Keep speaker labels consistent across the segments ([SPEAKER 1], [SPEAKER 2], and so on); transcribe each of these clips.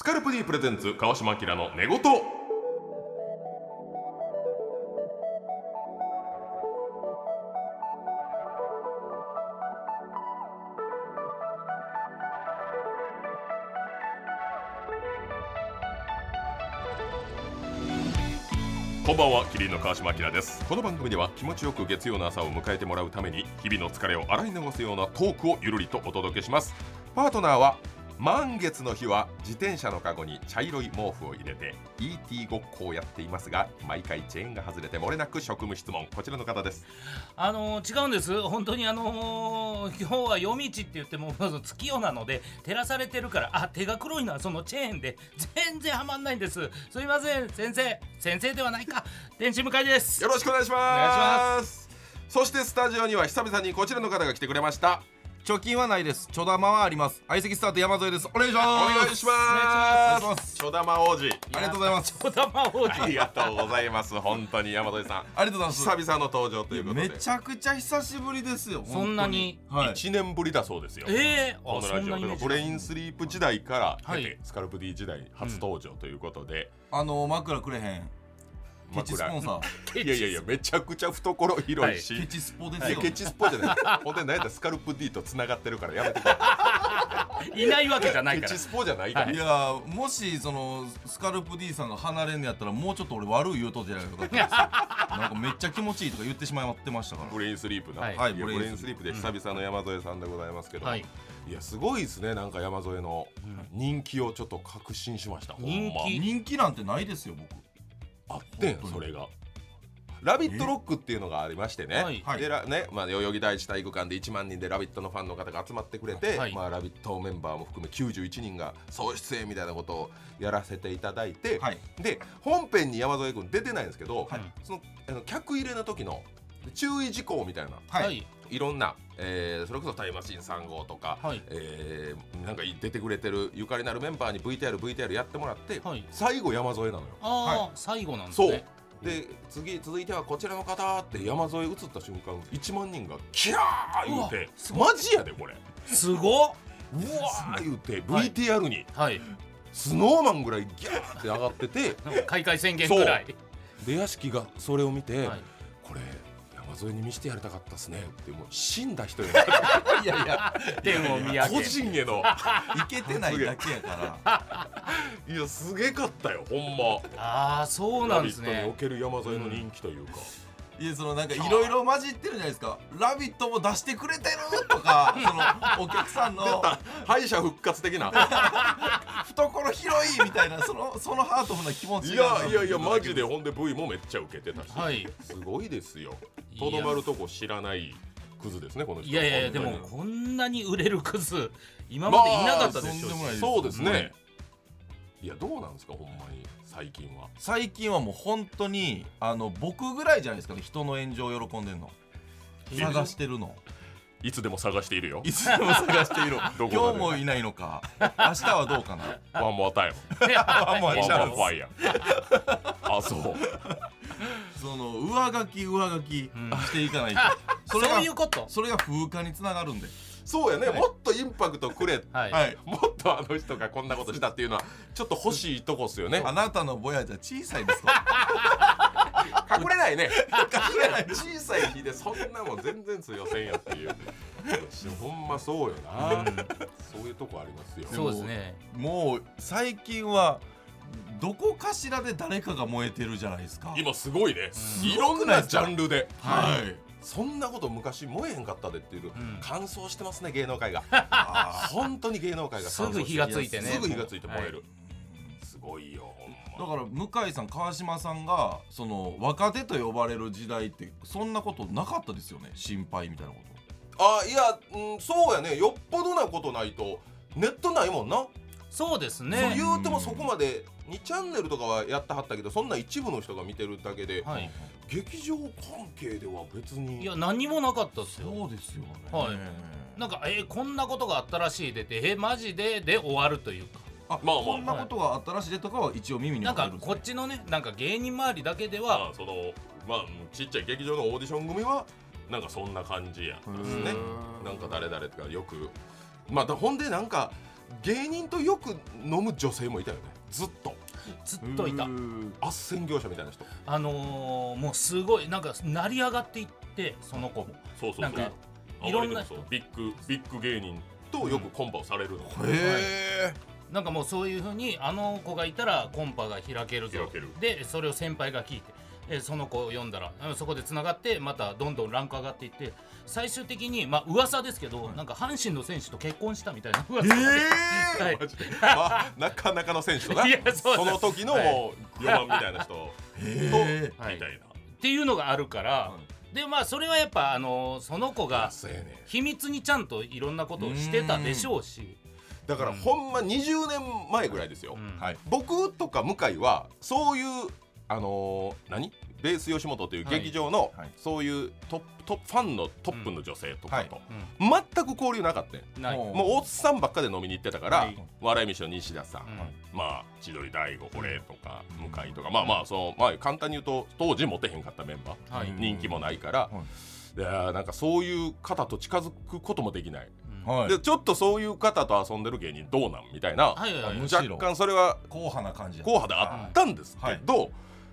[SPEAKER 1] カルプ D プレゼンツ川島明の寝言こんばんはキリンの川島明ですこの番組では気持ちよく月曜の朝を迎えてもらうために日々の疲れを洗い流すようなトークをゆるりとお届けしますパートナーは満月の日は自転車のカゴに茶色い毛布を入れて ET ごっこをやっていますが毎回チェーンが外れて漏れなく職務質問こちらの方です
[SPEAKER 2] あのー違うんです本当にあのー今日は夜道って言ってもまず月夜なので照らされてるからあ手が黒いのはそのチェーンで全然はまんないんですすいません先生先生ではないか天使向かいです
[SPEAKER 1] よろしくお願いしますそしてスタジオには久々にこちらの方が来てくれました
[SPEAKER 3] 貯金はないです。ちょだまはあります。相席スタート山添です。お願いし
[SPEAKER 1] お
[SPEAKER 3] ます。
[SPEAKER 1] 願いし
[SPEAKER 3] お願
[SPEAKER 1] ま
[SPEAKER 3] いしますす
[SPEAKER 1] ちょだま王子
[SPEAKER 3] ありがとうございます。
[SPEAKER 2] 小玉王子
[SPEAKER 1] ありがとうございます本当に山添さん
[SPEAKER 3] ありがとうござ
[SPEAKER 1] 久
[SPEAKER 3] いま
[SPEAKER 1] 々の登場という
[SPEAKER 3] す。
[SPEAKER 1] ことで
[SPEAKER 3] めちゃくちゃ久しぶりですよ。
[SPEAKER 2] そんなに
[SPEAKER 3] 本当はい。
[SPEAKER 1] 1年ぶりだそうですよ
[SPEAKER 2] えー、
[SPEAKER 1] こ
[SPEAKER 2] あ
[SPEAKER 1] の
[SPEAKER 2] そ
[SPEAKER 1] ラ
[SPEAKER 2] ん
[SPEAKER 1] ジ
[SPEAKER 2] な
[SPEAKER 1] オ
[SPEAKER 2] イ
[SPEAKER 1] で
[SPEAKER 2] メ
[SPEAKER 1] の
[SPEAKER 2] ージ
[SPEAKER 1] ブレインスリープ時代から
[SPEAKER 2] は
[SPEAKER 1] 出
[SPEAKER 2] い
[SPEAKER 1] てスカルプ D 時代初登場ということで
[SPEAKER 3] あの枕くれへん。ケチスポンサー。
[SPEAKER 1] いやいやいやめちゃくちゃ懐広いし、
[SPEAKER 3] ケチスポで
[SPEAKER 1] い
[SPEAKER 3] す
[SPEAKER 1] や
[SPEAKER 3] よ。
[SPEAKER 1] ケチスポじゃないほんで何やったらスカルプ D と繋がってるからやめてくれ
[SPEAKER 2] いないわけじゃない
[SPEAKER 1] ケ
[SPEAKER 2] か
[SPEAKER 1] チ
[SPEAKER 2] ら
[SPEAKER 1] スポじゃないから、
[SPEAKER 3] いやもしそのスカルプ D さんが離れんのやったらもうちょっと俺悪い言うとってやらよかったですなんかめっちゃ気持ちいいとか言ってしまってましたから
[SPEAKER 1] ブレインスリープな、
[SPEAKER 2] はいい
[SPEAKER 1] や
[SPEAKER 3] はい
[SPEAKER 1] ブ
[SPEAKER 3] ブ
[SPEAKER 1] レ
[SPEAKER 3] レ
[SPEAKER 1] イ
[SPEAKER 3] インスリープ
[SPEAKER 1] ンスリープで久々の山添さんでございますけど、
[SPEAKER 2] はいい、
[SPEAKER 1] やすごいですねなんか山添の人気をちょっと確信しました、ほんま
[SPEAKER 2] 人気
[SPEAKER 3] 人気なんてないですよ僕
[SPEAKER 1] あってん
[SPEAKER 3] 本当に
[SPEAKER 1] それが。ラビットロックっていうのがありましてね、
[SPEAKER 2] はい
[SPEAKER 3] はい
[SPEAKER 1] でらねまあ、代々木第一体育館で1万人で「ラビット!」のファンの方が集まってくれて「
[SPEAKER 2] はい
[SPEAKER 1] まあ、ラビット!」メンバーも含め91人が総出演みたいなことをやらせていただいて、
[SPEAKER 3] はい
[SPEAKER 1] で本編に山添君出てないんですけど、
[SPEAKER 3] はい
[SPEAKER 1] そのあの客入れの時の注意事項みたいな
[SPEAKER 3] はい、
[SPEAKER 2] はい
[SPEAKER 1] いろんな、えーそれこそタイムマシーン3号とか、
[SPEAKER 2] はい
[SPEAKER 1] えーなんか出てくれてるゆかりのあるメンバーに VTR、VTR やってもらって、
[SPEAKER 2] はい
[SPEAKER 1] 最後山添なのよ。
[SPEAKER 2] ああ、
[SPEAKER 3] は
[SPEAKER 2] 最後なんです
[SPEAKER 1] そう
[SPEAKER 2] ね
[SPEAKER 1] で次続いてはこちらの方って山添映った瞬間1万人がキラー言う
[SPEAKER 2] うわ
[SPEAKER 1] てマジやでこれ
[SPEAKER 2] すごっ
[SPEAKER 1] うわー言うて VTR に
[SPEAKER 2] はい
[SPEAKER 1] スノーマンぐらいギャーって上がってて
[SPEAKER 2] 開会宣言くらい
[SPEAKER 1] 出屋敷がそれを見て、
[SPEAKER 2] はい
[SPEAKER 1] これ山添に見せてやりたかったっすねってもう死んだ人や な
[SPEAKER 3] いやいや
[SPEAKER 2] 天を見上
[SPEAKER 1] 個
[SPEAKER 2] げ
[SPEAKER 1] 人へ の
[SPEAKER 3] いけてないだけやから
[SPEAKER 1] いやすげかったよほんま
[SPEAKER 2] ああそうなんです
[SPEAKER 1] ラビットにお
[SPEAKER 2] ね
[SPEAKER 1] ける山添の人気というか、
[SPEAKER 3] いやそのなんかいろいろ混じってるじゃないですか「ラビット!」も出してくれてるとかそのお客さんの
[SPEAKER 1] 敗者復活 的な
[SPEAKER 3] 懐広いみたいなそのそのハートフルな気持
[SPEAKER 1] い
[SPEAKER 3] ちが
[SPEAKER 1] やいやいやマジでほんで V もめっちゃ受けてたし、
[SPEAKER 2] はい
[SPEAKER 1] すごいですよ
[SPEAKER 2] いや
[SPEAKER 1] とどまるとこ知らないクズですねこの人
[SPEAKER 2] いやいやいやで
[SPEAKER 1] 本当に
[SPEAKER 2] もこんなに売れるクズ今までいなかったでしょうし、
[SPEAKER 3] まあとんでもないです
[SPEAKER 1] そうですね、いやどうなんですかほんまに最近は
[SPEAKER 3] 最近はもう本当にあの僕ぐらいじゃないですかね人の炎上を喜んでるの探してるの
[SPEAKER 1] いつでも探しているよ
[SPEAKER 3] いつでも探している
[SPEAKER 1] どこまで
[SPEAKER 3] 今日もいないのか明日はどうかな
[SPEAKER 1] ワンモアタイム
[SPEAKER 2] あ
[SPEAKER 1] ワンモアフ
[SPEAKER 2] イ
[SPEAKER 1] ァイヤーあそう
[SPEAKER 3] その上書き上書き
[SPEAKER 2] ん
[SPEAKER 3] していかないと、
[SPEAKER 2] そ
[SPEAKER 3] それが
[SPEAKER 2] ういうこと
[SPEAKER 3] それが風化につながるんで
[SPEAKER 1] そうやね、もっとインパクトくれ
[SPEAKER 2] はい、
[SPEAKER 3] はい
[SPEAKER 1] もっとあの人がこんなことしたっていうのはちょっと欲しいとこっすよね
[SPEAKER 3] あなたのぼやじゃ小さいですと
[SPEAKER 1] 隠れないね隠れない 小さい日でそんなもん全然通用せんやっていうほんまそうよな、そういうとこありますよ
[SPEAKER 2] そうですね
[SPEAKER 3] もう最近はどこかしらで誰かが燃えてるじゃないですか
[SPEAKER 1] 今すごいね、いろ
[SPEAKER 3] ご
[SPEAKER 1] ん
[SPEAKER 3] くな
[SPEAKER 1] な
[SPEAKER 3] いです
[SPEAKER 1] ジ
[SPEAKER 3] か
[SPEAKER 1] ャンルで、
[SPEAKER 3] はい
[SPEAKER 1] そんなこと昔燃えへんかったでっていう、
[SPEAKER 2] ん
[SPEAKER 1] 乾燥してますね芸能界が
[SPEAKER 3] あ
[SPEAKER 1] 本当に芸能界が
[SPEAKER 2] す
[SPEAKER 1] 乾燥して
[SPEAKER 2] ぐ火がついてね
[SPEAKER 1] すぐ火がついて燃える、
[SPEAKER 2] は
[SPEAKER 1] すごいよほ
[SPEAKER 3] だ
[SPEAKER 1] ん
[SPEAKER 3] から向井さん川島さんがその若手と呼ばれる時代ってそんなことなかったですよね心配みたいなこ
[SPEAKER 1] まあいや、うん、そうやねよっぽどなことないとネットないもんな、
[SPEAKER 2] そうです
[SPEAKER 1] そう
[SPEAKER 2] ね
[SPEAKER 1] 言うてもそこまで2チャンネルとかはやったはったけどそんな一部の人が見てるだけで、
[SPEAKER 2] はい
[SPEAKER 1] 劇場関係では別に
[SPEAKER 2] いや何もなかったです
[SPEAKER 3] と
[SPEAKER 2] よ
[SPEAKER 3] うですよね
[SPEAKER 2] はいなんかえーこんなことがあったらしいでってえーマジでで終わるというか
[SPEAKER 3] あ
[SPEAKER 1] まあまあ
[SPEAKER 3] こんなことがあったらしいでとかは一応耳に
[SPEAKER 2] な
[SPEAKER 3] は
[SPEAKER 2] ん
[SPEAKER 3] 入
[SPEAKER 2] か
[SPEAKER 3] るんですね
[SPEAKER 2] こっちのねなんか芸人周りだけで
[SPEAKER 1] ま
[SPEAKER 2] は
[SPEAKER 1] あそのまあちっちゃい劇場のオーディション組はなんかそんな感じやったですね
[SPEAKER 3] へー
[SPEAKER 1] なんか誰々とかよくまあだほんでなんか芸人とよく飲む女性もいたよねずっと
[SPEAKER 2] ずっといた
[SPEAKER 3] うー
[SPEAKER 1] 斡旋業者みたいな人
[SPEAKER 2] あのーもうすごいなんか成り上がっていってその子も
[SPEAKER 4] そうそうそう
[SPEAKER 2] なんか
[SPEAKER 4] あ
[SPEAKER 2] いろんな
[SPEAKER 4] 割とそうビッグビッグ芸人とよくコンパをされるの、
[SPEAKER 3] へえ
[SPEAKER 2] なんかもうそういうふうにあの子がいたらコンパが開けるぞ
[SPEAKER 4] 開ける
[SPEAKER 2] でそれを先輩が聞いてえその子を読んだらうんそこでつながってまたどんどんランク上がっていって最終的にまあ噂ですけど、なんか阪神の選手と結婚した みたいな噂が
[SPEAKER 1] え
[SPEAKER 2] はい
[SPEAKER 1] マジであなかなかの選手 とない
[SPEAKER 2] やそうです
[SPEAKER 1] その時のもう4番みたいな人と
[SPEAKER 3] へえ
[SPEAKER 2] はい
[SPEAKER 1] みたいな
[SPEAKER 2] っていうのがあるから、でまあそれはやっぱあのその子が
[SPEAKER 1] そうやね
[SPEAKER 2] 秘密にちゃんといろんなことをしてたでしょうし、
[SPEAKER 1] だからほんま20年前ぐらいですよ、
[SPEAKER 2] うん
[SPEAKER 3] はい
[SPEAKER 1] 僕とか向井はそういうあのー何ベース吉本という劇場の、
[SPEAKER 3] はいはい
[SPEAKER 1] そういうトップトップファンのトップの女性とかと、
[SPEAKER 2] う
[SPEAKER 1] 全く交流なかったよ
[SPEAKER 2] ん、ない、
[SPEAKER 3] も
[SPEAKER 1] もうおっさんばっかで飲みに行ってたから、
[SPEAKER 2] はい
[SPEAKER 1] 笑い飯の西田さん、
[SPEAKER 2] うん
[SPEAKER 1] まあ千鳥大悟俺とか向井とか、まあまあその、まあ、簡単に言うと当時モテへんかったメンバー、
[SPEAKER 2] はい
[SPEAKER 1] 人気もないから、
[SPEAKER 3] はい
[SPEAKER 1] いやーなんかそういう方と近づくこともできない、
[SPEAKER 2] うん
[SPEAKER 3] はい
[SPEAKER 1] でちょっとそういう方と遊んでる芸人どうなんみたいな、
[SPEAKER 2] はいはいはい
[SPEAKER 3] むし
[SPEAKER 1] 若
[SPEAKER 3] ろ
[SPEAKER 1] 干それは
[SPEAKER 3] 硬派な感じや
[SPEAKER 1] 硬派であったんですけど、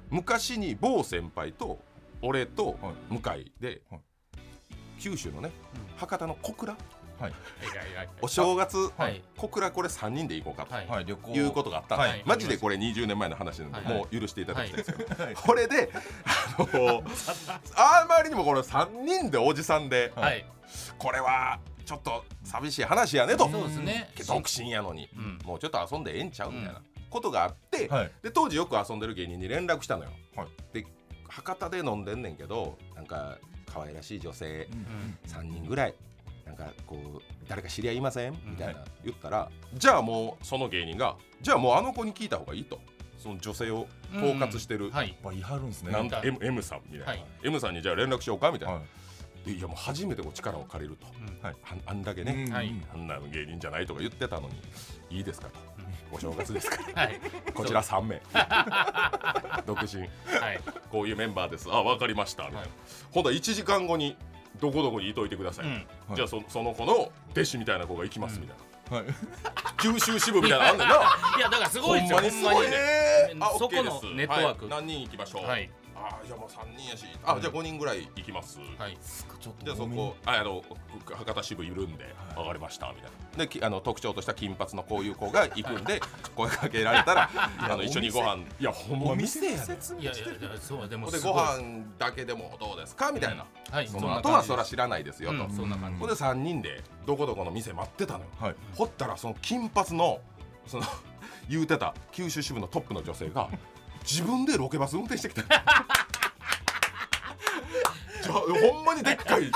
[SPEAKER 1] 昔に某先輩と俺と
[SPEAKER 3] はい
[SPEAKER 1] 向井で、
[SPEAKER 3] はい
[SPEAKER 1] 九州のね
[SPEAKER 2] う
[SPEAKER 1] 博多の小倉
[SPEAKER 3] はい
[SPEAKER 1] お正月、
[SPEAKER 2] はい
[SPEAKER 1] 小倉これ3人で行こうかと。
[SPEAKER 2] はい
[SPEAKER 3] はい旅行
[SPEAKER 1] いうことがあったんで、
[SPEAKER 2] はい
[SPEAKER 1] マジでこれ20年前の話なんで、
[SPEAKER 2] はいはい
[SPEAKER 1] もう許していただきたいんですけど、
[SPEAKER 3] はい
[SPEAKER 1] これであのあまりにもこの3人でおじさんで、
[SPEAKER 2] はい
[SPEAKER 1] これはちょっと寂しい話やねと
[SPEAKER 2] そうですね
[SPEAKER 1] 独身やのに、
[SPEAKER 2] うん
[SPEAKER 1] もうちょっと遊んでええんちゃうみたいな
[SPEAKER 2] う
[SPEAKER 1] ことがあって、
[SPEAKER 3] はい
[SPEAKER 1] で当時よく遊んでる芸人に連絡したのよ、
[SPEAKER 3] はい
[SPEAKER 1] で博多で飲んでんねんけどなんか可愛らしい女性
[SPEAKER 2] うん
[SPEAKER 1] 3人ぐらいなんかこう誰か知り合いいませんみたいな
[SPEAKER 3] は
[SPEAKER 1] 言ったら、じゃあもうその芸人がじゃあもうあの子に聞いた方がいいとその女性を統括してる、
[SPEAKER 2] はい
[SPEAKER 3] やっぱいはるんですね
[SPEAKER 1] なんと M, M さんみたいな、
[SPEAKER 2] はい
[SPEAKER 1] M さんにじゃあ連絡しようかみたいな、、
[SPEAKER 3] はい
[SPEAKER 1] やもう初めてこう力を借りると、
[SPEAKER 2] うん
[SPEAKER 3] はい
[SPEAKER 1] あんあんだけ
[SPEAKER 3] い
[SPEAKER 1] ね、
[SPEAKER 3] うん
[SPEAKER 2] はい
[SPEAKER 1] あんなの芸人じゃないとか言ってたのにいいですかと、お正月ですか
[SPEAKER 2] はい
[SPEAKER 1] こちら3名 独身
[SPEAKER 2] はい
[SPEAKER 1] こういうメンバーですあ分かりましたみたいな、
[SPEAKER 2] はい
[SPEAKER 1] ほんと1時間後にどこどこにいといてください、
[SPEAKER 2] うん
[SPEAKER 1] じゃあそその子の弟子みたいな子が行きますみたい
[SPEAKER 3] はい
[SPEAKER 1] な、九州支部みたいなのあんねん な
[SPEAKER 2] いやだからすご
[SPEAKER 1] ほ
[SPEAKER 2] いで
[SPEAKER 1] ん
[SPEAKER 2] すよ
[SPEAKER 1] まにすごいねあ
[SPEAKER 2] そ
[SPEAKER 1] OK
[SPEAKER 2] こ
[SPEAKER 1] で
[SPEAKER 2] の
[SPEAKER 1] す
[SPEAKER 2] ネットワーク
[SPEAKER 1] はい、何人行きましょう、
[SPEAKER 2] はい
[SPEAKER 1] あじゃあもう3人やしあじゃあ5人ぐらい行きます、
[SPEAKER 2] はい
[SPEAKER 3] ちょっと
[SPEAKER 1] じゃあそこああの博多支部緩んで
[SPEAKER 3] い
[SPEAKER 1] 分かりましたみたいなできあの特徴とした金髪のこういう子が行くんで声かけられた らあの一緒にご飯いやほんま
[SPEAKER 3] お
[SPEAKER 1] 店
[SPEAKER 3] 店
[SPEAKER 1] や
[SPEAKER 3] や
[SPEAKER 1] ね
[SPEAKER 3] ね
[SPEAKER 2] いやいやいやそうでも
[SPEAKER 1] ほん
[SPEAKER 2] す
[SPEAKER 1] で
[SPEAKER 2] ごい
[SPEAKER 1] ご飯だけでもどうですかみたいな、
[SPEAKER 2] うんはい
[SPEAKER 1] そ
[SPEAKER 2] ん
[SPEAKER 1] の
[SPEAKER 2] な
[SPEAKER 1] 後
[SPEAKER 2] 感
[SPEAKER 1] は
[SPEAKER 2] じ
[SPEAKER 1] そら知らないですよと、
[SPEAKER 2] うんそんな感じ
[SPEAKER 1] ほんで3人でどこどこの店待ってたのよ、
[SPEAKER 3] はい
[SPEAKER 1] ほったらその金髪のその 言うてた九州支部のトップの女性 が自分でロケバス運転してきたじゃほんまにでっかいね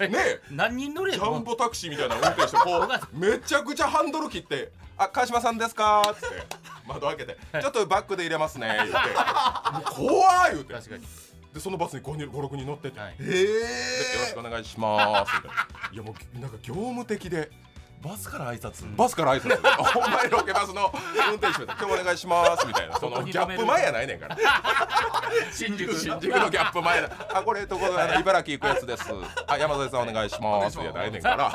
[SPEAKER 1] え
[SPEAKER 2] 何人乗れ
[SPEAKER 1] ジ
[SPEAKER 2] と思
[SPEAKER 1] ャ
[SPEAKER 2] っ
[SPEAKER 1] ン
[SPEAKER 2] て
[SPEAKER 1] ボタクシーみたいなの運転してこうめちゃくちゃハンドル切って「あ川島さんですか?」っつって窓開けて「ちょっとバックで入れますね」言って「もう怖い!」言うて
[SPEAKER 2] 確かに
[SPEAKER 1] でそのバスに56人乗ってて「
[SPEAKER 2] はい
[SPEAKER 1] ええよろしくお願いします」みたいないやもうなんか業務的で。
[SPEAKER 3] バスから挨拶
[SPEAKER 1] バスから挨拶お前ロケバスの運転 手だ今日お願いしますみたいなそのギャップ前やないねんから
[SPEAKER 2] 新宿
[SPEAKER 1] 新宿のギャップ前だあこれとこあの茨城行くやつですあ山添さんお願いしますいやないねんから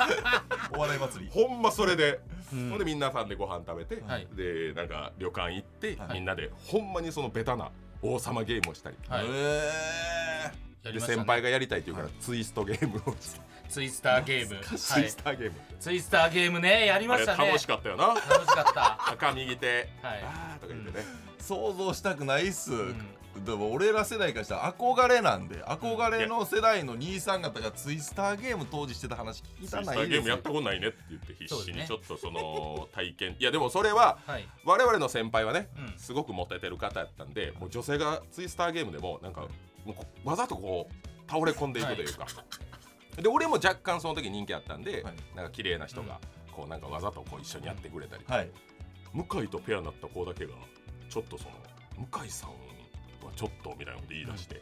[SPEAKER 3] お笑い祭り
[SPEAKER 1] ほんまそれで、
[SPEAKER 2] うん
[SPEAKER 1] ほんでみんなさんでご飯食べて、
[SPEAKER 2] はい
[SPEAKER 1] でなんか旅館行って、
[SPEAKER 3] はい
[SPEAKER 1] みんなでほんまにそのベタな王様ゲームをしたり、
[SPEAKER 2] はい
[SPEAKER 3] え
[SPEAKER 2] やり
[SPEAKER 1] で
[SPEAKER 2] ましたね
[SPEAKER 1] 先輩がやりたいって言うから、ツイストゲームをして、
[SPEAKER 2] ツイスターゲーム
[SPEAKER 1] ツ
[SPEAKER 2] は
[SPEAKER 1] イ
[SPEAKER 2] い
[SPEAKER 1] スターゲーム、
[SPEAKER 2] ツイスターゲームねやりま
[SPEAKER 1] あ
[SPEAKER 2] し
[SPEAKER 1] れ
[SPEAKER 2] たね
[SPEAKER 1] 楽しかったよな
[SPEAKER 2] 楽しかった
[SPEAKER 1] 赤右手
[SPEAKER 2] はい
[SPEAKER 1] あーとか言ってね、
[SPEAKER 3] 想像したくないっす、
[SPEAKER 2] ん
[SPEAKER 3] でも俺ら世代からしたら憧れなんで憧れの世代の兄さん方がツイスターゲーム当時してた話聞い
[SPEAKER 1] ツ
[SPEAKER 3] た
[SPEAKER 1] イスタ
[SPEAKER 3] ない
[SPEAKER 1] ーゲ
[SPEAKER 3] で
[SPEAKER 1] ー
[SPEAKER 3] す
[SPEAKER 1] ムやったことないねって言って必
[SPEAKER 2] そう
[SPEAKER 1] 死
[SPEAKER 2] です
[SPEAKER 1] に
[SPEAKER 2] ね
[SPEAKER 1] ちょっとその体験いやでもそれは
[SPEAKER 2] はい
[SPEAKER 1] 我々の先輩はね、
[SPEAKER 2] うん
[SPEAKER 1] すごくモテてる方やったんでもう女性がツイスターゲームでもなんかもうこわざとこう倒れ込んでいくというか、で俺も若干その時人気あったんで、
[SPEAKER 3] はい
[SPEAKER 1] なんか綺麗な人がこうなんかわざとこう一緒にやってくれたり、
[SPEAKER 3] はい
[SPEAKER 1] 向井とペアになった子だけがちょっとその向井さんはちょっとみたいなこと言い出して。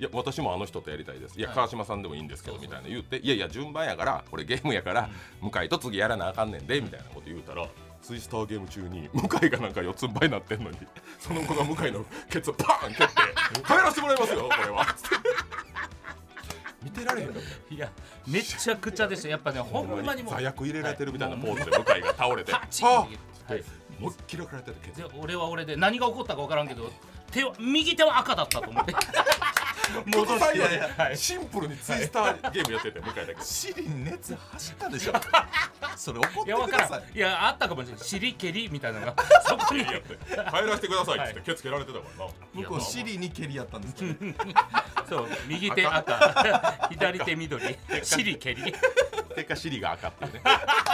[SPEAKER 1] いや私もあの人とやりたいですいや
[SPEAKER 2] はい
[SPEAKER 1] 川島さんでもいいんですけど
[SPEAKER 2] そう
[SPEAKER 1] み
[SPEAKER 2] そう
[SPEAKER 1] たいな言っていやいや順番やからこれゲームやから向井と次やらなあかんねんでみたいなこと言うたらツイスターゲーム中に向井がなんか四つん這いになってんのにその子が向井のケツをパーン蹴って帰らせてもらいますよこれは見てられへんかっ
[SPEAKER 2] いやめちゃくちゃでしたやっぱね
[SPEAKER 1] た
[SPEAKER 2] ほんまにもう
[SPEAKER 1] 座薬入れられてるみたいな
[SPEAKER 2] は
[SPEAKER 1] ポーズで向井が倒れて
[SPEAKER 2] パチン
[SPEAKER 1] あ
[SPEAKER 2] はい
[SPEAKER 1] 思いっきり振られてるけど
[SPEAKER 2] で俺は俺で何が起こったか分からんけど手は右手は赤だったと思って戻して
[SPEAKER 1] この際はね
[SPEAKER 2] はい
[SPEAKER 1] シンプルにツイスターゲームやってて向井だけ
[SPEAKER 3] シリン熱走ったでしょそれ怒っ
[SPEAKER 2] いや分
[SPEAKER 3] て
[SPEAKER 2] か
[SPEAKER 3] く
[SPEAKER 2] ら
[SPEAKER 3] ださい
[SPEAKER 2] んいやあったかもしれない尻蹴りみたいなのがそこに
[SPEAKER 4] やって帰らせてくださいっつってケツ蹴られてたからな
[SPEAKER 2] や
[SPEAKER 3] 向こうシリに蹴りやったんですけど、
[SPEAKER 2] そう右手赤 左手緑尻蹴り
[SPEAKER 1] どてか尻が赤っていうね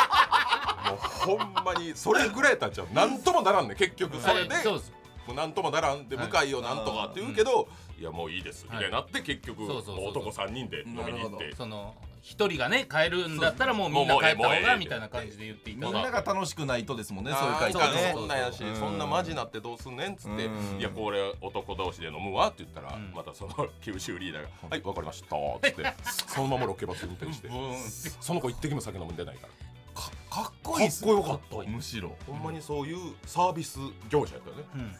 [SPEAKER 1] もうほんまにそれぐらいやったんちゃうなんともならんね結局それで
[SPEAKER 2] はいそうです
[SPEAKER 1] もうなんともならんで向井をなんとかって言うけどいやもういいですみ
[SPEAKER 2] はい
[SPEAKER 1] たいになって結局
[SPEAKER 2] そ
[SPEAKER 1] も
[SPEAKER 2] うそうそう
[SPEAKER 1] う男3人で飲みに行っ
[SPEAKER 3] なる
[SPEAKER 1] て
[SPEAKER 2] その一人がね帰るんだったらもうみんな
[SPEAKER 4] もう
[SPEAKER 2] 帰
[SPEAKER 4] もうも
[SPEAKER 2] った
[SPEAKER 4] う
[SPEAKER 2] 方
[SPEAKER 4] もう
[SPEAKER 2] が
[SPEAKER 4] ええ
[SPEAKER 2] みたいな感じで言っていた
[SPEAKER 3] みん
[SPEAKER 2] だ
[SPEAKER 3] なが楽しくないとですもんねそういう
[SPEAKER 1] あー
[SPEAKER 3] 会
[SPEAKER 1] そう
[SPEAKER 3] 会
[SPEAKER 1] ね
[SPEAKER 3] ね
[SPEAKER 1] そんなんやし
[SPEAKER 3] うん
[SPEAKER 1] そんなマジなってどうすんねんっつって
[SPEAKER 3] う
[SPEAKER 1] 「
[SPEAKER 3] ん
[SPEAKER 1] いやこれ男同士で飲むわ」って言ったら
[SPEAKER 2] ん
[SPEAKER 1] またその九州リーダーが「はいわかりました」っつってそのままロケバス運転して「その子一滴も酒飲んでないから」
[SPEAKER 3] かかっこい
[SPEAKER 1] か
[SPEAKER 3] い
[SPEAKER 1] っ
[SPEAKER 3] っす
[SPEAKER 1] こ
[SPEAKER 3] ね
[SPEAKER 1] よかった
[SPEAKER 3] むしろ
[SPEAKER 1] ほんまにそういうサービス業者やったよね
[SPEAKER 2] うん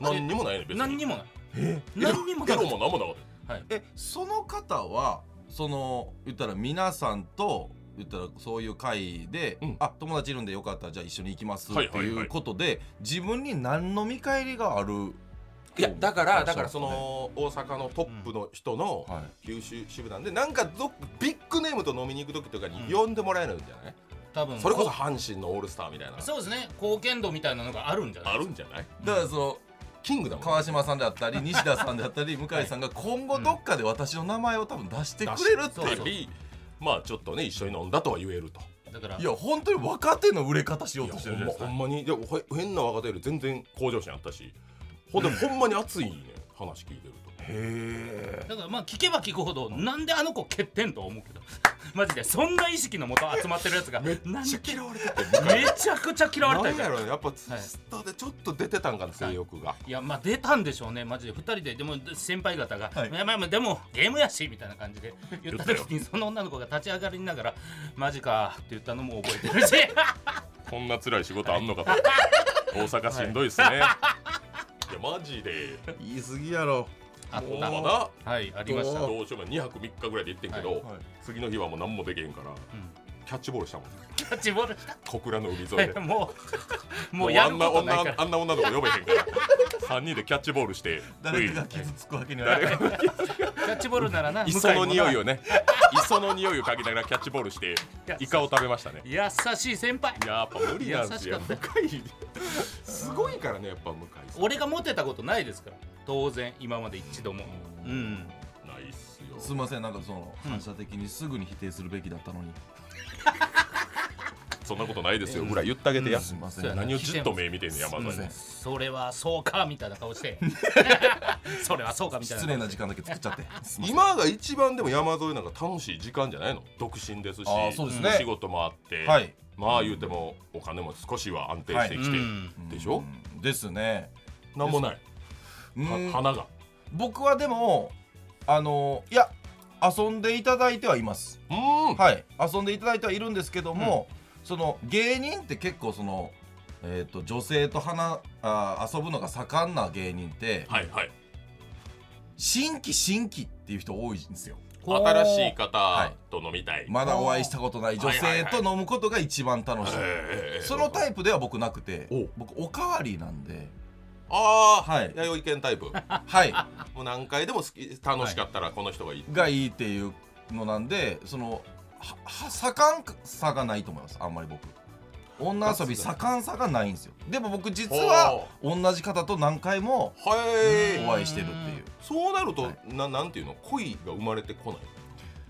[SPEAKER 1] 何にもないね別に
[SPEAKER 2] 何にもない
[SPEAKER 1] エロ
[SPEAKER 2] 何にも
[SPEAKER 1] エ
[SPEAKER 2] な
[SPEAKER 1] ロ
[SPEAKER 2] い
[SPEAKER 1] も何もなかった
[SPEAKER 3] えその方はその言ったら皆さんと言ったらそういう会で、
[SPEAKER 1] うん
[SPEAKER 3] あ友達いるんでよかったらじゃあ一緒に行きますっ
[SPEAKER 4] はい
[SPEAKER 3] て
[SPEAKER 4] はいはい
[SPEAKER 3] いうことで、自分に何の見返りがある
[SPEAKER 1] いやだか
[SPEAKER 3] そう
[SPEAKER 1] ら
[SPEAKER 3] そう
[SPEAKER 1] だからその大阪のトップの人の
[SPEAKER 3] はい
[SPEAKER 1] 九州支部なんでなんかどビッグネームと飲みに行く時とかに呼んでもらえるんじゃない
[SPEAKER 2] 多分
[SPEAKER 1] それこそ阪神のオールスターみたいな
[SPEAKER 2] そうですね貢献度みたいなのがあるんじゃない
[SPEAKER 4] あるんじゃない
[SPEAKER 3] だからその
[SPEAKER 1] キングだもん
[SPEAKER 3] 川島さんであったり西田さんであったり向井さんが今後どっかで私の名前を多分出してくれるって
[SPEAKER 2] 出し
[SPEAKER 3] いう
[SPEAKER 2] て
[SPEAKER 1] よりまあちょっとね一緒に飲んだとは言えると
[SPEAKER 2] だから
[SPEAKER 3] いや本当に若手の売れ方しようとしてるじゃないです
[SPEAKER 1] ほ
[SPEAKER 3] か
[SPEAKER 1] んまにでもほ変な若手より全然向上心あったしほんでほんまに熱いね話聞いてると
[SPEAKER 2] だからまあ聞けば聞くほどなんであの子欠点と思うけど マジでそんな意識のもと集まってるやつがめっ
[SPEAKER 1] めっちゃ嫌われてて
[SPEAKER 2] めちゃくちゃ嫌われた
[SPEAKER 1] なん
[SPEAKER 2] りと
[SPEAKER 1] や
[SPEAKER 2] か
[SPEAKER 1] ろやっぱツイスターでちょっと出てたんかな性欲が
[SPEAKER 2] いやまあ出たんでしょうねマジで2人ででも先輩方が「
[SPEAKER 3] はい
[SPEAKER 2] い、やまあまあでもゲームやし」みたいな感じで言った時にその女の子が立ち上がりながら「マジか」って言ったのも覚えてるし
[SPEAKER 4] こんな辛い仕事あんのかと大阪しんどいっすねいやマジで
[SPEAKER 3] 言い過ぎやろ
[SPEAKER 2] あっ
[SPEAKER 4] もう
[SPEAKER 2] た
[SPEAKER 4] まだ
[SPEAKER 2] はいありました、うん
[SPEAKER 4] どうしようもない2泊3日ぐらいで行ってんけど、
[SPEAKER 3] はいはい
[SPEAKER 4] 次の日はもう何もできへんからキャッチボール したもん
[SPEAKER 2] キャッチボールし
[SPEAKER 4] 小倉の海沿い
[SPEAKER 2] た
[SPEAKER 4] で
[SPEAKER 2] よもう もう
[SPEAKER 4] あ
[SPEAKER 2] やる
[SPEAKER 4] ん
[SPEAKER 2] こ
[SPEAKER 4] な
[SPEAKER 2] とないか
[SPEAKER 4] 女
[SPEAKER 2] ら
[SPEAKER 4] あんな女の子呼べへんから3人でキャッチボールして
[SPEAKER 3] 誰
[SPEAKER 4] うい
[SPEAKER 3] かが傷つくわけにはい
[SPEAKER 4] 誰
[SPEAKER 3] かない
[SPEAKER 4] が
[SPEAKER 2] キャッチボールならな
[SPEAKER 1] 磯の匂い
[SPEAKER 2] を
[SPEAKER 1] をね磯の匂いを嗅ぎながらキャッチボールして
[SPEAKER 2] いや
[SPEAKER 1] イカを食べましたね
[SPEAKER 2] 優しい先輩
[SPEAKER 4] やっぱ無理なんですよ
[SPEAKER 2] 優し
[SPEAKER 1] 向井すごいからねやっぱ向井さん
[SPEAKER 2] 俺がモテたことないですから当然今まで一度もうん
[SPEAKER 4] ないっすよ
[SPEAKER 3] すいませんなんかその反射的にすぐに否定するべきだったのに、
[SPEAKER 4] そんなことないですよ
[SPEAKER 1] ぐらい言ってあげてや
[SPEAKER 3] すいません
[SPEAKER 2] そうやな
[SPEAKER 4] 何をじっと目見てんねん山
[SPEAKER 3] す
[SPEAKER 4] 添
[SPEAKER 3] いません
[SPEAKER 2] それはそうかみたいな顔してそれはそうかみたいな
[SPEAKER 3] 失礼な時間だけ作っちゃってすいません
[SPEAKER 1] 今が一番でも山沿いなんか楽しい時間じゃないの独身ですし
[SPEAKER 3] あーそうですね
[SPEAKER 1] お仕事もあって、
[SPEAKER 3] はい
[SPEAKER 1] まあ言うてもお金も少しは安定してきて、
[SPEAKER 2] うん
[SPEAKER 1] でしょ
[SPEAKER 3] うんですね
[SPEAKER 1] なんもない
[SPEAKER 3] う
[SPEAKER 4] は
[SPEAKER 3] ん
[SPEAKER 4] 花が
[SPEAKER 3] 僕はでもあのいや遊んでいただいてはいます
[SPEAKER 1] うーん
[SPEAKER 3] はい遊んでいただいてはいるんですけども、その芸人って結構そのえー、と女性と花あ遊ぶのが盛んな芸人って、
[SPEAKER 4] はいはい
[SPEAKER 3] 新規新規っていう人多いんですよ
[SPEAKER 4] 新しい方と飲みたい、
[SPEAKER 3] まだお会いしたことない女性と飲むことが一番楽しい,、
[SPEAKER 4] ええ
[SPEAKER 3] そのタイプでは僕なくて
[SPEAKER 1] お
[SPEAKER 3] 僕おかわりなんで
[SPEAKER 1] ああ、
[SPEAKER 3] はい
[SPEAKER 1] 弥生県タイプも
[SPEAKER 3] はい、
[SPEAKER 1] う何回でも好き楽しかったらこの人がいい、
[SPEAKER 3] がいいっていうのなんでそのはは盛んさがないと思いますあんまり僕女遊び盛んさがないんですよでも僕実は同じ方と何回も
[SPEAKER 1] はい、
[SPEAKER 3] お会いしてるっていう
[SPEAKER 1] そうなると、
[SPEAKER 3] はい
[SPEAKER 1] ななんていうの恋が生まれてこない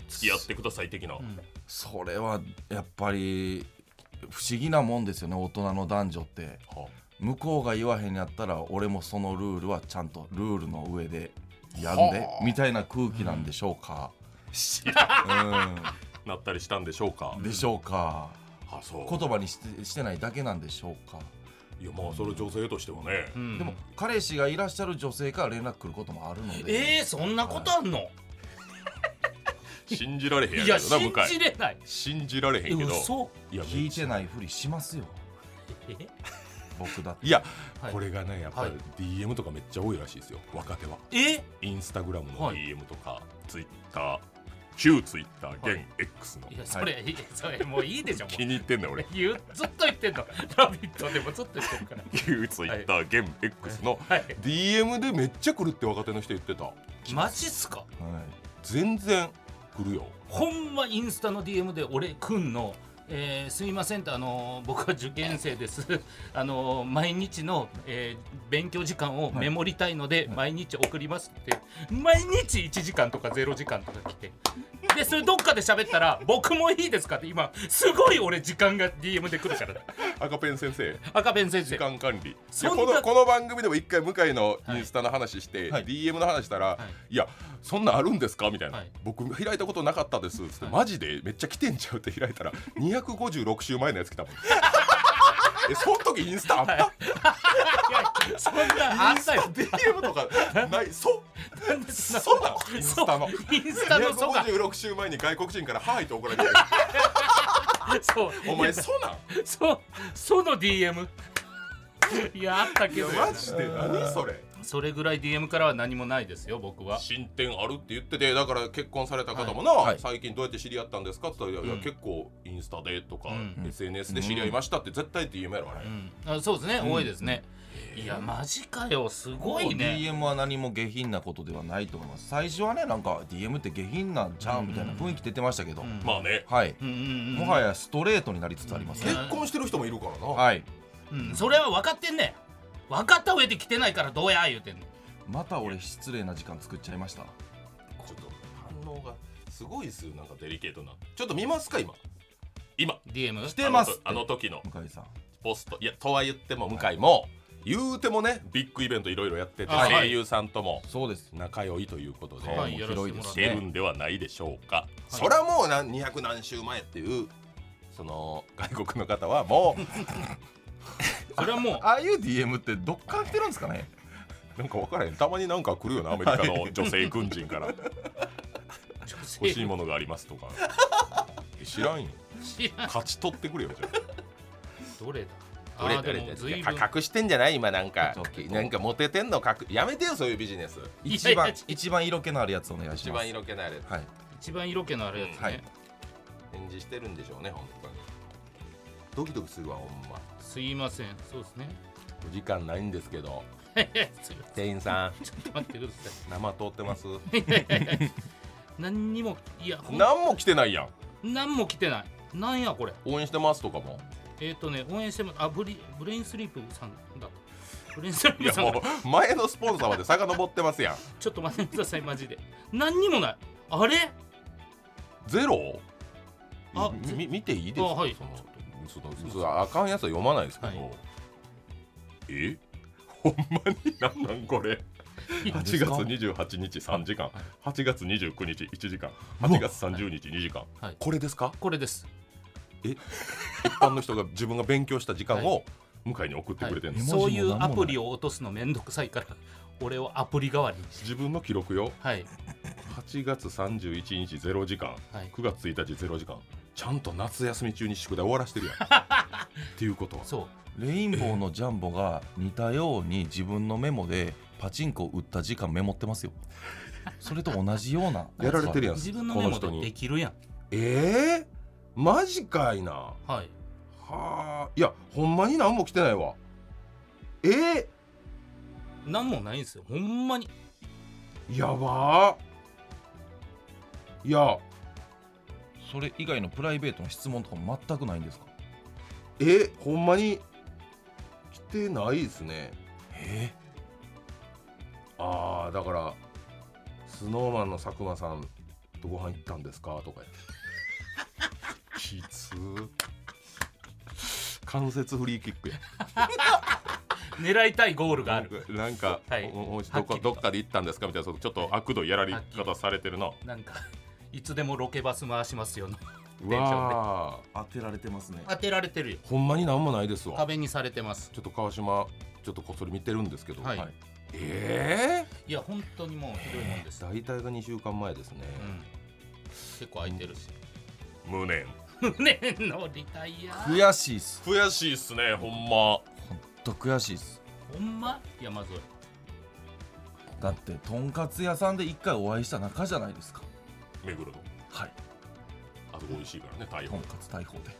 [SPEAKER 4] 付き合ってください的な、
[SPEAKER 2] うん
[SPEAKER 3] それはやっぱり不思議なもんですよね大人の男女って
[SPEAKER 1] は
[SPEAKER 3] 向こうが言わへんやったら俺もそのルールはちゃんとルールの上でやんで
[SPEAKER 1] はあ
[SPEAKER 3] みたいな空気なんでしょうか、
[SPEAKER 4] なったりしたんでしょうか
[SPEAKER 3] うん、でしょうか
[SPEAKER 4] あそう
[SPEAKER 3] 言葉にしてしてないだけなんでしょうか
[SPEAKER 4] いやまあそれ女性としてはね、
[SPEAKER 2] うん
[SPEAKER 3] でも彼氏がいらっしゃる女性から連絡来ることもあるので、
[SPEAKER 2] えー、そんなことあんの、
[SPEAKER 4] 信じられへんや
[SPEAKER 2] い、
[SPEAKER 4] け
[SPEAKER 2] や
[SPEAKER 4] どな向
[SPEAKER 2] 信
[SPEAKER 4] 井
[SPEAKER 2] じれない
[SPEAKER 4] 信じられへん
[SPEAKER 2] え
[SPEAKER 4] けど
[SPEAKER 2] 嘘
[SPEAKER 4] いや
[SPEAKER 3] 聞いてないふりしますよ
[SPEAKER 2] え
[SPEAKER 3] 僕だって
[SPEAKER 1] いや、
[SPEAKER 2] はい
[SPEAKER 1] これがねやっぱり
[SPEAKER 2] は
[SPEAKER 1] DM とかめっちゃ多いらしいですよ若手は
[SPEAKER 2] え
[SPEAKER 1] インスタグラムの
[SPEAKER 2] はい
[SPEAKER 4] DM とかツイッター
[SPEAKER 1] 旧ツイッター現 X の、
[SPEAKER 2] いやそれ、いやそれもういいでしょも
[SPEAKER 1] 気に入ってんねん俺
[SPEAKER 2] う言うずっと言ってんの「ラビット!」でもずっと言ってるから
[SPEAKER 1] 旧ツイッター現 X の
[SPEAKER 2] はい
[SPEAKER 1] DM でめっちゃ来るって若手の人言ってた
[SPEAKER 2] マジっすか
[SPEAKER 3] はい
[SPEAKER 1] 全然来るよ
[SPEAKER 2] ほんまインスタの DM で俺くんの、えーすみませんとあのー僕は受験生です あのー毎日の、えー勉強時間をメモりたいので、毎日送りますって毎日1時間とか0時間とか来てでそれどっかで喋った ら僕もいいですかって今すごい俺時間が DM で来るから
[SPEAKER 1] 赤ペン先生
[SPEAKER 2] 赤ペン先生
[SPEAKER 1] 時間管理いや
[SPEAKER 2] そんな
[SPEAKER 1] このこの番組でも一回向井の
[SPEAKER 2] はい
[SPEAKER 1] インスタの話して、
[SPEAKER 3] はい
[SPEAKER 1] DM の話したら、、
[SPEAKER 2] はい
[SPEAKER 1] やそんなんあるんですかみたいな、
[SPEAKER 2] はい
[SPEAKER 1] 僕開いたことなかったですっつって、
[SPEAKER 2] はい
[SPEAKER 1] マジでめっちゃ来てんちゃうって開いた ら256週前のやつ来たもんえその時インスタあった、
[SPEAKER 2] いやそんなあったよ
[SPEAKER 1] DM とかないそ
[SPEAKER 2] なんでそんな
[SPEAKER 1] そうなのインスタの
[SPEAKER 2] そうインスタのそが
[SPEAKER 1] 256週前に外国人から「はい」と怒られて
[SPEAKER 2] そう
[SPEAKER 1] お前そなん
[SPEAKER 2] そその DM いやあったけ
[SPEAKER 1] いや
[SPEAKER 2] ど
[SPEAKER 1] マジで何それ
[SPEAKER 2] それぐらい DM からは何もないですよ僕は
[SPEAKER 1] 進展あるって言っててだから結婚された方もな、
[SPEAKER 3] いはい
[SPEAKER 1] 最近どうやって知り合ったんですかって言ったら、いやいや
[SPEAKER 2] うん
[SPEAKER 1] 結構インスタでとか、
[SPEAKER 2] うん
[SPEAKER 1] SNS で知り合いましたって絶対って夢やろあれ、
[SPEAKER 2] うんあそうですね、多いですねいやマジかよすごいね
[SPEAKER 3] DM は何も下品なことではないと思います最初はねなんか DM って下品なんじゃんみたいな雰囲気出てましたけど、
[SPEAKER 2] ん
[SPEAKER 1] まあね
[SPEAKER 3] はい、
[SPEAKER 2] うんうんうん
[SPEAKER 3] もはやストレートになりつつありますね
[SPEAKER 1] 結、婚してる人もいるからな、
[SPEAKER 3] はい
[SPEAKER 2] うんそれは分かってんねん分かった上で来てないからどうや言うてんの
[SPEAKER 3] また俺失礼な時間作っちゃいました
[SPEAKER 1] ちょっと反応がすごいですよなんかデリケートなちょっと見ますか今今
[SPEAKER 2] DM
[SPEAKER 3] してますって
[SPEAKER 1] あの時の
[SPEAKER 3] 向井さん
[SPEAKER 1] ポストいやとは言っても向井も、言うてもねビッグイベントいろいろやってて、
[SPEAKER 2] はい
[SPEAKER 1] 声優さんとも
[SPEAKER 3] そうです
[SPEAKER 1] 仲良いということで、
[SPEAKER 2] は
[SPEAKER 3] 顔も
[SPEAKER 2] い
[SPEAKER 3] 広いです
[SPEAKER 1] 出
[SPEAKER 3] ね
[SPEAKER 1] るんではないでしょうか、
[SPEAKER 2] い
[SPEAKER 1] そりゃもう何200何週前っていうその外国の方はも
[SPEAKER 2] それはもう
[SPEAKER 3] ああいう DM ってどっから来てるんですかね
[SPEAKER 1] うなんか分からへんたまになんか来るよなアメリカの女性軍人から
[SPEAKER 2] 女性
[SPEAKER 1] 欲しいものがありますとか知らんよ
[SPEAKER 2] 知らん
[SPEAKER 1] 勝ち取ってくれよじゃ
[SPEAKER 2] どれだ
[SPEAKER 1] あ
[SPEAKER 2] あーでも随分
[SPEAKER 1] 隠してんじゃない今なんか
[SPEAKER 3] ちょっと
[SPEAKER 1] なんかモテてんの隠やめてよそういうビジネス
[SPEAKER 2] いや
[SPEAKER 3] 一
[SPEAKER 2] い
[SPEAKER 3] 番
[SPEAKER 2] や
[SPEAKER 3] 一番色気のあるやつお願いし
[SPEAKER 1] 一
[SPEAKER 3] ま
[SPEAKER 1] 番
[SPEAKER 3] す
[SPEAKER 1] 色気のある
[SPEAKER 3] はい
[SPEAKER 2] 一番色気のあるやつね、
[SPEAKER 3] はい
[SPEAKER 1] 返事してるんでしょうね本当にドキドキするわほんます
[SPEAKER 2] いませんそうですね
[SPEAKER 1] お時間ないんですけど
[SPEAKER 2] すいま
[SPEAKER 1] 店員さん
[SPEAKER 2] せん待ってください
[SPEAKER 1] 生通ってます
[SPEAKER 2] 何にもいやほん
[SPEAKER 1] 何も来てないやん
[SPEAKER 2] 何も来てないなんやこれ
[SPEAKER 1] 応援してますとかも
[SPEAKER 2] えっ、とね応援してもあブリブレインスリープさんだブレインスリ
[SPEAKER 1] い
[SPEAKER 2] ープ
[SPEAKER 1] や
[SPEAKER 2] さんだ
[SPEAKER 1] もう前のスポンサーまで遡ってますやん
[SPEAKER 2] ちょっと待ってくださいマジで何にもないあれ
[SPEAKER 1] ゼロ
[SPEAKER 2] あ
[SPEAKER 1] み
[SPEAKER 2] ゼ
[SPEAKER 1] み見ていいですか
[SPEAKER 2] あはい
[SPEAKER 1] そ
[SPEAKER 2] ちょ
[SPEAKER 1] のそのそのあかんやつは読まないですけど、
[SPEAKER 2] はい
[SPEAKER 1] え ほんまに何なんこれ
[SPEAKER 2] い
[SPEAKER 1] 8月28日3時間8月29日1時間
[SPEAKER 3] うわ
[SPEAKER 1] 8月30日2時間、
[SPEAKER 2] はい
[SPEAKER 1] これですか
[SPEAKER 2] これです
[SPEAKER 1] 一般の人が 自分が勉強した時間を向井に送ってくれてるの、
[SPEAKER 3] はい
[SPEAKER 2] そういうアプリを落とすのめんどくさいから俺をアプリ代わりにして
[SPEAKER 1] 自分の記録よ
[SPEAKER 2] はい
[SPEAKER 1] 8月31日0時間
[SPEAKER 2] はい
[SPEAKER 1] 9月1日0時間ちゃんと夏休み中に宿題終わらしてる やんっていうことは
[SPEAKER 2] そ
[SPEAKER 3] レインボーのジャンボが似たように自分のメモでパチンコを打った時間メモって ますよそれと同じような
[SPEAKER 1] やられてるや
[SPEAKER 3] や
[SPEAKER 2] うん自分の
[SPEAKER 1] こ
[SPEAKER 2] メ
[SPEAKER 1] の
[SPEAKER 2] モ
[SPEAKER 1] 人
[SPEAKER 2] でで
[SPEAKER 1] に
[SPEAKER 2] きるやん
[SPEAKER 1] ええマジかいなは
[SPEAKER 2] はい
[SPEAKER 1] あいやほんまに何も来てないわえー、
[SPEAKER 2] 何もないんですよほんまに
[SPEAKER 1] やばーいや
[SPEAKER 3] つそれ以外のプライベートの質問とかも全くないんですか
[SPEAKER 1] えほんまに来てないですね
[SPEAKER 3] え
[SPEAKER 1] ああだからスノーマンの佐久間さんとご飯行ったんですか とかきつ関節フリーキックや
[SPEAKER 2] 狙いたいゴールがある
[SPEAKER 1] なんか、
[SPEAKER 2] はい
[SPEAKER 1] おおど
[SPEAKER 2] はっきり
[SPEAKER 1] ことどっかで行ったんですかみたいなそのちょっと悪度やられ
[SPEAKER 2] はっきり
[SPEAKER 1] 方されてるない
[SPEAKER 2] なんかいつでもロケバス回 しますよの
[SPEAKER 1] う
[SPEAKER 2] で
[SPEAKER 1] わ
[SPEAKER 3] 当てられてますね
[SPEAKER 2] 当てられてるよ
[SPEAKER 1] ーほんまになんもないですわ
[SPEAKER 2] 壁にされてます
[SPEAKER 1] ちょっと川島ちょっとこっそり見てるんですけど、
[SPEAKER 2] はい
[SPEAKER 1] え
[SPEAKER 2] いや本当にもうひどいもんです、
[SPEAKER 1] ー、大体が2週間前ですね、
[SPEAKER 2] うん、結構空いてるし
[SPEAKER 1] 無念
[SPEAKER 2] 胸のリタイア
[SPEAKER 3] 悔しいっす
[SPEAKER 1] 悔しいっすねほんま
[SPEAKER 3] ほんと悔しいっす
[SPEAKER 2] ほんま山添
[SPEAKER 3] だってとんかつ屋さんで一回お会いした仲じゃないですか
[SPEAKER 1] 目黒の
[SPEAKER 2] はい
[SPEAKER 1] あと美味しいからね大
[SPEAKER 3] と
[SPEAKER 1] 砲
[SPEAKER 3] んかつ大砲で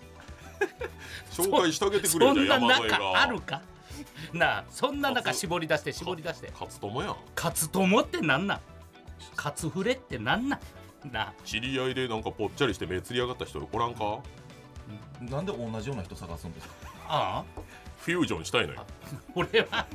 [SPEAKER 1] 紹介してあげてくれ よ
[SPEAKER 2] そん
[SPEAKER 1] じゃ
[SPEAKER 2] な
[SPEAKER 1] あ山添が
[SPEAKER 2] 中あるかなあそんな中絞り出して絞り出して
[SPEAKER 1] カツ友やん
[SPEAKER 2] カツ友ってなんなんカツフレってなんなんなあ
[SPEAKER 1] 知り合いでなんかぽっちゃりして目つり上がった人おらんか
[SPEAKER 3] なんで同じような人探すんですか
[SPEAKER 2] あ
[SPEAKER 1] フュージョンしたいのよ
[SPEAKER 2] あ俺は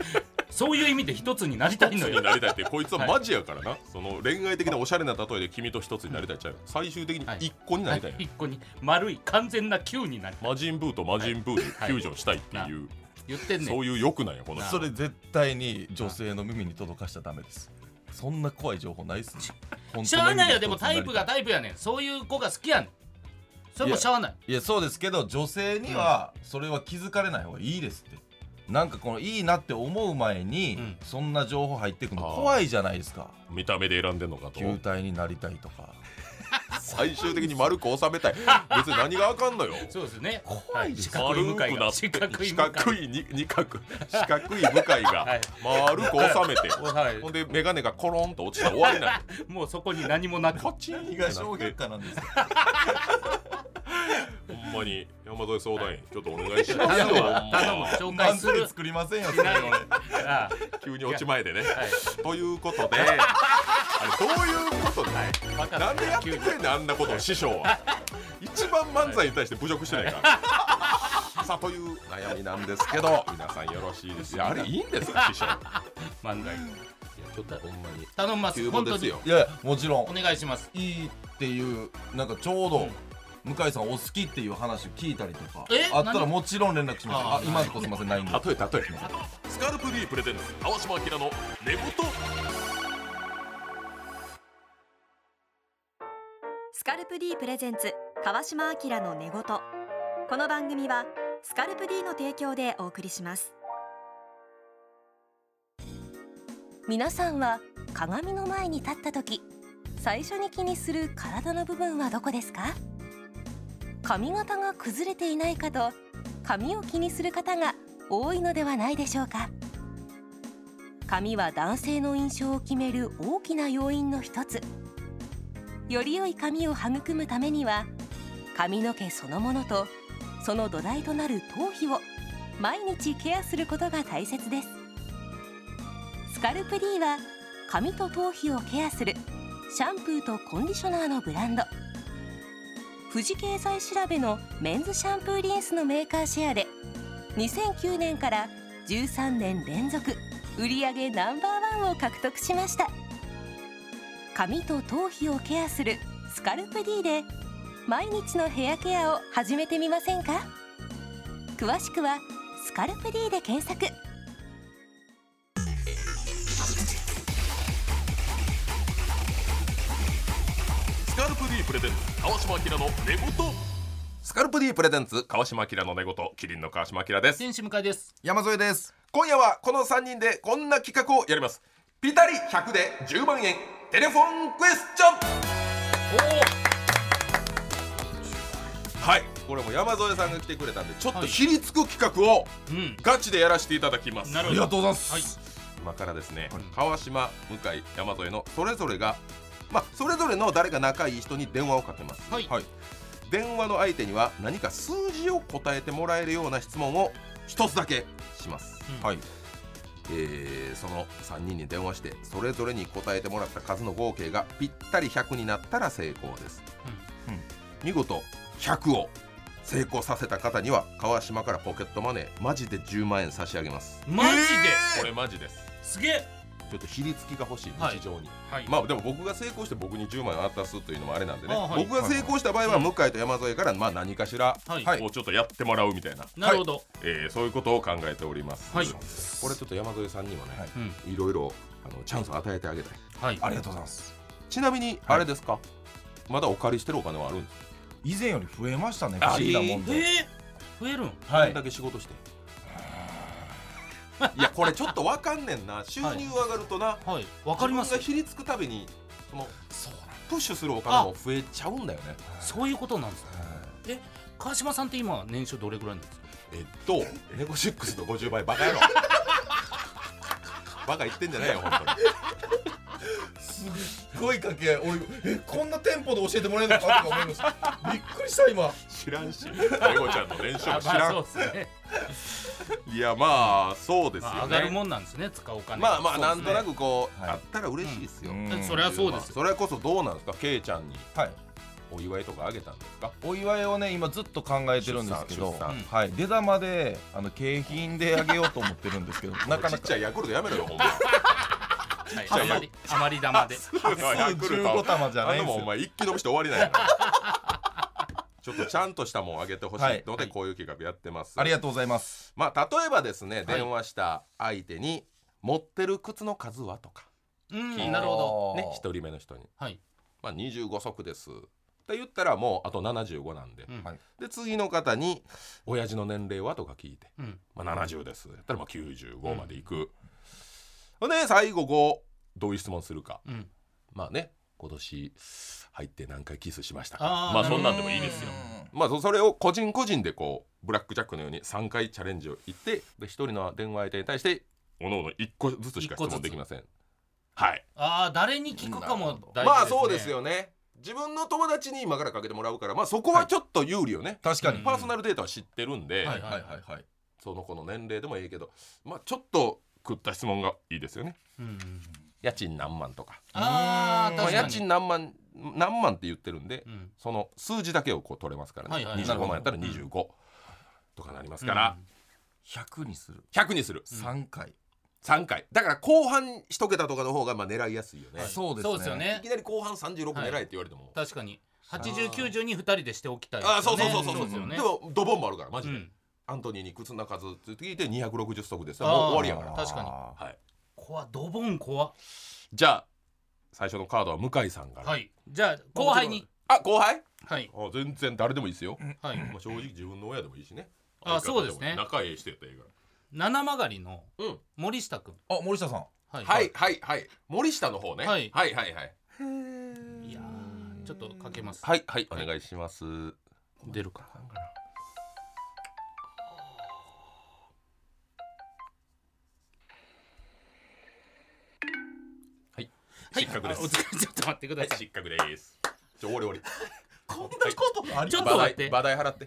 [SPEAKER 2] そういう意味で一つになりたいの
[SPEAKER 1] に
[SPEAKER 2] よ
[SPEAKER 1] なり たいってこいつはマジやからな、その恋愛的なおしゃれな例えで君と一つになりたいちゃう最終的に
[SPEAKER 2] はい
[SPEAKER 1] 一個になりたいのよ、
[SPEAKER 2] 一個に丸い完全な球になり
[SPEAKER 1] 魔人ブーと魔人ブーでフュージョンしたいっていう、
[SPEAKER 2] 言ってんねん
[SPEAKER 1] そういう欲なんやこの
[SPEAKER 2] な
[SPEAKER 1] 人
[SPEAKER 3] それ絶対に女性の耳に届かしちゃダメですそんな怖い情報ないっすね本
[SPEAKER 2] し
[SPEAKER 3] 当
[SPEAKER 2] ゃ
[SPEAKER 3] の
[SPEAKER 2] あ
[SPEAKER 3] 意味
[SPEAKER 2] ないよ
[SPEAKER 3] 一つ
[SPEAKER 2] でもタイプがタイプやねんそういう子が好きやねんそれもしゃあない
[SPEAKER 3] いやそうですけど女性にはそれは気づかれない方がいいですってなんかこのいいなって思う前に、
[SPEAKER 2] うん
[SPEAKER 3] そんな情報入ってくの
[SPEAKER 1] あー
[SPEAKER 3] 怖いじゃないですか
[SPEAKER 1] 見た目で選んでんのかと
[SPEAKER 3] 球体になりたいとか
[SPEAKER 1] 最終的に丸く収め たい別に何があかんのよ
[SPEAKER 2] そうですね
[SPEAKER 3] 怖い
[SPEAKER 2] 四角い
[SPEAKER 1] 丸
[SPEAKER 2] 向
[SPEAKER 1] く
[SPEAKER 2] かい
[SPEAKER 1] な
[SPEAKER 2] が
[SPEAKER 1] って
[SPEAKER 2] 四角い
[SPEAKER 1] 四
[SPEAKER 2] 向かい
[SPEAKER 1] 角いに二角四角い向かい
[SPEAKER 2] は
[SPEAKER 1] が
[SPEAKER 2] い
[SPEAKER 1] 丸く収めて、
[SPEAKER 2] はい
[SPEAKER 1] ほんで眼鏡がコロンと落ちたら終わりなの
[SPEAKER 2] もうそこに何もなく
[SPEAKER 1] カチンってなって
[SPEAKER 3] 科なんですよ
[SPEAKER 1] ほんまに山添相談員ちょっとお願いしますよ
[SPEAKER 2] 頼
[SPEAKER 1] ほ
[SPEAKER 2] む
[SPEAKER 1] んま
[SPEAKER 2] 頼む紹介する
[SPEAKER 3] 作りませんよ
[SPEAKER 2] いないよあ
[SPEAKER 1] 急に落ち前でね
[SPEAKER 2] あはい
[SPEAKER 1] という ことであれどういうことだ、
[SPEAKER 2] バカだ
[SPEAKER 1] なんでやってくれんねんあんなことを師匠は一番漫才に対して侮辱して ないからさあという悩みなんですけど皆さんよろしいですいやあれいいんですか 師匠いや
[SPEAKER 2] 漫才
[SPEAKER 1] ちょっとほんまに
[SPEAKER 2] 頼みます
[SPEAKER 1] 急募
[SPEAKER 2] 本
[SPEAKER 1] で
[SPEAKER 2] 当
[SPEAKER 1] す
[SPEAKER 2] に
[SPEAKER 1] よ
[SPEAKER 3] いやもちろ
[SPEAKER 2] お
[SPEAKER 3] ん
[SPEAKER 2] 願いします
[SPEAKER 3] いいっていうなんかちょうど、向井さんお好きっていう話を聞いたりとか
[SPEAKER 2] え
[SPEAKER 3] あったらもちろん連絡します
[SPEAKER 2] 何
[SPEAKER 3] あ今のとこすいませんないんで
[SPEAKER 1] 例え例えスカルプ D プレゼンツ青島明の寝言
[SPEAKER 5] スカルプ D プレゼンツ川島明の寝言この番組はスカルプ D の提供でお送りします皆さんは鏡の前に立った時最初に気にする体の部分はどこですか髪型が崩れていないかと髪を気にする方が多いのではないでしょうか髪は男性の印象を決める大きな要因の一つより良い髪を育むためには髪の毛そのものとその土台となる頭皮を毎日ケアすることが大切ですスカルプ D は髪と頭皮をケアするシャンプーとコンディショナーのブランド富士経済調べのメンズシャンプーリンスのメーカーシェアで2009年から13年連続売上ナンバーワンを獲得しました髪と頭皮をケアするスカルプ D で毎日のヘアケアを始めてみませんか詳しくは「スカルプ D」で検索
[SPEAKER 1] スカルプ D プレゼンツ川島明の寝言スカルプ D プレゼンツ川島明の寝言キリンの川島明です
[SPEAKER 2] 選手迎えです
[SPEAKER 3] 山添です
[SPEAKER 1] 今夜はこの3人でこんな企画をやりますピタリ100で10万円テレフォンクエスチョンはいこれも山添さんが来てくれたんでちょっとひりつく企画を
[SPEAKER 2] うん
[SPEAKER 1] ガチでやらせていただきます、
[SPEAKER 2] なる
[SPEAKER 3] あ
[SPEAKER 2] ほ
[SPEAKER 3] り
[SPEAKER 2] ど
[SPEAKER 3] がとうございます、
[SPEAKER 2] はい
[SPEAKER 1] 今からですね、川島向井山添のそれぞれがまあそれぞれの誰が仲いい人に電話をかけます、
[SPEAKER 2] はい
[SPEAKER 1] 電話の相手には何か数字を答えてもらえるような質問を一つだけします、
[SPEAKER 2] うん
[SPEAKER 3] はい
[SPEAKER 1] えーその3人に電話してそれぞれに答えてもらった数の合計がぴったり100になったら成功です、
[SPEAKER 3] うんうん
[SPEAKER 1] 見事100を成功させた方には川島からポケットマネーマジで10万円差し上げます
[SPEAKER 2] マジで
[SPEAKER 1] これマジです
[SPEAKER 2] すげえ
[SPEAKER 1] ちょっとひりつきが欲しい
[SPEAKER 2] はい
[SPEAKER 1] 日常に、
[SPEAKER 2] はい
[SPEAKER 1] まあでも僕が成功して僕に10万円渡すというのもあれなんでね、
[SPEAKER 2] あはい
[SPEAKER 1] 僕が成功した場合は向井と山添からまあ何かしら、
[SPEAKER 2] はい
[SPEAKER 1] こうちょっとやってもらうみたいな、
[SPEAKER 2] なるほど
[SPEAKER 1] えーそういうことを考えております、
[SPEAKER 2] はい
[SPEAKER 1] これちょっと山添さんにもね、
[SPEAKER 3] はい
[SPEAKER 2] うん
[SPEAKER 1] い、ろいろあのチャンスを与えてあげたい
[SPEAKER 2] はい
[SPEAKER 3] ありがとうございます
[SPEAKER 1] ちなみにあれですか、まだお借りしてるお金はあるんですか
[SPEAKER 3] 以前より増えましたね不
[SPEAKER 1] あ
[SPEAKER 3] 思議なもんで、
[SPEAKER 2] ええ増えるん
[SPEAKER 3] は
[SPEAKER 1] どん
[SPEAKER 3] い
[SPEAKER 1] だけ仕事していやこれちょっとわかんねんな収入上がるとな、
[SPEAKER 2] はいわかります
[SPEAKER 1] 自分がひりつくたびにそのプッシュするお金も増えちゃうんだよね
[SPEAKER 2] そういうことなんですねえ川島さんって今年収どれぐらいなんですか
[SPEAKER 1] えっと、ネゴシックスの50倍バカ野郎。バカ言ってんじゃないよ、本当に。
[SPEAKER 3] すすっごいかけ合い俺えこんなテンポで教えてもらえるのかとか思い ましたびっくりした今
[SPEAKER 1] 知らんしエゴちゃんの連勝も知ら
[SPEAKER 2] あまあそうんですね
[SPEAKER 1] いやまあそうです
[SPEAKER 2] まあ
[SPEAKER 1] よ
[SPEAKER 2] 上がる
[SPEAKER 1] ね
[SPEAKER 2] もんなんですね使うお金
[SPEAKER 1] まあまあ
[SPEAKER 2] そうで
[SPEAKER 1] な
[SPEAKER 2] す
[SPEAKER 1] ん
[SPEAKER 2] ね
[SPEAKER 1] となくこう
[SPEAKER 3] はい
[SPEAKER 1] あったら嬉しいですよ
[SPEAKER 3] うん
[SPEAKER 2] それはそうです
[SPEAKER 1] まあそれこそどうなんですかケイちゃんに
[SPEAKER 3] はい
[SPEAKER 1] お祝いとかあげたんですか
[SPEAKER 3] お祝いをね今ずっと考えてるんですけど
[SPEAKER 1] 出産
[SPEAKER 2] 出産
[SPEAKER 3] はい出玉であの景品であげようと思ってるんですけどなか
[SPEAKER 1] ち
[SPEAKER 3] な
[SPEAKER 1] っちゃ
[SPEAKER 3] か
[SPEAKER 1] いヤクルトや めろよほんま
[SPEAKER 2] はいあまりあまり玉で
[SPEAKER 3] 15玉じゃ
[SPEAKER 1] あ
[SPEAKER 3] ない
[SPEAKER 1] の
[SPEAKER 3] んで
[SPEAKER 1] もん
[SPEAKER 3] す
[SPEAKER 1] お
[SPEAKER 3] よ
[SPEAKER 1] 前一気飲みして終わりなんやから ちょっとちゃんとしたもんあげてほしいのでこういう企画やってます
[SPEAKER 3] ありがとうございます
[SPEAKER 1] まあ例えばですね電話した相手に持ってる靴の数はとか
[SPEAKER 2] うんなるほ
[SPEAKER 1] ね
[SPEAKER 3] あー
[SPEAKER 1] 一人目の人に
[SPEAKER 2] どはい
[SPEAKER 1] まあ25足ですって言ったらもうあと75なんで
[SPEAKER 2] うん
[SPEAKER 3] はい
[SPEAKER 1] で次の方に親父の年齢はとか聞いて
[SPEAKER 2] うん
[SPEAKER 1] まあ、70ですやったらまあ95までいく、ほん、で最後こうどういう質問するか
[SPEAKER 2] うん
[SPEAKER 1] まあね今年入って何回キスしましたか
[SPEAKER 2] あー
[SPEAKER 1] まあ
[SPEAKER 2] な
[SPEAKER 1] そ
[SPEAKER 2] るほど
[SPEAKER 1] んなんでもいいですよまあそそれを個人個人でこうブラックジャックのように3回チャレンジを言ってで1人の電話相手に対しておのおの1個ずつしか質問できませんはい
[SPEAKER 2] ああ誰に聞くかも大事ですね
[SPEAKER 1] まあそうですよね自分の友達に今からかけてもらうからまあそこはちょっと有利よね、
[SPEAKER 3] 確かに
[SPEAKER 2] うん
[SPEAKER 1] パーソナルデータは知ってるんで、
[SPEAKER 2] はい
[SPEAKER 3] いはい
[SPEAKER 1] その子の年齢でもいいけど、まあ、ちょっと食った質問がいいですよね
[SPEAKER 2] うんうん
[SPEAKER 1] 家賃何万とか
[SPEAKER 2] ああ
[SPEAKER 1] まあ、
[SPEAKER 2] 確か
[SPEAKER 1] 家
[SPEAKER 2] に
[SPEAKER 1] 賃何万何万って言ってるんで、
[SPEAKER 2] うん
[SPEAKER 1] その数字だけをこう取れますからね、
[SPEAKER 2] はいはいはい
[SPEAKER 1] 25万やったら
[SPEAKER 2] なる
[SPEAKER 1] 25とかなりますから、
[SPEAKER 3] 100にする
[SPEAKER 1] 100にする
[SPEAKER 2] ん
[SPEAKER 3] 3回
[SPEAKER 1] 3回だから後半一桁とかの方がまあ狙いやすいよね、
[SPEAKER 2] はい
[SPEAKER 1] い、
[SPEAKER 3] そうですね
[SPEAKER 2] そうですよね
[SPEAKER 1] きなり後半36狙えって言われても、
[SPEAKER 2] 確かに8090に2人でしておきたいですよね
[SPEAKER 1] ああそうそうそうそうそう
[SPEAKER 2] ですよね
[SPEAKER 1] でもドボンもあるからマ
[SPEAKER 2] う
[SPEAKER 1] ジで、
[SPEAKER 2] ん
[SPEAKER 1] アントニーに靴の数って聞いて260足です
[SPEAKER 2] あ
[SPEAKER 1] も
[SPEAKER 2] ー
[SPEAKER 1] う終わりやから
[SPEAKER 2] 確かに
[SPEAKER 3] あ
[SPEAKER 1] はい
[SPEAKER 2] 怖っドボン怖っ
[SPEAKER 1] じゃあ最初のカードは向井さんから、
[SPEAKER 2] はいじゃあ後輩に
[SPEAKER 1] あ後輩
[SPEAKER 2] はい
[SPEAKER 1] あ全然誰でもいいですよ、
[SPEAKER 2] はい
[SPEAKER 1] まあ、正直自分の親でもいいしね
[SPEAKER 2] あ
[SPEAKER 1] 相方
[SPEAKER 2] そうですね
[SPEAKER 1] も仲ええ人やったらいいか
[SPEAKER 2] 七曲りの
[SPEAKER 1] らうん
[SPEAKER 2] 森下君
[SPEAKER 3] ーあ森下さん
[SPEAKER 2] は
[SPEAKER 1] はいはいはい森下の方ね
[SPEAKER 2] はい
[SPEAKER 1] はいはいはい
[SPEAKER 2] いやーちょっとかけます
[SPEAKER 1] はいはいお願いします
[SPEAKER 2] 出るか
[SPEAKER 1] はい
[SPEAKER 2] はい
[SPEAKER 1] 失格です
[SPEAKER 2] あお疲れちょっと待ってください
[SPEAKER 1] 失格ですちょ終わり終わ
[SPEAKER 3] こんなことあり
[SPEAKER 2] ちょっ
[SPEAKER 1] り
[SPEAKER 2] と待っ
[SPEAKER 1] 題
[SPEAKER 2] て
[SPEAKER 1] 馬題払って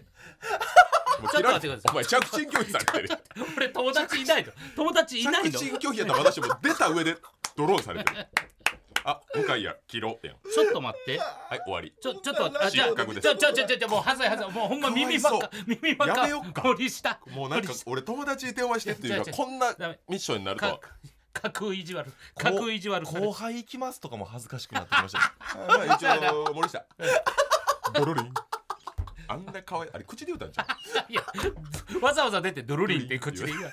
[SPEAKER 2] ちょっと待ってください
[SPEAKER 1] お前着信拒否されてる
[SPEAKER 2] 俺友達いないの友達いない
[SPEAKER 1] 着
[SPEAKER 2] のち
[SPEAKER 1] 信
[SPEAKER 2] ょ
[SPEAKER 1] 拒否やったら私も出た上でドローンされてるあ向井や切ろうやん
[SPEAKER 2] っと待って
[SPEAKER 1] はい終わり
[SPEAKER 2] ちょちょっと待ってあじゃ
[SPEAKER 1] 失格
[SPEAKER 2] あ
[SPEAKER 1] です
[SPEAKER 2] ちょちょちょちょちょもうはずいはずいもうほんま耳ばっか
[SPEAKER 1] か
[SPEAKER 2] 耳ばっか
[SPEAKER 1] やめよっか
[SPEAKER 2] 森下
[SPEAKER 1] もうなんか
[SPEAKER 2] 森下
[SPEAKER 1] 俺友達に電話してっていうか
[SPEAKER 2] いや違う違う
[SPEAKER 1] こんな
[SPEAKER 2] ダメ
[SPEAKER 1] ミッションになるとは
[SPEAKER 2] か架空意地悪架空意地悪されて
[SPEAKER 3] 後輩行きますとかも恥ずかしくなってき ましたよ
[SPEAKER 1] あまあ一応森下ドロリンあんな可愛いあれ口で言うたんじゃん
[SPEAKER 2] いやわざわざ出てドルリンって口で言う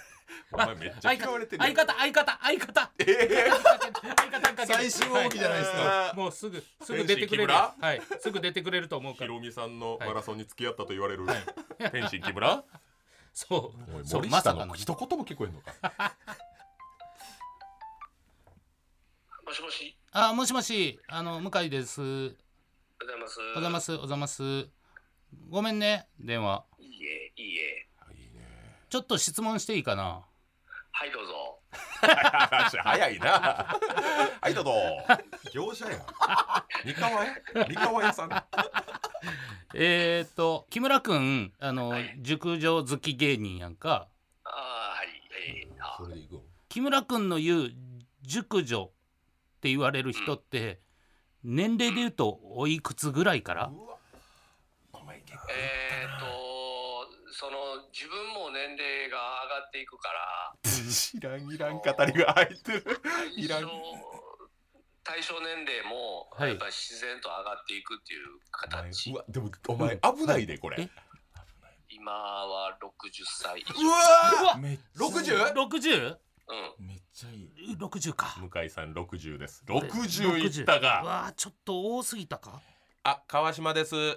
[SPEAKER 1] お前めっちゃ
[SPEAKER 2] 相
[SPEAKER 1] 嫌われて
[SPEAKER 2] 方
[SPEAKER 1] るやん
[SPEAKER 2] 相方相方相方
[SPEAKER 1] ええ
[SPEAKER 2] 相方かけて
[SPEAKER 3] 最終動きじゃないですか
[SPEAKER 2] はもうすぐすぐ出て
[SPEAKER 1] 天心木
[SPEAKER 2] くれる
[SPEAKER 1] 村
[SPEAKER 2] はいすぐ出てくれると思うか
[SPEAKER 1] ひ
[SPEAKER 2] ら
[SPEAKER 1] ろみさんのマラソンに付き合ったと言われる、天心木村
[SPEAKER 2] そ
[SPEAKER 1] おいう
[SPEAKER 2] そう
[SPEAKER 1] 森
[SPEAKER 2] ま
[SPEAKER 1] 下
[SPEAKER 2] さか
[SPEAKER 1] の
[SPEAKER 2] の
[SPEAKER 1] 一言も聞こえんのか
[SPEAKER 6] もしもし、
[SPEAKER 2] あもしもしあの向井ですお
[SPEAKER 6] おはようございます。
[SPEAKER 2] ざますおざますごめんね電話
[SPEAKER 6] いいえ、いいえ。
[SPEAKER 2] ちょっと質問していいかな
[SPEAKER 6] はい、どうぞ。
[SPEAKER 1] 話 早いなはいどうぞ業者やん三河屋三河屋さん
[SPEAKER 2] えー、っと木村君あの、
[SPEAKER 6] はい
[SPEAKER 2] 熟女好き芸人やんか
[SPEAKER 6] ああ、はい、はい、あ
[SPEAKER 1] それでいく
[SPEAKER 2] 木村君の言う熟女って言われる人って年齢で言うとおいくつぐらいから
[SPEAKER 1] お前結
[SPEAKER 6] えー、っと、その自分も年齢が上がっていくから、
[SPEAKER 1] 構知らんいらん語りが入ってるい
[SPEAKER 6] 対
[SPEAKER 1] らん
[SPEAKER 6] 象対象年齢も
[SPEAKER 2] はい
[SPEAKER 6] やっぱり自然と上がっていくっていう形。
[SPEAKER 1] うわでもお前危ないでこれ
[SPEAKER 2] え
[SPEAKER 6] 今は六十歳以
[SPEAKER 1] うわ
[SPEAKER 2] わ
[SPEAKER 3] めっちゃ
[SPEAKER 1] 60?
[SPEAKER 2] 60?
[SPEAKER 6] 上。うん。
[SPEAKER 3] めっちゃいい
[SPEAKER 2] 60か
[SPEAKER 1] 向井さん60です60いった
[SPEAKER 2] う
[SPEAKER 1] が
[SPEAKER 2] わあちょっと多すぎたか
[SPEAKER 1] あ川島です
[SPEAKER 6] おはよう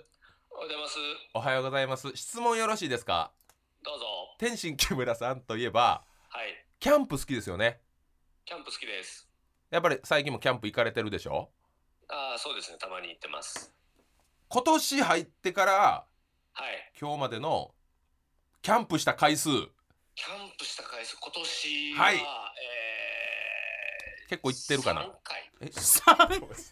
[SPEAKER 6] ございます。
[SPEAKER 1] おはようございます質問よろしいですか
[SPEAKER 6] どうぞ。
[SPEAKER 1] 天心木村さんといえば
[SPEAKER 6] はい。
[SPEAKER 1] キャンプ好きですよね
[SPEAKER 6] キャンプ好きです。
[SPEAKER 1] やっぱり最近もキャンプ行かれてるでしょ
[SPEAKER 6] ああ、そうですね。たまに行ってます。
[SPEAKER 1] 今年入ってから
[SPEAKER 6] はい。
[SPEAKER 1] 今日までのキャンプした回数
[SPEAKER 6] キャンプした回数今年は、
[SPEAKER 1] はい
[SPEAKER 6] え
[SPEAKER 1] 結構いってるか
[SPEAKER 6] 3
[SPEAKER 1] な
[SPEAKER 6] 回
[SPEAKER 2] 三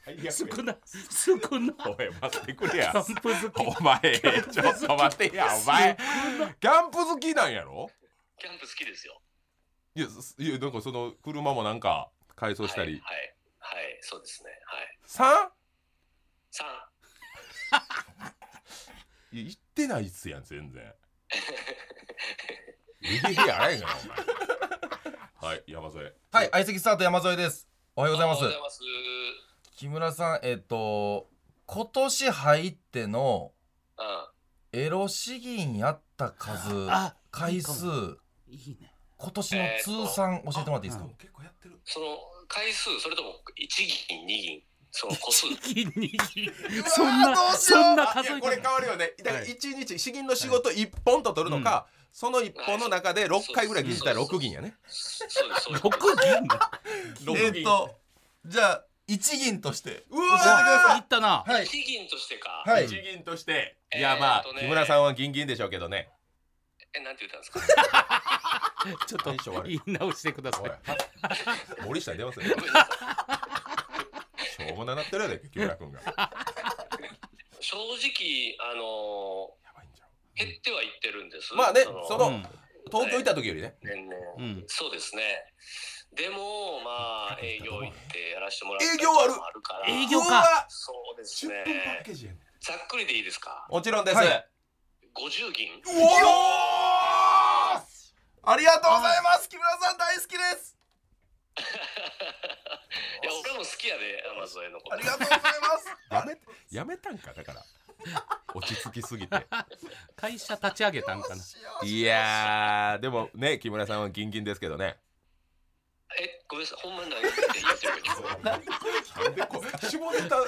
[SPEAKER 1] 最悪や
[SPEAKER 2] 少ない少ない
[SPEAKER 1] おい待ってくれや
[SPEAKER 2] 散歩好き
[SPEAKER 1] お前ちょっと待ってやお前キャンプ好きなんやろ
[SPEAKER 6] キャンプ好きですよ
[SPEAKER 1] いやすいやなんかその車もなんか改装したり、
[SPEAKER 6] はいはい、はい、そうですねはい
[SPEAKER 1] 三
[SPEAKER 6] 三
[SPEAKER 1] いや行ってないっすやん全 然右手やらへんがなお前はい山添
[SPEAKER 3] はい相席スタート山添ですおはようございます
[SPEAKER 6] おはようございます
[SPEAKER 3] 木村さんえっと今年入っての
[SPEAKER 6] うん
[SPEAKER 3] エロ詩吟やった数
[SPEAKER 2] あ
[SPEAKER 3] 回数
[SPEAKER 2] いいね
[SPEAKER 3] 今年の通算教えてもらっていいですか、
[SPEAKER 1] 結構やってる
[SPEAKER 6] その回数それとも一銀二銀その 個数
[SPEAKER 2] 一二そんなそんな数え
[SPEAKER 1] これ変
[SPEAKER 2] てない
[SPEAKER 1] わるよねだから一日詩吟の仕事一本と取るのか、その一本の中で六回ぐらい聞いたら六銀やね
[SPEAKER 6] そうですそ うです
[SPEAKER 2] 六銀だ
[SPEAKER 1] 六
[SPEAKER 3] えっとじゃあ一銀として
[SPEAKER 1] う
[SPEAKER 2] おい
[SPEAKER 1] わ
[SPEAKER 2] ったな
[SPEAKER 3] はい
[SPEAKER 6] 一銀としてか、
[SPEAKER 3] はい
[SPEAKER 1] 一銀として、
[SPEAKER 6] えー
[SPEAKER 1] いやまあ、
[SPEAKER 6] えーっとね
[SPEAKER 1] 木村さんは銀銀でしょうけどね
[SPEAKER 6] えなんて言ったんですか
[SPEAKER 2] ちょっと
[SPEAKER 1] 相性悪い
[SPEAKER 2] 言い直してくださ
[SPEAKER 1] おい
[SPEAKER 2] い
[SPEAKER 1] 森下に出ます よ
[SPEAKER 6] ごめんなさい
[SPEAKER 1] しょうもななってるやで木村君がや
[SPEAKER 6] 正直あの
[SPEAKER 1] ばいんじゃ
[SPEAKER 6] ー減ってはいってるんです
[SPEAKER 1] まあねその
[SPEAKER 2] うん
[SPEAKER 1] 東京行った時よりね
[SPEAKER 6] 年々、
[SPEAKER 2] うん
[SPEAKER 6] そうですねでもまあ営業行ってやらしてもらった
[SPEAKER 1] 営業ある
[SPEAKER 6] りもあるから
[SPEAKER 2] 営
[SPEAKER 1] う
[SPEAKER 2] 業
[SPEAKER 1] わ
[SPEAKER 2] か
[SPEAKER 6] そうです
[SPEAKER 1] 10
[SPEAKER 6] ね
[SPEAKER 1] 分パッケージやね
[SPEAKER 6] ざっくりでいいですか
[SPEAKER 1] もちろんです、
[SPEAKER 3] はい
[SPEAKER 6] 50銀
[SPEAKER 1] うおー
[SPEAKER 3] ありがとうございます木村さん大好きです
[SPEAKER 6] いや俺も好きやで山添のこと
[SPEAKER 3] ありがとうございます
[SPEAKER 1] やめやめたんかだから 落ち着きすぎ て
[SPEAKER 2] 会社立ち上げたんかない
[SPEAKER 1] やーでもね木村さんはギンギンですけどね
[SPEAKER 6] えごめんなさいほんまに何言ってるか
[SPEAKER 1] でこう下ネタ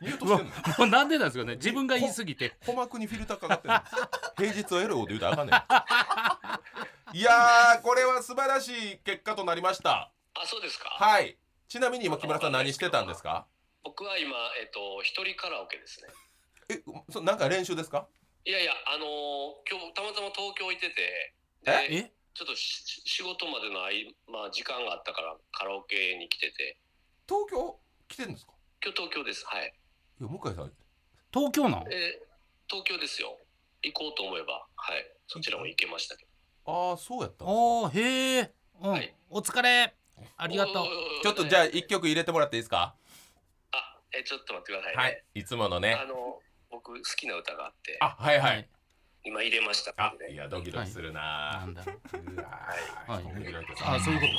[SPEAKER 1] ミュートしてんの
[SPEAKER 2] もうなんでなんですかね自分が言いすぎて
[SPEAKER 1] 鼓膜にフィルターかか ってる平日はエロいこと言うたらあかんね んいやーこれは素晴らしい結果となりました
[SPEAKER 6] あそうですか、
[SPEAKER 1] はいちなみに今木村さん何してたんですか
[SPEAKER 6] 僕は今えっと一人カラオケですね
[SPEAKER 1] えそなんか練習ですか
[SPEAKER 6] いやいやあのー今日たまたま東京行ってて
[SPEAKER 2] え
[SPEAKER 6] で
[SPEAKER 2] え
[SPEAKER 6] ちょっとし仕事までの合間、まあ、時間があったからカラオケに来てて
[SPEAKER 1] 東京来てるんですか
[SPEAKER 6] 今日東京ですはい
[SPEAKER 1] いや向井さん
[SPEAKER 2] 東京なの
[SPEAKER 6] えー東京ですよ行こうと思えばはいそちらも行けましたけど
[SPEAKER 1] ああそうやったんですか
[SPEAKER 2] おーへえう
[SPEAKER 6] は
[SPEAKER 2] ん
[SPEAKER 6] い
[SPEAKER 2] お疲れありがとう
[SPEAKER 1] ちょっとじゃあ一曲入れてもらっていいですか
[SPEAKER 6] あえーちょっと待ってくださいね、
[SPEAKER 1] はいいつものね
[SPEAKER 6] あの僕好きな歌があって
[SPEAKER 1] あはいは
[SPEAKER 2] はいい
[SPEAKER 6] 今入れました
[SPEAKER 1] あ
[SPEAKER 6] んで
[SPEAKER 1] い
[SPEAKER 6] ね
[SPEAKER 1] やドキドキする
[SPEAKER 2] な
[SPEAKER 1] なん
[SPEAKER 2] だろう
[SPEAKER 1] うわ
[SPEAKER 2] は
[SPEAKER 1] ー
[SPEAKER 2] い
[SPEAKER 1] 面白いけど
[SPEAKER 2] あそういうこと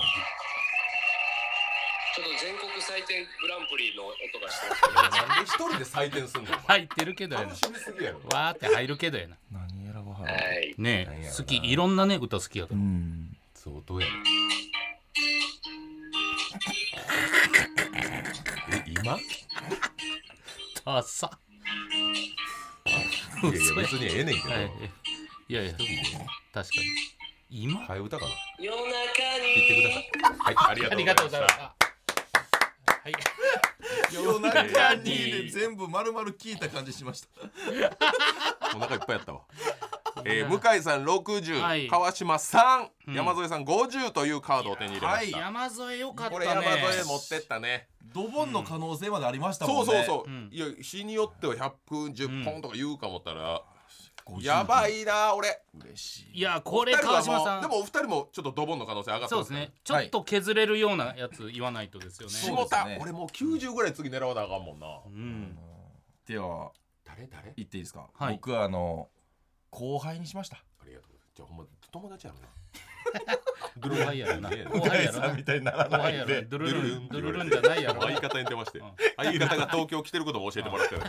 [SPEAKER 6] ちょっと全国採点グランプリの音がしてます
[SPEAKER 1] なんで一人で採点すんのお前
[SPEAKER 2] 入ってるけどやな
[SPEAKER 1] 楽しみすぎやろ
[SPEAKER 2] わーって入るけどやな
[SPEAKER 3] 何選ばは
[SPEAKER 6] けどはい
[SPEAKER 2] ね
[SPEAKER 1] なんやろ
[SPEAKER 2] え
[SPEAKER 1] な
[SPEAKER 2] 好きいろんなね歌好きやから
[SPEAKER 3] ん
[SPEAKER 1] 相当やろえ今
[SPEAKER 2] ダサ
[SPEAKER 1] いやいや別にええねんけど、
[SPEAKER 2] はいいやいや確かに今
[SPEAKER 1] 替え歌かな
[SPEAKER 6] 夜中
[SPEAKER 1] 聞いてくだ
[SPEAKER 6] に
[SPEAKER 1] さいはいありがとうございました
[SPEAKER 2] はい
[SPEAKER 3] 夜中にで全部丸々聞いた感じしました
[SPEAKER 1] お腹いっぱいやったわ。えー、向井さん60、
[SPEAKER 2] はい
[SPEAKER 1] 川島さん、
[SPEAKER 2] うん
[SPEAKER 1] 山添さん50というカードを手に入れました。
[SPEAKER 2] 山添よかった
[SPEAKER 1] こ
[SPEAKER 2] ね
[SPEAKER 1] れ山添持ってったね。
[SPEAKER 3] ドボンの可能性までありました
[SPEAKER 1] そ
[SPEAKER 3] も
[SPEAKER 1] うんそう
[SPEAKER 3] ね
[SPEAKER 1] そう。
[SPEAKER 2] うん
[SPEAKER 1] いや日によっては110本とか言うかもったら、
[SPEAKER 3] 50
[SPEAKER 1] やばいな俺。
[SPEAKER 3] 嬉しい
[SPEAKER 2] いやこれ川島さん
[SPEAKER 1] でもお二人もちょっとドボンの可能性上がって
[SPEAKER 2] そう
[SPEAKER 1] ま
[SPEAKER 2] ですす
[SPEAKER 1] から
[SPEAKER 2] ね。ちょっと削れるようなやつ言わないとですよね、
[SPEAKER 3] そう
[SPEAKER 1] 下田、
[SPEAKER 3] そうですね
[SPEAKER 1] 俺もう90ぐらい次狙わなあかんもんな。
[SPEAKER 2] うん
[SPEAKER 3] では
[SPEAKER 1] 誰誰？
[SPEAKER 3] 言っていいですか、
[SPEAKER 2] はい
[SPEAKER 3] 僕はあの後輩にしました
[SPEAKER 1] ありがとう。じゃあほんま友達やろな。
[SPEAKER 2] ドルイやろな
[SPEAKER 1] ねえ
[SPEAKER 2] 後輩やろな
[SPEAKER 3] たいになら
[SPEAKER 2] 後輩やろドルルンドルルンじゃないやろ
[SPEAKER 1] 相方に出まして
[SPEAKER 2] うん、
[SPEAKER 1] 相方が東京来てることも教えてもらってる。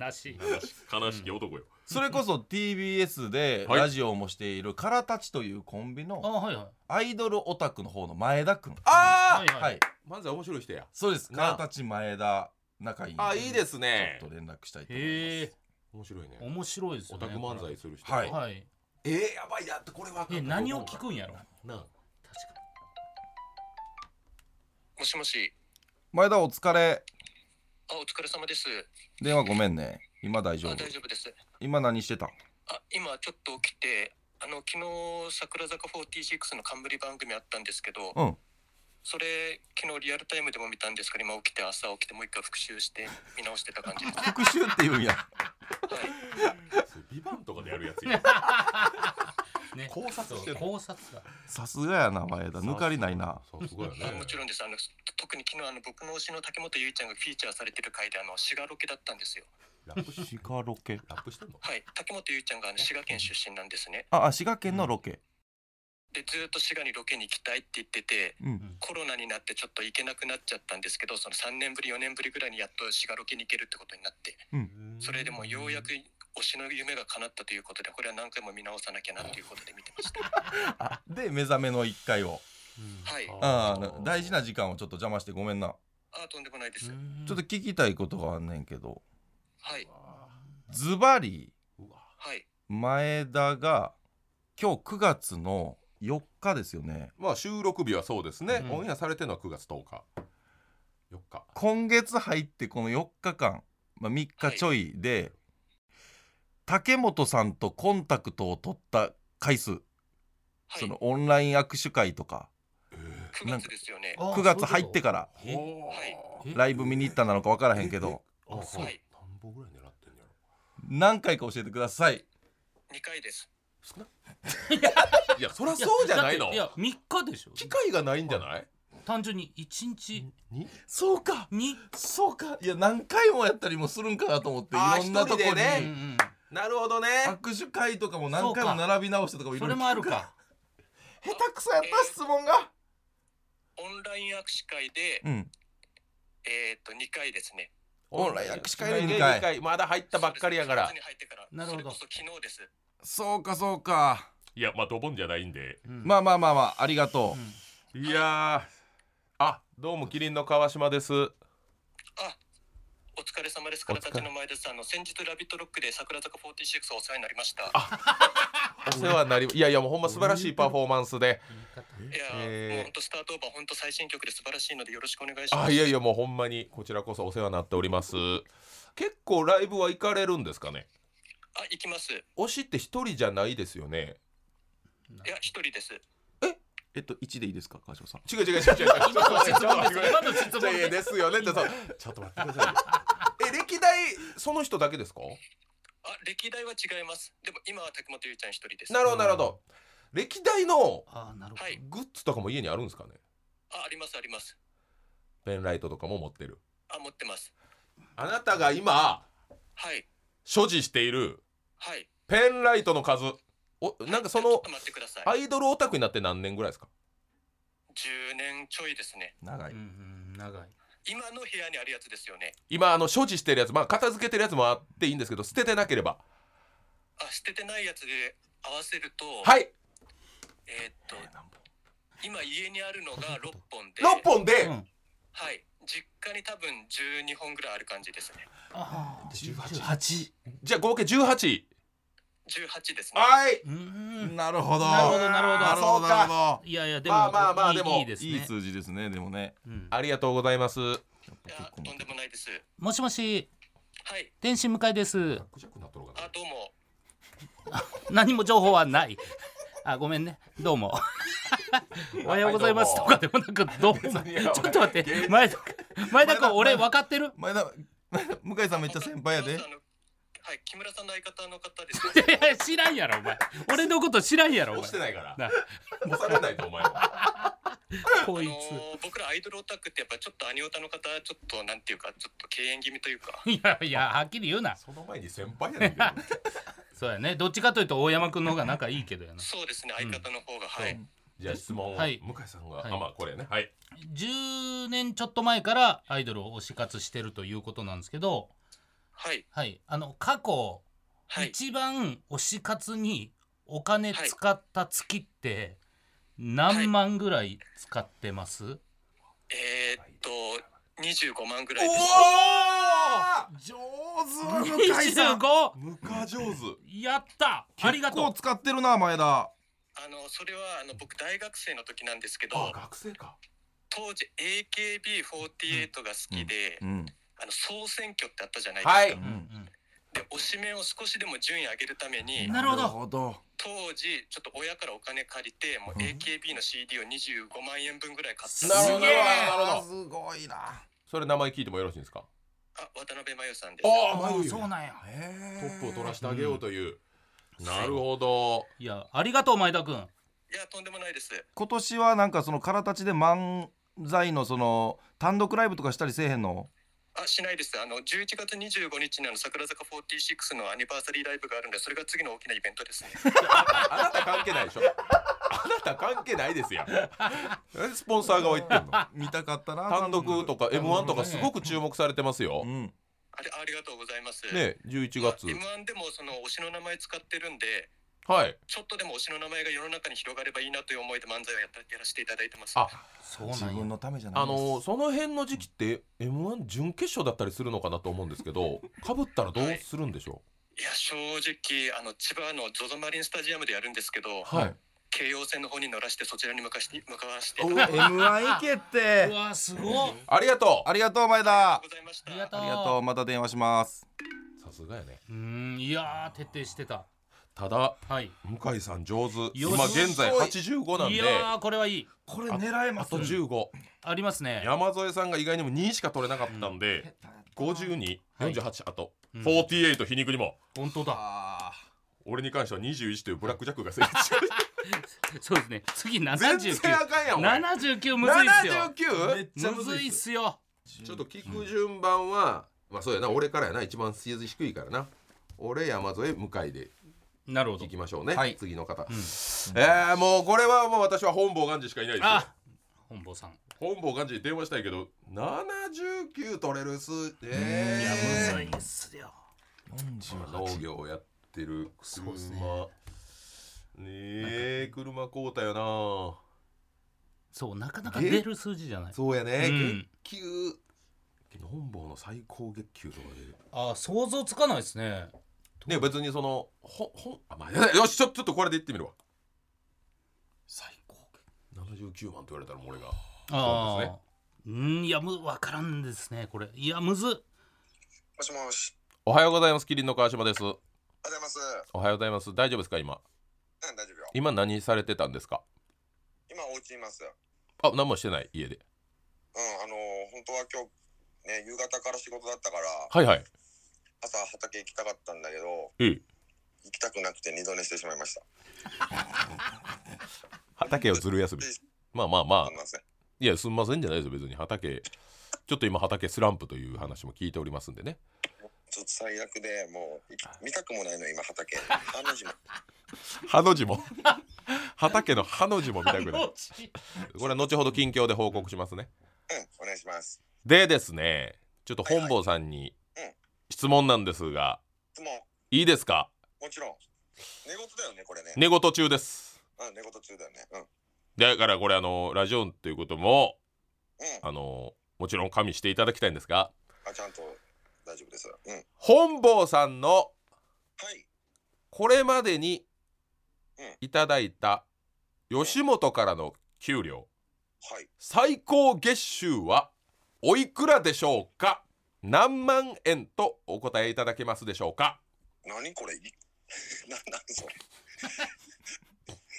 [SPEAKER 2] 悲しい
[SPEAKER 1] 悲しき男よ。
[SPEAKER 3] それこそ TBS で
[SPEAKER 1] はい
[SPEAKER 3] ラジオもしている「からたち」というコンビ
[SPEAKER 2] あ
[SPEAKER 3] の
[SPEAKER 2] はいはい
[SPEAKER 3] アイドルオタクの方の前田くん
[SPEAKER 1] あ
[SPEAKER 2] は
[SPEAKER 1] あ
[SPEAKER 2] い、は
[SPEAKER 3] はいい
[SPEAKER 1] 漫才面白い人や。
[SPEAKER 3] そうです「
[SPEAKER 1] な
[SPEAKER 3] か
[SPEAKER 1] あ
[SPEAKER 3] らたち前田」仲いいんで
[SPEAKER 1] あ、いいですね
[SPEAKER 3] ちょっ。と連絡したいと思
[SPEAKER 2] へ
[SPEAKER 3] い
[SPEAKER 2] え
[SPEAKER 1] 面白いね。
[SPEAKER 2] 面白いです
[SPEAKER 1] オ
[SPEAKER 2] よ
[SPEAKER 1] タ
[SPEAKER 2] ね
[SPEAKER 1] ク漫才する人。
[SPEAKER 3] はい
[SPEAKER 2] はい
[SPEAKER 1] えー、やばいやってこれは。
[SPEAKER 2] え何を聞くんやろ
[SPEAKER 1] なあ。
[SPEAKER 2] 確か
[SPEAKER 6] もし
[SPEAKER 3] ま
[SPEAKER 6] もし
[SPEAKER 3] す前田お疲れ
[SPEAKER 6] あお疲れ様です
[SPEAKER 3] 電話ごめんね今大丈
[SPEAKER 6] あ
[SPEAKER 3] 夫
[SPEAKER 6] 大丈夫です
[SPEAKER 3] 今何してた
[SPEAKER 6] あ今ちょっと起きてあの昨日桜坂46の冠番組あったんですけど、
[SPEAKER 3] うん
[SPEAKER 6] それ昨日リアルタイムでも見たんですけど今起きて朝起きてもう一回復習して見直してた感じです。は
[SPEAKER 3] 復讐っていうんや
[SPEAKER 6] い
[SPEAKER 1] ビバンとかでやるやつや
[SPEAKER 2] ね
[SPEAKER 1] 考察してる
[SPEAKER 2] 考察だ
[SPEAKER 3] さすがやな前田抜かりないな
[SPEAKER 1] そうすごいよね
[SPEAKER 6] あ もちろんですあの特に昨日あの僕の推しの竹本結衣ちゃんがフィーチャーされてる回であの滋賀ロケだったんですよ
[SPEAKER 1] ラップし
[SPEAKER 3] 鹿ロケ
[SPEAKER 1] ラップしてんの
[SPEAKER 6] はい竹本結衣ちゃんがあの滋賀県出身なんですね
[SPEAKER 3] ああ滋賀県のロケ
[SPEAKER 6] でずっと滋賀にロケに行きたいって言ってて
[SPEAKER 3] うん
[SPEAKER 6] コロナになってちょっと行けなくなっちゃったんですけどその3年ぶり4年ぶりぐらいにやっと滋賀ロケに行けるってことになってそれでもうようやく推しの夢が叶ったということでこれは何回も見直さなきゃなということで見てました
[SPEAKER 3] あで目覚めの一回を
[SPEAKER 6] はい
[SPEAKER 3] あー大事な時間をちょっと邪魔してごめんな
[SPEAKER 6] あとんでもないです
[SPEAKER 3] ちょっと聞きたいことがあんねんけど
[SPEAKER 6] はい
[SPEAKER 3] ズバリ
[SPEAKER 6] はい
[SPEAKER 3] 前田が今日9月の4日ですよね
[SPEAKER 1] まあ収録日はそうですね、
[SPEAKER 2] うん
[SPEAKER 1] オンエアされてるのは9月10日4日
[SPEAKER 3] 今月入ってこの4日間、まあ、3日ちょいで、竹本さんとコンタクトを取った回数、
[SPEAKER 6] はい
[SPEAKER 3] そのオンライン握手会とか
[SPEAKER 6] 9月ですよね
[SPEAKER 2] あ
[SPEAKER 3] 9月入ってから
[SPEAKER 2] え
[SPEAKER 1] ほ
[SPEAKER 6] は
[SPEAKER 1] ー
[SPEAKER 2] え
[SPEAKER 3] ライブ見に行ったなのか分からへんけど
[SPEAKER 1] あそう
[SPEAKER 6] はい
[SPEAKER 1] 何本ぐらい狙ってんのやろ
[SPEAKER 3] 何回か教えてください
[SPEAKER 6] 2回です
[SPEAKER 1] 少ないいやそりゃ
[SPEAKER 2] いや
[SPEAKER 1] そうじゃないの
[SPEAKER 2] だっていや三日でしょ
[SPEAKER 1] 機会がないんじゃない
[SPEAKER 2] 単純に一日
[SPEAKER 1] に
[SPEAKER 3] そうか
[SPEAKER 2] に
[SPEAKER 3] そうかいや何回もやったりもするんかなと思ってい
[SPEAKER 1] あー
[SPEAKER 3] ろんなとこ
[SPEAKER 1] 一人
[SPEAKER 3] に、
[SPEAKER 1] でね
[SPEAKER 2] うんうん
[SPEAKER 1] なるほどね
[SPEAKER 3] 握手会とかも何回も並び直してとかもい
[SPEAKER 2] そ
[SPEAKER 3] ろ
[SPEAKER 2] れ
[SPEAKER 3] いろ
[SPEAKER 2] もあるか
[SPEAKER 3] 下手くそやった質問が
[SPEAKER 6] オンライン握手会で、
[SPEAKER 3] うん
[SPEAKER 6] えっ、と2回ですね
[SPEAKER 1] オンライン握手
[SPEAKER 3] オ
[SPEAKER 1] 会
[SPEAKER 3] ンライン
[SPEAKER 1] で
[SPEAKER 3] 二
[SPEAKER 1] 2
[SPEAKER 3] 回
[SPEAKER 1] 回まだ入ったばっかりやか
[SPEAKER 6] そう
[SPEAKER 1] ら
[SPEAKER 6] です九月に入ってから
[SPEAKER 2] なるほど
[SPEAKER 6] それこそ昨日です
[SPEAKER 3] そうかそうか
[SPEAKER 1] いやまあドボンじゃないんで
[SPEAKER 3] まあまあまあまあありがとう、
[SPEAKER 2] うん
[SPEAKER 1] いやーあどうもキリンの川島です
[SPEAKER 6] あお疲れ様です
[SPEAKER 1] お疲
[SPEAKER 6] から
[SPEAKER 1] れ
[SPEAKER 6] たちの前ですあの先日ラビットロックで桜坂46お世話になりました
[SPEAKER 1] お世話になりいやいやもうほんま素晴らしいパフォーマンスで
[SPEAKER 6] いや
[SPEAKER 1] え
[SPEAKER 6] ー
[SPEAKER 1] ー
[SPEAKER 6] もう本当スタートオーバー本当最新曲で素晴らしいのでよろしくお願いします
[SPEAKER 1] あいやいやもうほんまにこちらこそお世話になっております結構ライブは行かれるんですかね
[SPEAKER 6] あ行きますい
[SPEAKER 1] 推しって一人じゃないですよね
[SPEAKER 6] や一人です
[SPEAKER 3] えっと1でいいですか川島さん
[SPEAKER 1] 違う 違う違う違うちょっと待ってちょっと待って
[SPEAKER 2] 今の質問
[SPEAKER 1] いやいやですよねってさちょっと待ってくださいえ歴代その人だけですか
[SPEAKER 6] あ歴代は違いますでも今は竹本ゆうちゃん一人です
[SPEAKER 1] なるほどなるほど歴代の
[SPEAKER 2] あーなるほど
[SPEAKER 6] はい
[SPEAKER 1] グッズとかも家にあるんですかね
[SPEAKER 6] あありますあります
[SPEAKER 1] ペンライトとかも持ってる
[SPEAKER 6] あ持ってます
[SPEAKER 1] あなたが今
[SPEAKER 6] はい
[SPEAKER 1] 所持している
[SPEAKER 6] はい
[SPEAKER 1] ペンライトの数おなんかそ
[SPEAKER 6] ちょ
[SPEAKER 1] の
[SPEAKER 6] っと待ってください
[SPEAKER 1] アイドルオタクになって何年ぐらいですか
[SPEAKER 6] 10年ちょいですね
[SPEAKER 3] 長い
[SPEAKER 2] うんうん長い
[SPEAKER 6] 今の部屋にあるやつですよね
[SPEAKER 1] 今あの所持してるやつまあ片付けてるやつもあっていいんですけど捨ててなければ
[SPEAKER 6] あ捨ててないやつで合わせると
[SPEAKER 1] はい
[SPEAKER 6] えーっと今家にあるのが6本で
[SPEAKER 1] 6本で、
[SPEAKER 2] うん
[SPEAKER 6] はい実家に多分12本ぐらいある感じですね
[SPEAKER 2] あー
[SPEAKER 3] 8
[SPEAKER 1] じゃあ合計18
[SPEAKER 6] 18ですね
[SPEAKER 1] はい
[SPEAKER 2] うん
[SPEAKER 3] なるほど
[SPEAKER 2] なるほどなるほど
[SPEAKER 3] なるほどなるほ
[SPEAKER 2] いやいやでも
[SPEAKER 1] まあまあまあ
[SPEAKER 2] いい
[SPEAKER 1] でも
[SPEAKER 2] いいです
[SPEAKER 3] どいい
[SPEAKER 2] ね
[SPEAKER 3] 数字ですねでもね
[SPEAKER 2] うん
[SPEAKER 1] ありがとうございます
[SPEAKER 6] いやとんでもないです
[SPEAKER 2] もしもし
[SPEAKER 6] はい
[SPEAKER 2] 天使向井です
[SPEAKER 6] あどうも
[SPEAKER 2] 何も情報はないあごめんねどうもおはようございますとかでもなくどうもちょっと待って前田君前田
[SPEAKER 3] 前田
[SPEAKER 2] 君俺分かってる
[SPEAKER 3] 前田前田向井さんめっちゃ先輩やで
[SPEAKER 6] あのはい木村さんの相方の方です
[SPEAKER 2] いやいや知らんやろお前俺のこと知らんやろお前
[SPEAKER 1] 押してないから
[SPEAKER 2] な
[SPEAKER 1] 押されないとお前 は
[SPEAKER 2] こ
[SPEAKER 6] あ
[SPEAKER 2] い
[SPEAKER 6] のー僕らアイドルオタクってやっぱちょっとアニオタの方ちょっとなんていうかちょっと敬遠気味というか
[SPEAKER 2] ついやいやはっきり言うな
[SPEAKER 1] その前に先輩やねんけど
[SPEAKER 2] そうやねどっちかというと大山君の方が仲いいけどやな
[SPEAKER 6] そうですね相方の方が、はい
[SPEAKER 1] じゃあ質問を、
[SPEAKER 2] はい
[SPEAKER 1] 向井さんが、
[SPEAKER 2] はい
[SPEAKER 1] あまあこれねはい
[SPEAKER 2] 10年ちょっと前からアイドルを推し活してるということなんですけど
[SPEAKER 6] はい
[SPEAKER 2] はいあの過去
[SPEAKER 6] はい
[SPEAKER 2] 一番推し活にお金使った月って何万ぐらい使ってます、
[SPEAKER 6] えー、っと25万ぐらいです
[SPEAKER 1] お
[SPEAKER 3] 上手向井さん
[SPEAKER 2] 25!
[SPEAKER 1] むか上手
[SPEAKER 2] やったありが
[SPEAKER 3] 結構
[SPEAKER 2] と
[SPEAKER 3] 使ってるな前田
[SPEAKER 6] あのそれはあの僕大学生の時なんですけど
[SPEAKER 1] あ学生か
[SPEAKER 6] 当時 AKB48 が好きで、
[SPEAKER 3] ん
[SPEAKER 6] あの総選挙ってあったじゃないですか、
[SPEAKER 1] はい、
[SPEAKER 2] う、うん
[SPEAKER 6] で推しメンを少しでも順位上げるために
[SPEAKER 2] なるほど
[SPEAKER 3] ど
[SPEAKER 6] 当当時ちょっと親からお金借りてもう AKB の CD を25万円分ぐらい買って
[SPEAKER 1] なるほどなるほどなるほど
[SPEAKER 3] すごいな
[SPEAKER 1] それ名前聞いてもよろしいんですか
[SPEAKER 6] あ渡辺真由さんです
[SPEAKER 1] ああ
[SPEAKER 2] あ
[SPEAKER 1] 眉
[SPEAKER 2] そうなんや
[SPEAKER 1] トップを取らせてあげようという、なるほど
[SPEAKER 2] いやありがとう前田君
[SPEAKER 6] いやとんでもないです
[SPEAKER 3] 今年はなんかその空立ちで漫才のその単独ライブとかしたりせえへんの
[SPEAKER 6] あしないですあの11月25日にあの桜坂46のアニバーサリーライブがあるんでそれが次の大きなイベン トですね
[SPEAKER 1] あなた関係ないでしょあなた関係ないですやんなんでスポンサー側言ってんの
[SPEAKER 3] 見たかったな
[SPEAKER 1] 単独とか m 1とかすごく注目されてますよ
[SPEAKER 3] う、ん
[SPEAKER 6] あれありがとうございます、
[SPEAKER 1] ね11月
[SPEAKER 6] M1 でもその推しの名前使ってるんで
[SPEAKER 1] はい
[SPEAKER 6] ちょっとでも推しの名前が世の中に広がればいいなという思いで漫才をやったやらせていただいてます
[SPEAKER 1] あ
[SPEAKER 2] そう
[SPEAKER 3] 自
[SPEAKER 2] なんや
[SPEAKER 3] 分のためじゃない
[SPEAKER 1] あ
[SPEAKER 3] です
[SPEAKER 1] のその辺の時期って m 1準決勝だったりするのかなと思うんですけどかぶったらどうするんでしょ
[SPEAKER 6] いや正直あの千葉の ZOZO マリンスタジアムでやるんですけど、
[SPEAKER 1] うはい
[SPEAKER 6] 京王線の方に乗らしてそちらに向かして向かわせていただき
[SPEAKER 3] M1 行けっ
[SPEAKER 2] う
[SPEAKER 3] て
[SPEAKER 2] わすごっ
[SPEAKER 1] ありがと
[SPEAKER 3] ありがとう前田あ
[SPEAKER 6] ございまし
[SPEAKER 2] あ
[SPEAKER 6] た
[SPEAKER 2] りがとう
[SPEAKER 3] りがとうまた電話します
[SPEAKER 1] うさすがやね
[SPEAKER 2] うーんいやー徹底してた
[SPEAKER 1] ただ
[SPEAKER 2] はい
[SPEAKER 1] 向井さん上手
[SPEAKER 2] よし
[SPEAKER 1] 今現在85なん
[SPEAKER 2] い
[SPEAKER 1] で
[SPEAKER 2] やーこれはいい
[SPEAKER 3] これ狙え
[SPEAKER 1] あと15
[SPEAKER 2] ありますね
[SPEAKER 1] 山添さんが意外にも2しか取れなかったんで5248
[SPEAKER 2] はい
[SPEAKER 1] あと
[SPEAKER 2] うん
[SPEAKER 1] 48皮肉にも
[SPEAKER 2] 本当だ
[SPEAKER 3] あ
[SPEAKER 1] 俺に関しては21というブラックジャックが成立してる
[SPEAKER 2] そうですね次
[SPEAKER 1] 全然あ
[SPEAKER 2] 79
[SPEAKER 1] かんやん俺
[SPEAKER 2] 七十九むずいっすよ
[SPEAKER 1] 79?
[SPEAKER 2] むずいっすよ
[SPEAKER 1] ちょっと聞く順番は、まあそうやな俺からやな一番数字低いからな俺山添向井で
[SPEAKER 2] なるほど
[SPEAKER 1] いきましょうね、
[SPEAKER 3] はい
[SPEAKER 1] 次の方、えーもうこれはもう私は本坊幹事しかいないですよ
[SPEAKER 2] あ本坊さん
[SPEAKER 1] 本坊幹事に電話したいけど79取れる数
[SPEAKER 2] いや
[SPEAKER 1] え
[SPEAKER 2] むずいっすよ
[SPEAKER 1] ーまあ農業をやってる車
[SPEAKER 2] そうっすね
[SPEAKER 1] ねえ車買うたよな
[SPEAKER 2] そうなかなか出る数字じゃない
[SPEAKER 1] そうやね、
[SPEAKER 2] うん
[SPEAKER 1] 月給本坊の最高月給とかで
[SPEAKER 2] あー想像つかないですね
[SPEAKER 1] ね別にそのほほあまあや だよしちょちょっとこれで言ってみるわ
[SPEAKER 3] 最高
[SPEAKER 1] 79万と言われたらもう俺が
[SPEAKER 2] あ
[SPEAKER 1] そう
[SPEAKER 2] あうんいやむわからんですねこれいやむずっ
[SPEAKER 7] もしもし。
[SPEAKER 1] おはようございますキリンの川島ですお
[SPEAKER 7] おはようござい
[SPEAKER 1] はようございます大丈夫ですか今
[SPEAKER 7] ます。うん、大丈夫よ。
[SPEAKER 1] 今何されてたんですか
[SPEAKER 7] 今、お家にいます。うん、
[SPEAKER 1] あ何もしてない家で
[SPEAKER 7] あのー本当は今日、ね、夕方から仕事だったから、
[SPEAKER 1] はいはい
[SPEAKER 7] 朝畑行きたかったんだけど、
[SPEAKER 1] ええ
[SPEAKER 7] 行きたくなくて二度寝してしまいました。
[SPEAKER 1] 畑をずる休みまあまあまあ
[SPEAKER 7] すみません。
[SPEAKER 1] いやすんませんじゃないですよ別に畑ちょっと今畑スランプという話も聞いておりますんで ね
[SPEAKER 7] ちょっと最悪で、もう、行き見たくもないの、今、畑。あの日も。
[SPEAKER 1] ハの字も 畑のハの字も見たくないこれは後ほど近況で報告しますね
[SPEAKER 7] うん、お願いします。
[SPEAKER 1] でですねちょっと本坊さんに
[SPEAKER 7] はいはい
[SPEAKER 1] 質問なんですが
[SPEAKER 7] 質問、
[SPEAKER 1] いいですか
[SPEAKER 7] もちろん。寝言だよね、これね。
[SPEAKER 1] 寝言中です
[SPEAKER 7] うん、寝言中だよね。うん。うん。
[SPEAKER 1] だからこれあのラジオということもあのもちろん加味していただきたいんですが
[SPEAKER 7] あ、ちゃんと大丈夫です。うん。はい。
[SPEAKER 1] 本坊さんのこれまでに
[SPEAKER 7] うん
[SPEAKER 1] いただいた吉本からの給料
[SPEAKER 7] はい。
[SPEAKER 1] 最高月収はおいくらでしょうか何万円とお答えいただけますでしょうか
[SPEAKER 7] 何これい な、なんそれ。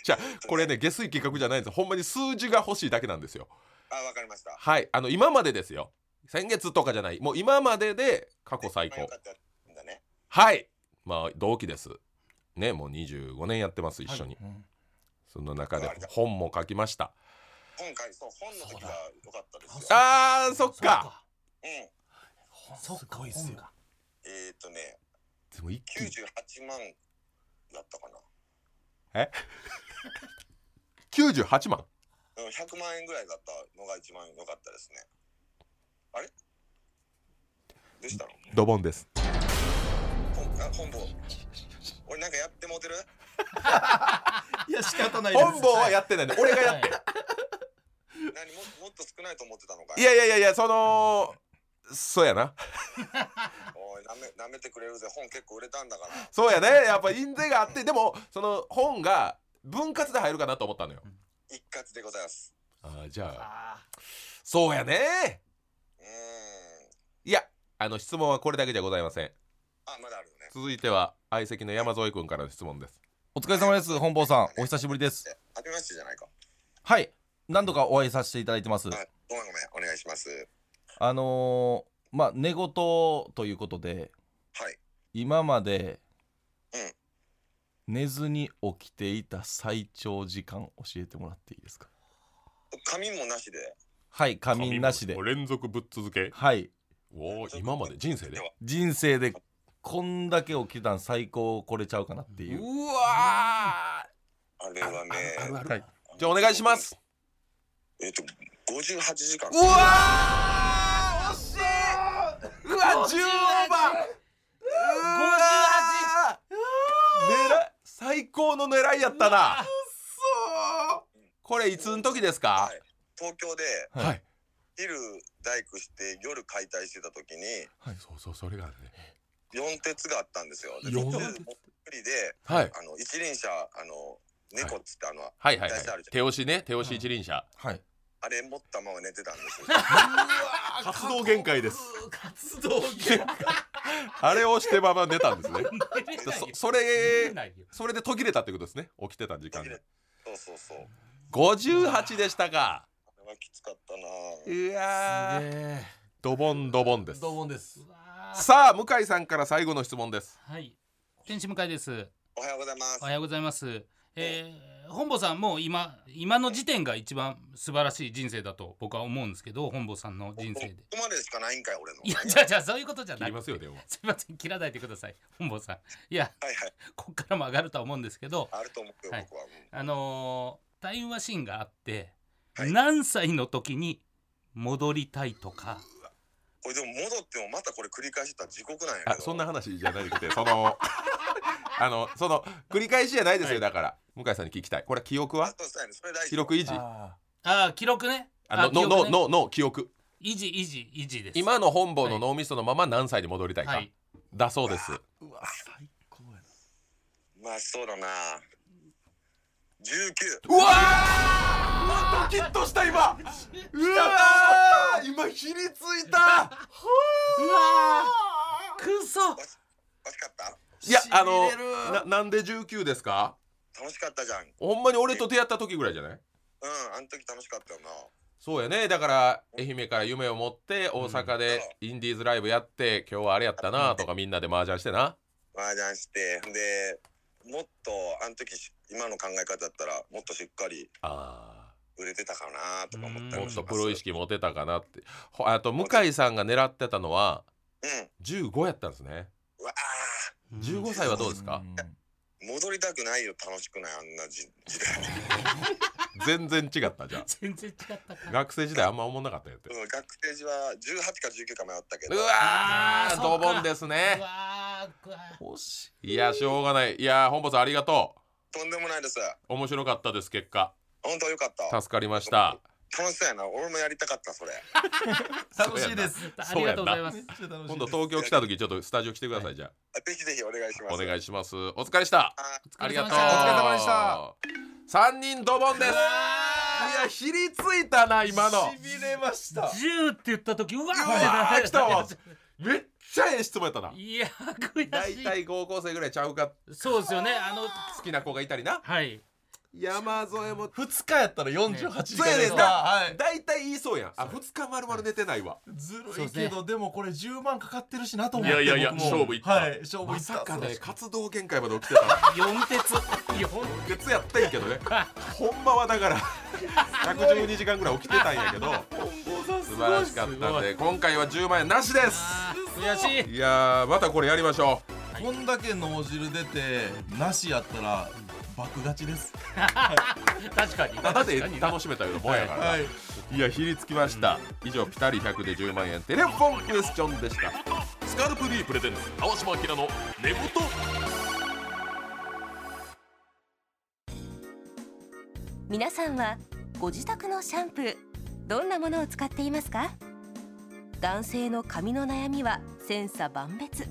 [SPEAKER 1] じゃあこれね下水企画じゃないんですほんまに数字が欲しいだけなんですよ
[SPEAKER 7] あ、わかりました。
[SPEAKER 1] はいあの今までですよ先月とかじゃないもう今までで過去最
[SPEAKER 7] まあよ
[SPEAKER 1] 高
[SPEAKER 7] かったんだね。
[SPEAKER 1] はいまあ同期ですねもう25年やってます一緒に、
[SPEAKER 3] うん
[SPEAKER 1] その中で本も書きました
[SPEAKER 7] 本書いそう本の時は良かったですよ。
[SPEAKER 1] あーそっか
[SPEAKER 7] うん。
[SPEAKER 2] そうかそっか
[SPEAKER 3] ごいっすよ
[SPEAKER 2] 本が
[SPEAKER 7] えっ、ー、とね、
[SPEAKER 1] でも一気
[SPEAKER 7] 九
[SPEAKER 1] に
[SPEAKER 7] 十八万だったかな。
[SPEAKER 1] 98万
[SPEAKER 7] うん、百万円ぐらいだったのが一番良かったですね。あれ？どうしたの？
[SPEAKER 1] ドボンです
[SPEAKER 7] 本あ本部。俺なんかやってモテる？
[SPEAKER 3] いや仕方ないです
[SPEAKER 1] 本坊はやってないんで俺がやって
[SPEAKER 7] 何ももっと少ないと思ってたのか
[SPEAKER 1] いやいやいやいやそのそうやな
[SPEAKER 7] おいなめなめてくれるぜ。本結構売れたんだから。
[SPEAKER 1] そうやねやっぱ印税があってでもその本が分割で入るかなと思ったのよ
[SPEAKER 7] 一括でございます。
[SPEAKER 1] あーじゃあ
[SPEAKER 2] あ
[SPEAKER 1] そうやね
[SPEAKER 7] うーん。
[SPEAKER 1] いやあの質問はこれだけじゃございません
[SPEAKER 7] あまだあるよね。
[SPEAKER 1] 続いては相席の山添君からの質問です
[SPEAKER 3] お疲れ様です本坊さんお久しぶりです
[SPEAKER 7] え初めましてじゃないか。
[SPEAKER 3] はい何度かお会いさせていただいてます
[SPEAKER 7] はい。ごめんごめん。お願いします。
[SPEAKER 3] あのー、まあ寝言ということで
[SPEAKER 7] はい。
[SPEAKER 3] 今まで
[SPEAKER 7] うん
[SPEAKER 3] 寝ずに起きていた最長時間教えてもらっていいですか
[SPEAKER 7] 髪もなしで。
[SPEAKER 3] はい仮眠なしで
[SPEAKER 1] 連続ぶっ続け
[SPEAKER 3] はい
[SPEAKER 1] おお今まで人生で
[SPEAKER 7] では
[SPEAKER 3] 人生でこんだけ起きたん最高これちゃうかなっていう
[SPEAKER 1] わ
[SPEAKER 7] あれはね。
[SPEAKER 1] あるある、
[SPEAKER 4] はい
[SPEAKER 1] じゃあお願いします
[SPEAKER 7] えっと、58時間。
[SPEAKER 3] うわー惜しいうわ10オーバー
[SPEAKER 1] 狙い最高の狙いやったなこれいつの時ですか
[SPEAKER 7] はい東京で
[SPEAKER 3] はい
[SPEAKER 1] い
[SPEAKER 7] 昼大工して夜解体してた時に
[SPEAKER 1] そうそうそれがね
[SPEAKER 7] 四鉄があったんですよ。で
[SPEAKER 1] 四
[SPEAKER 7] 途
[SPEAKER 1] 鉄
[SPEAKER 7] 中でもう一人で
[SPEAKER 1] はい
[SPEAKER 7] あの一輪車あの猫っつってあの、
[SPEAKER 1] はいはいはい
[SPEAKER 7] 大体あるじゃん
[SPEAKER 1] 手押しね手押し一輪車
[SPEAKER 3] はい
[SPEAKER 7] あれ持ったまま寝てたんですよ。
[SPEAKER 1] 活動限界です
[SPEAKER 2] 活動限界
[SPEAKER 1] あれをしてまま出たんです ね
[SPEAKER 2] 寝れないよ
[SPEAKER 1] そそ
[SPEAKER 2] 寝
[SPEAKER 1] れ
[SPEAKER 2] れないよ
[SPEAKER 1] それで途切れたってことですね起きてた時間
[SPEAKER 7] 途切
[SPEAKER 1] が
[SPEAKER 7] れそうそうそう。
[SPEAKER 1] 58でしたか
[SPEAKER 7] あれはきつかったなぁ。
[SPEAKER 1] うわー
[SPEAKER 4] え
[SPEAKER 1] ドボンドボンです
[SPEAKER 4] どうもです
[SPEAKER 2] うわー
[SPEAKER 1] さあ向井さんから最後の質問です
[SPEAKER 2] はい天使向井です
[SPEAKER 7] おはようございます。
[SPEAKER 2] おはようございます。えー本坊さんもう今今の時点が一番素晴らしい人生だと僕は思うんですけど本坊さんの人生で
[SPEAKER 7] こ。こまでしかないんかい俺の。
[SPEAKER 2] いや
[SPEAKER 7] はい
[SPEAKER 2] じゃあじゃあそういうことじゃ
[SPEAKER 1] 切
[SPEAKER 2] な
[SPEAKER 1] り
[SPEAKER 2] い。
[SPEAKER 1] ますよ電話
[SPEAKER 2] すいません切らないでください本坊さん。いや
[SPEAKER 7] はい。
[SPEAKER 2] こっからも上がるとは思うんですけど
[SPEAKER 7] あると思うよ、
[SPEAKER 2] はい
[SPEAKER 7] 僕は。うん
[SPEAKER 2] あのータイムマシンがあって、
[SPEAKER 7] はい
[SPEAKER 2] 何歳の時に戻りたいとか
[SPEAKER 7] これでも戻ってもまたこれ繰り返してたら地獄なんやけ
[SPEAKER 1] あ
[SPEAKER 7] ど。
[SPEAKER 1] そんな話じゃなくてその あのその繰り返しじゃないですよだから向井さんに聞きたいこれ記憶
[SPEAKER 7] あ
[SPEAKER 1] は
[SPEAKER 7] そうですねそれ大事。
[SPEAKER 1] 記録維持
[SPEAKER 3] あ
[SPEAKER 2] ああ記録ね
[SPEAKER 1] あの
[SPEAKER 2] 記
[SPEAKER 1] の
[SPEAKER 2] 憶ね
[SPEAKER 1] ののの記憶
[SPEAKER 2] 維持維持維持です。
[SPEAKER 1] 今の本坊の脳みそのまま何歳に戻りたいか、
[SPEAKER 2] はい
[SPEAKER 1] だそうです
[SPEAKER 3] ーうわ最高や
[SPEAKER 7] まあそうだな。19。
[SPEAKER 1] うわードキッとした今うわー今ひりついた
[SPEAKER 2] くそ
[SPEAKER 7] 楽しかった
[SPEAKER 1] いやあのななんで19ですか
[SPEAKER 7] 楽しかったじゃん。うん、
[SPEAKER 1] ほんまに俺と出会った時ぐらいじゃない
[SPEAKER 7] あの時楽しかったよな。
[SPEAKER 1] そうやねだから愛媛から夢を持って大阪でインディーズライブやって今日はあれやったなとかみんなで麻雀してな
[SPEAKER 7] 麻雀して。で、もっとあの時し今の考え方だったらもっとしっかり
[SPEAKER 1] あ
[SPEAKER 7] 売れてたかなとか思っ
[SPEAKER 1] ー
[SPEAKER 7] た
[SPEAKER 1] も
[SPEAKER 7] り
[SPEAKER 1] っ
[SPEAKER 7] し
[SPEAKER 1] と
[SPEAKER 7] ます
[SPEAKER 1] プロ意識持てたかなってほあと向井さんが狙ってたのは
[SPEAKER 7] うん。
[SPEAKER 1] 15やったんですね
[SPEAKER 7] うわ
[SPEAKER 1] 15歳はどうですか
[SPEAKER 7] ー戻りたくないよ、楽しくない、あんなじ時代。
[SPEAKER 1] 全然違ったじゃ
[SPEAKER 2] 全然違った
[SPEAKER 1] あ
[SPEAKER 2] か。
[SPEAKER 1] 学生時代あんま思んなかったよ って
[SPEAKER 7] うん、学生時は18か19か迷ったけ
[SPEAKER 1] う
[SPEAKER 7] ど。
[SPEAKER 1] わ
[SPEAKER 2] あー
[SPEAKER 1] ー
[SPEAKER 2] そ
[SPEAKER 1] ド
[SPEAKER 2] っか
[SPEAKER 1] ボンです
[SPEAKER 2] う
[SPEAKER 1] ね
[SPEAKER 2] わーうわー
[SPEAKER 3] 欲し
[SPEAKER 1] いやしょうがないいや本坊さんありがと
[SPEAKER 7] とんでもないです。
[SPEAKER 1] う面白かったです結果
[SPEAKER 7] 本当よかった。
[SPEAKER 1] 助かりました
[SPEAKER 7] 楽しそうやな。俺もやりたかった、それ。
[SPEAKER 3] い楽しいです
[SPEAKER 2] ありがとうございます
[SPEAKER 3] めっ。ちゃ楽しい
[SPEAKER 1] 今度東京来た時ちょっとスタジオ来てくださいじゃ
[SPEAKER 7] ぜひぜひお願いしま
[SPEAKER 1] あ
[SPEAKER 7] す。
[SPEAKER 1] お願いしますお疲れした
[SPEAKER 7] あ
[SPEAKER 2] お疲
[SPEAKER 1] あり
[SPEAKER 2] れ
[SPEAKER 1] が
[SPEAKER 2] 様
[SPEAKER 1] と
[SPEAKER 2] で
[SPEAKER 1] う
[SPEAKER 2] した
[SPEAKER 3] 様でした
[SPEAKER 1] 三人ドボンですいやひりついたな今の
[SPEAKER 3] しびれました
[SPEAKER 2] 10って言った時うわ
[SPEAKER 1] うわー
[SPEAKER 2] ー
[SPEAKER 1] 来たわめっちゃええ質問やったない
[SPEAKER 2] やー悔
[SPEAKER 1] 大
[SPEAKER 2] しい
[SPEAKER 1] 体高校生ぐらいちゃうか
[SPEAKER 2] そうですよねあの
[SPEAKER 1] 好きな子がいたりな
[SPEAKER 2] はい
[SPEAKER 1] 山添も
[SPEAKER 3] 2日やったら48時
[SPEAKER 1] そうや
[SPEAKER 3] 間
[SPEAKER 1] ね
[SPEAKER 3] で
[SPEAKER 1] ん
[SPEAKER 3] す
[SPEAKER 1] な
[SPEAKER 3] かはい
[SPEAKER 1] 大体言いそうやんあ二日まるまる寝てないわ
[SPEAKER 2] そ
[SPEAKER 3] ずる
[SPEAKER 2] うで
[SPEAKER 3] い
[SPEAKER 2] すね
[SPEAKER 3] けどでもこれ10万かかってるしなと思って
[SPEAKER 1] いやいやいや
[SPEAKER 3] 僕も
[SPEAKER 1] 勝負いった
[SPEAKER 3] はい勝負い
[SPEAKER 1] ま
[SPEAKER 3] った
[SPEAKER 1] さかね
[SPEAKER 3] そうそう
[SPEAKER 1] 活動限界まで起きてた
[SPEAKER 2] 4鉄4
[SPEAKER 1] 月やったんやけどねほんまはだから112時間ぐらい起きてたんやけど素晴らしかったんで今回は10万円なしです
[SPEAKER 2] 悔しい
[SPEAKER 1] いやーまたこれやりましょう
[SPEAKER 3] こんだけ脳汁出てなしやったら爆勝ちです
[SPEAKER 2] 確かに
[SPEAKER 1] ただで
[SPEAKER 2] 確かに
[SPEAKER 1] 楽しめたようなもんやからな、
[SPEAKER 3] はい
[SPEAKER 1] いや、ひりつきました。以上、ピタリ100で10万円テレフォンクエスチョンでした。スカルプ D プレゼンツ、川島明の寝言。
[SPEAKER 5] 皆さんはご自宅のシャンプーどんなものを使っていますか男性の髪の悩みは千差万別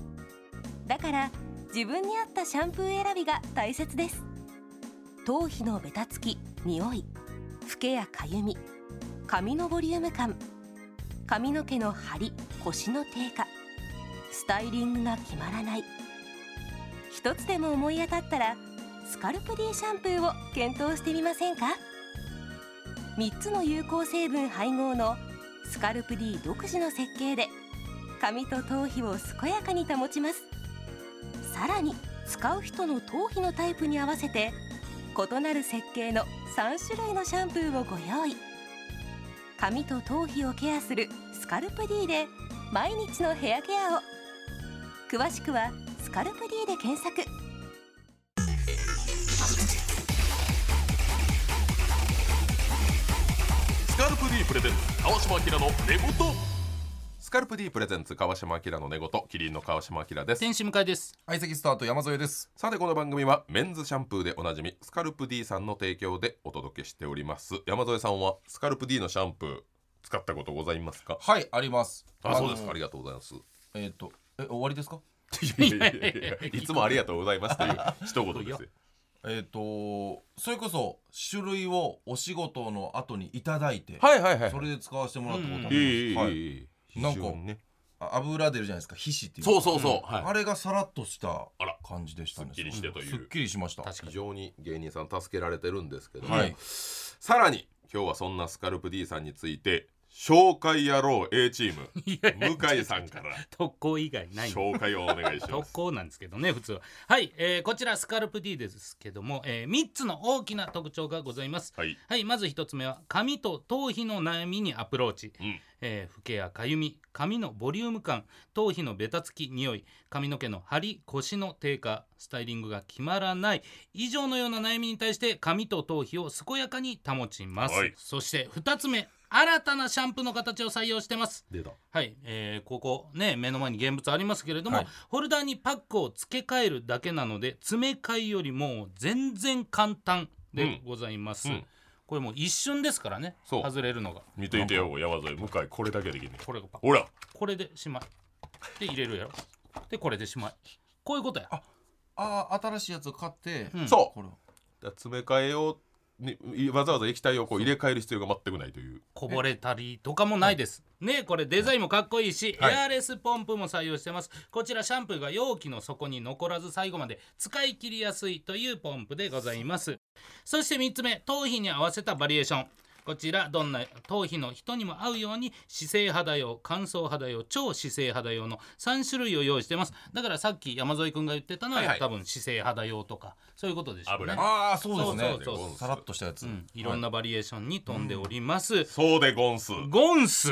[SPEAKER 5] だから自分に合ったシャンプー選びが大切です頭皮のベタつき、匂い、フけやかゆみ、髪のボリューム感髪の毛の張り、腰の低下スタイリングが決まらない一つでも思い当たったらスカルプ D シャンプーを検討してみませんか3つの有効成分配合のスカルプ D 独自の設計で髪と頭皮を健やかに保ちますさらに使う人の頭皮のタイプに合わせて異なる設計の3種類のシャンプーをご用意髪と頭皮をケアするスカルプ D で毎日のヘアケアを詳しくは「スカルプ D」で検索
[SPEAKER 1] スカルプ D プレゼンツ川島明の寝言スカルプ D プレゼンツ川島明の寝言キリンの川島明です
[SPEAKER 2] 天使迎えです
[SPEAKER 3] 相席スタート山添です
[SPEAKER 1] さてこの番組はメンズシャンプーでおなじみスカルプ D さんの提供でお届けしております山添さんはスカルプ D のシャンプー使ったことございますか
[SPEAKER 3] はいあります
[SPEAKER 1] あそうです
[SPEAKER 3] の
[SPEAKER 1] かありがとうございます
[SPEAKER 3] えっ、とえ終わりですか
[SPEAKER 1] いやいやいやいやいつもありがとうございますという一言ですよ
[SPEAKER 3] えっ、とそれこそ種類をお仕事の後にいただいて、
[SPEAKER 1] はいはいはい
[SPEAKER 3] それで使わせてもらったことあります、
[SPEAKER 1] いいいいいい
[SPEAKER 3] はい
[SPEAKER 1] いい非
[SPEAKER 3] なんか
[SPEAKER 1] 常にね
[SPEAKER 3] あ油出るじゃないですか皮脂っていう
[SPEAKER 1] そうそうそう、はい
[SPEAKER 3] あれがさらっとした
[SPEAKER 1] あら
[SPEAKER 3] 感じでしたね
[SPEAKER 1] すっきりしてという
[SPEAKER 3] すっきりしました
[SPEAKER 1] 非常に芸人さん助けられてるんですけども、
[SPEAKER 3] はい
[SPEAKER 1] さらに今日はそんなスカルプ D さんについて紹介野郎 A チーム向井さんから
[SPEAKER 2] 特攻以外ないんで
[SPEAKER 1] 紹介をお願いしま
[SPEAKER 2] 特
[SPEAKER 1] す
[SPEAKER 2] 攻なんですけどね普通ははい、えーこちらスカルプ D ですけども、え3つの大きな特徴がございます
[SPEAKER 1] はい
[SPEAKER 2] はいまず1つ目は髪と頭皮の悩みにアプローチ、
[SPEAKER 1] うん
[SPEAKER 2] えー、フケやかゆみ髪のボリューム感頭皮のベタつき匂い髪の毛の張り腰の低下スタイリングが決まらない以上のような悩みに対して髪と頭皮を健やかに保ちます、
[SPEAKER 1] はい
[SPEAKER 2] そして2つ目新たなシャンプーの形を採用してます
[SPEAKER 1] 出た
[SPEAKER 2] はい、えーここね目の前に現物ありますけれども、ホルダーにパックを付け替えるだけなので詰め替えよりも全然簡単でございます、
[SPEAKER 1] うんうん
[SPEAKER 2] これもう一瞬ですからね
[SPEAKER 1] そう
[SPEAKER 2] 外れるのが
[SPEAKER 1] 見ていてよ山添向井これだけできんねん
[SPEAKER 2] これがパッ
[SPEAKER 1] ほら
[SPEAKER 2] これでしまいで入れるやろでこれでしまいこういうことや
[SPEAKER 3] ああ新しいやつを買って、
[SPEAKER 2] うん
[SPEAKER 1] そ
[SPEAKER 3] これを
[SPEAKER 1] う詰め替えをにわざわざ液体をこう入れ替える必要が全くないという
[SPEAKER 2] こぼれたりとかもないです。ねこれデザインもかっこいいし、
[SPEAKER 1] はい
[SPEAKER 2] エアレスポンプも採用してます。こちらシャンプーが容器の底に残らず最後まで使い切りやすいというポンプでございます。そして3つ目、頭皮に合わせたバリエーション。こちらどんな頭皮の人にも合うように姿勢肌用乾燥肌用超姿勢肌用の3種類を用意してますだからさっき山添君が言ってたのは、
[SPEAKER 1] はいはい
[SPEAKER 2] 多分姿勢肌用とかそういうことでしょうね
[SPEAKER 1] 油
[SPEAKER 3] ああそうですね
[SPEAKER 2] そうそうそう
[SPEAKER 3] さらっとしたや
[SPEAKER 2] う
[SPEAKER 3] つ、
[SPEAKER 2] んいろんなバリエーションに富んでおります、
[SPEAKER 1] そうでゴンス
[SPEAKER 2] ゴンス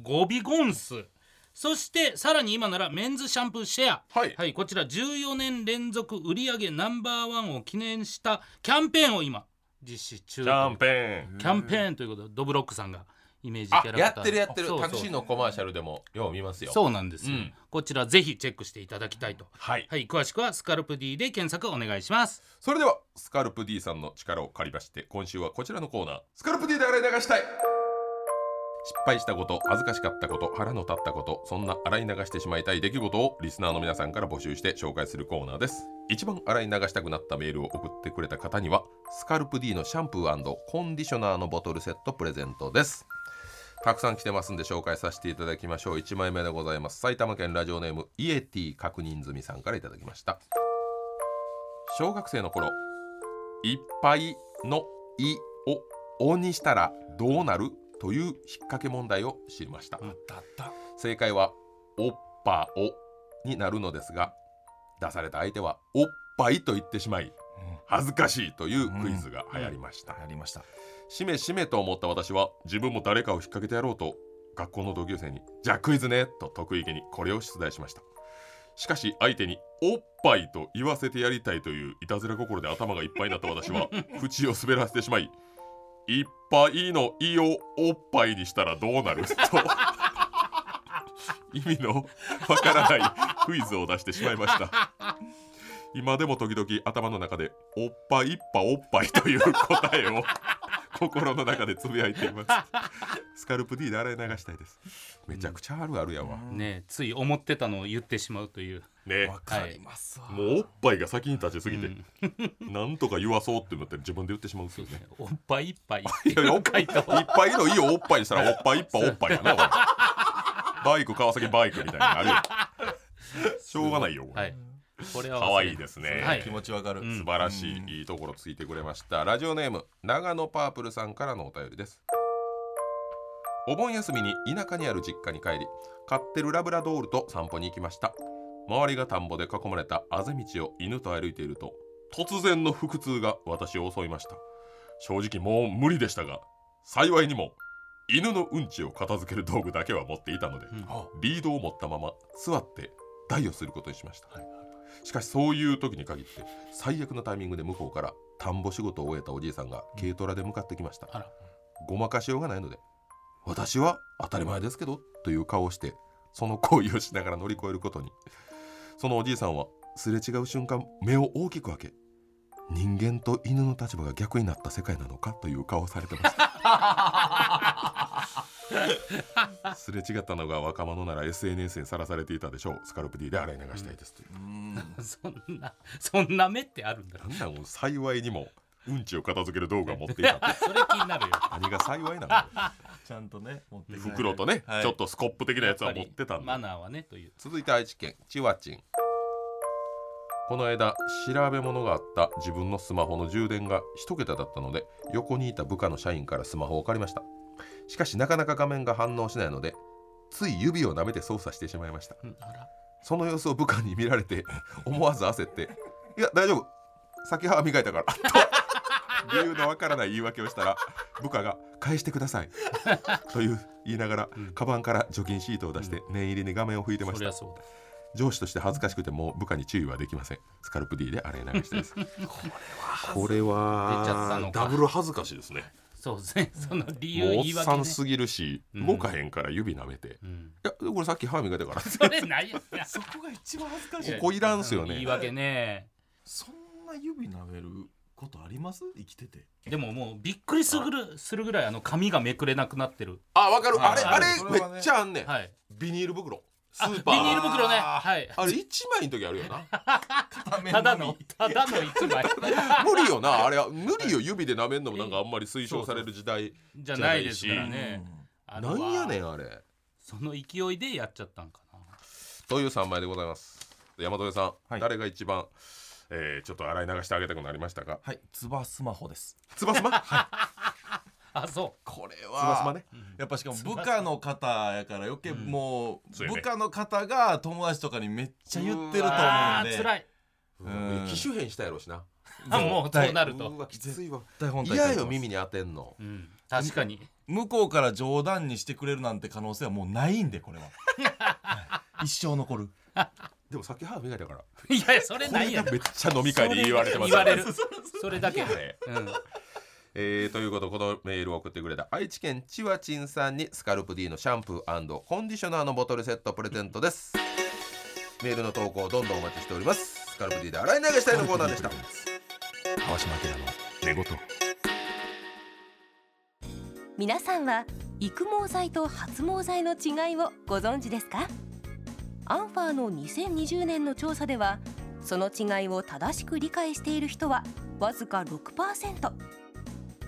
[SPEAKER 2] ゴビゴンスそしてさらに今ならメンズシャンプーシェア
[SPEAKER 1] はい
[SPEAKER 2] こちら14年連続売り上げナンバーワンを記念したキャンペーンを今実施中
[SPEAKER 1] キャンペーン
[SPEAKER 2] キャンペーンということでドブロックさんがイメージキャラクターそうそう
[SPEAKER 1] のコマーシャルでもよう見ます
[SPEAKER 2] そうなんですよ、
[SPEAKER 1] うん
[SPEAKER 2] こちらぜひチェックしていただきたいと
[SPEAKER 1] はい
[SPEAKER 2] はい詳しくはスカルプ D で検索お願いします
[SPEAKER 1] それではスカルプ D さんの力を借りまして今週はこちらのコーナースカルプ D で洗い流したい失敗したこと恥ずかしかったこと腹の立ったことそんな洗い流してしまいたい出来事をリスナーの皆さんから募集して紹介するコーナーです一番洗い流したくなったメールを送ってくれた方にはスカルプ D のシャンプーコンディショナーのボトルセットプレゼントですたくさん来てますんで紹介させていただきましょう1枚目でございます埼玉県ラジオネームイエティ確認済みさんからいただきました小学生の頃いっぱいの「い」を「お」にしたらどうなるという引っ掛け問題を知りました正解は「おっぱお」になるのですが出された相手は「おっぱい」と言ってしまい恥ずかしいというクイズが流行りました、
[SPEAKER 3] やりました
[SPEAKER 1] しめしめと思った私は自分も誰かを引っ掛けてやろうと学校の同級生に「じゃあクイズね」と得意げにこれを出題しましたしかし相手に「おっぱい」と言わせてやりたいといういたずら心で頭がいっぱいになった私は口を滑らせてしまい「いっぱいの「い」を「おっぱい」にしたらどうなると意味のわからないクイズを出してしまいました今でも時々頭の中で「おっぱいいっぱおっぱい」という答えを心の中でつぶやいていますスカルプ D で洗い流したいですめちゃくちゃあるあるやわ、
[SPEAKER 2] ねつい思ってたのを言ってしまうという
[SPEAKER 1] ね
[SPEAKER 3] わかりますわ、
[SPEAKER 1] もうおっぱいが先に立ちすぎて、なんとか言わそうって思って自分で言ってしまうんですよね
[SPEAKER 2] おっぱいいっぱい
[SPEAKER 1] いやいやおっぱいいっぱいのいいよおっぱいにしたらおっぱいいっぱいおっぱいやなおいバイク川崎バイクみたいなのあるよしょうがないよ、これ
[SPEAKER 2] はいこれは忘れ
[SPEAKER 1] 可愛いですね、
[SPEAKER 2] はい
[SPEAKER 3] 気持ちわかる、
[SPEAKER 2] うん
[SPEAKER 1] 素晴らしいいいところついてくれました、ラジオネーム長野パープルさんからのお便りですお盆休みに田舎にある実家に帰り飼ってるラブラドールと散歩に行きました周りが田んぼで囲まれたあぜ道を犬と歩いていると突然の腹痛が私を襲いました正直もう無理でしたが幸いにも犬のうんちを片付ける道具だけは持っていたので、
[SPEAKER 2] うん
[SPEAKER 1] リードを持ったまま座って台をすることにしました、しかしそういう時に限って最悪のタイミングで向こうから田んぼ仕事を終えたおじいさんが軽トラで向かってきました、
[SPEAKER 2] あら
[SPEAKER 1] ごまかしようがないので私は当たり前ですけどという顔をしてその行為をしながら乗り越えることにそのおじいさんはすれ違う瞬間目を大きく開け人間と犬の立場が逆になった世界なのかという顔をされてましたすれ違ったのが若者なら SNS にさらされていたでしょうスカルプ D で洗い流したいですという、
[SPEAKER 3] うん
[SPEAKER 2] そんなそんな目ってあるんだ
[SPEAKER 1] なんだもう幸いにもうんちを片付ける道具は持ってい たって
[SPEAKER 2] それ気になるよ
[SPEAKER 1] 何が幸いな
[SPEAKER 3] ちゃんとね持って
[SPEAKER 1] の
[SPEAKER 3] きて
[SPEAKER 1] 袋とね、
[SPEAKER 3] はい
[SPEAKER 1] ちょっとスコップ的なやつは持ってたん
[SPEAKER 2] マ
[SPEAKER 1] だ
[SPEAKER 2] ナーはねという
[SPEAKER 1] 続いて愛知県ちわちんこの間調べ物があった自分のスマホの充電が1桁だったので横にいた部下の社員からスマホを借りましたしかしなかなか画面が反応しないのでつい指を舐めて操作してしまいました
[SPEAKER 2] うんあら
[SPEAKER 1] その様子を部下に見られて 思わず焦って「いや大丈夫先は磨いたから」と理由のわからない言い訳をしたら部下が「返してください」という言いながら、カバンから除菌シートを出して念入りに画面を拭いてま
[SPEAKER 2] そ
[SPEAKER 1] し
[SPEAKER 2] り
[SPEAKER 1] た
[SPEAKER 2] ゃそうだ
[SPEAKER 1] 上司として恥ずかしくてもう部下に注意はできませんスカルプ D で洗い流したいですこれ
[SPEAKER 2] 出ちゃったの
[SPEAKER 1] は
[SPEAKER 2] か
[SPEAKER 1] ダブル恥ずかしいですね
[SPEAKER 2] そうですねその理
[SPEAKER 1] も
[SPEAKER 2] 由
[SPEAKER 1] うお
[SPEAKER 2] 言い
[SPEAKER 1] っさ
[SPEAKER 2] 訳ね
[SPEAKER 1] んすぎるし
[SPEAKER 2] うん
[SPEAKER 1] 動かへんから指舐めて「
[SPEAKER 2] うん
[SPEAKER 1] いやこれさっき歯磨いたから」
[SPEAKER 2] それないやつや
[SPEAKER 3] そこが一番恥ずかしい
[SPEAKER 2] いや
[SPEAKER 1] ここいらんすよね
[SPEAKER 2] 言い訳ね
[SPEAKER 3] そんな指舐めることあります生きてて
[SPEAKER 2] でももうびっくりするするぐらいあの髪がめくれなくなってる
[SPEAKER 1] あわかるあれ
[SPEAKER 3] はい
[SPEAKER 1] あれ
[SPEAKER 3] そ
[SPEAKER 1] め
[SPEAKER 3] れはね
[SPEAKER 1] っちゃあんねん
[SPEAKER 2] はい
[SPEAKER 1] ビニール袋ス
[SPEAKER 2] あビ
[SPEAKER 1] ー
[SPEAKER 2] ニ
[SPEAKER 1] パー
[SPEAKER 2] ール袋ねはい
[SPEAKER 1] あれ一枚の時あるよな
[SPEAKER 2] ただのただの一枚
[SPEAKER 1] 無理よなあれは無理よ指で舐めんのもなんかあんまり推奨される時代
[SPEAKER 2] じゃないですからねあれ
[SPEAKER 1] な
[SPEAKER 2] は
[SPEAKER 1] んやねんあれ
[SPEAKER 2] その勢いでやっちゃったんかな
[SPEAKER 1] という三枚でございます山添さん、
[SPEAKER 3] はい
[SPEAKER 1] 誰が一番えー、ちょっと洗い流してあげたくなりましたか
[SPEAKER 3] はいつばスマホです
[SPEAKER 1] つ ばすまつ
[SPEAKER 2] あそう
[SPEAKER 3] これ
[SPEAKER 1] ばすまね
[SPEAKER 3] やっぱしかも部下の方やから余計
[SPEAKER 2] うん
[SPEAKER 3] もう
[SPEAKER 1] そうやね
[SPEAKER 3] 部下の方が友達とかにめっちゃ言ってると思うん
[SPEAKER 2] あ
[SPEAKER 3] で
[SPEAKER 2] ー辛い
[SPEAKER 3] うん
[SPEAKER 1] 機種変したやろうしな
[SPEAKER 2] あもうそうなると
[SPEAKER 1] うわきついわ
[SPEAKER 3] 絶対本体
[SPEAKER 1] 嫌よ耳に当てんの
[SPEAKER 2] うん確かに
[SPEAKER 3] 向こうから冗談にしてくれるなんて可能性はもうないんでこれははい一生残る
[SPEAKER 1] でもさっき歯磨いたからこ
[SPEAKER 2] いやいやそれない
[SPEAKER 1] れ
[SPEAKER 2] や
[SPEAKER 1] が
[SPEAKER 2] ろ
[SPEAKER 1] めっちゃ飲み会で言われてます
[SPEAKER 2] 言われる それだけ
[SPEAKER 1] いやあれ
[SPEAKER 2] うん
[SPEAKER 1] えー、ということこのメールを送ってくれた愛知県ちわちんさんにスカルプ D のシャンプーコンディショナーのボトルセットプレゼントですメールの投稿どんどんお待ちしておりますスカルプ D で洗い流したいのコーナーでした
[SPEAKER 4] 川島明の寝言
[SPEAKER 5] 皆さんは育毛剤と発毛剤の違いをご存知ですかアンファーの2020年の調査ではその違いを正しく理解している人はわずか6%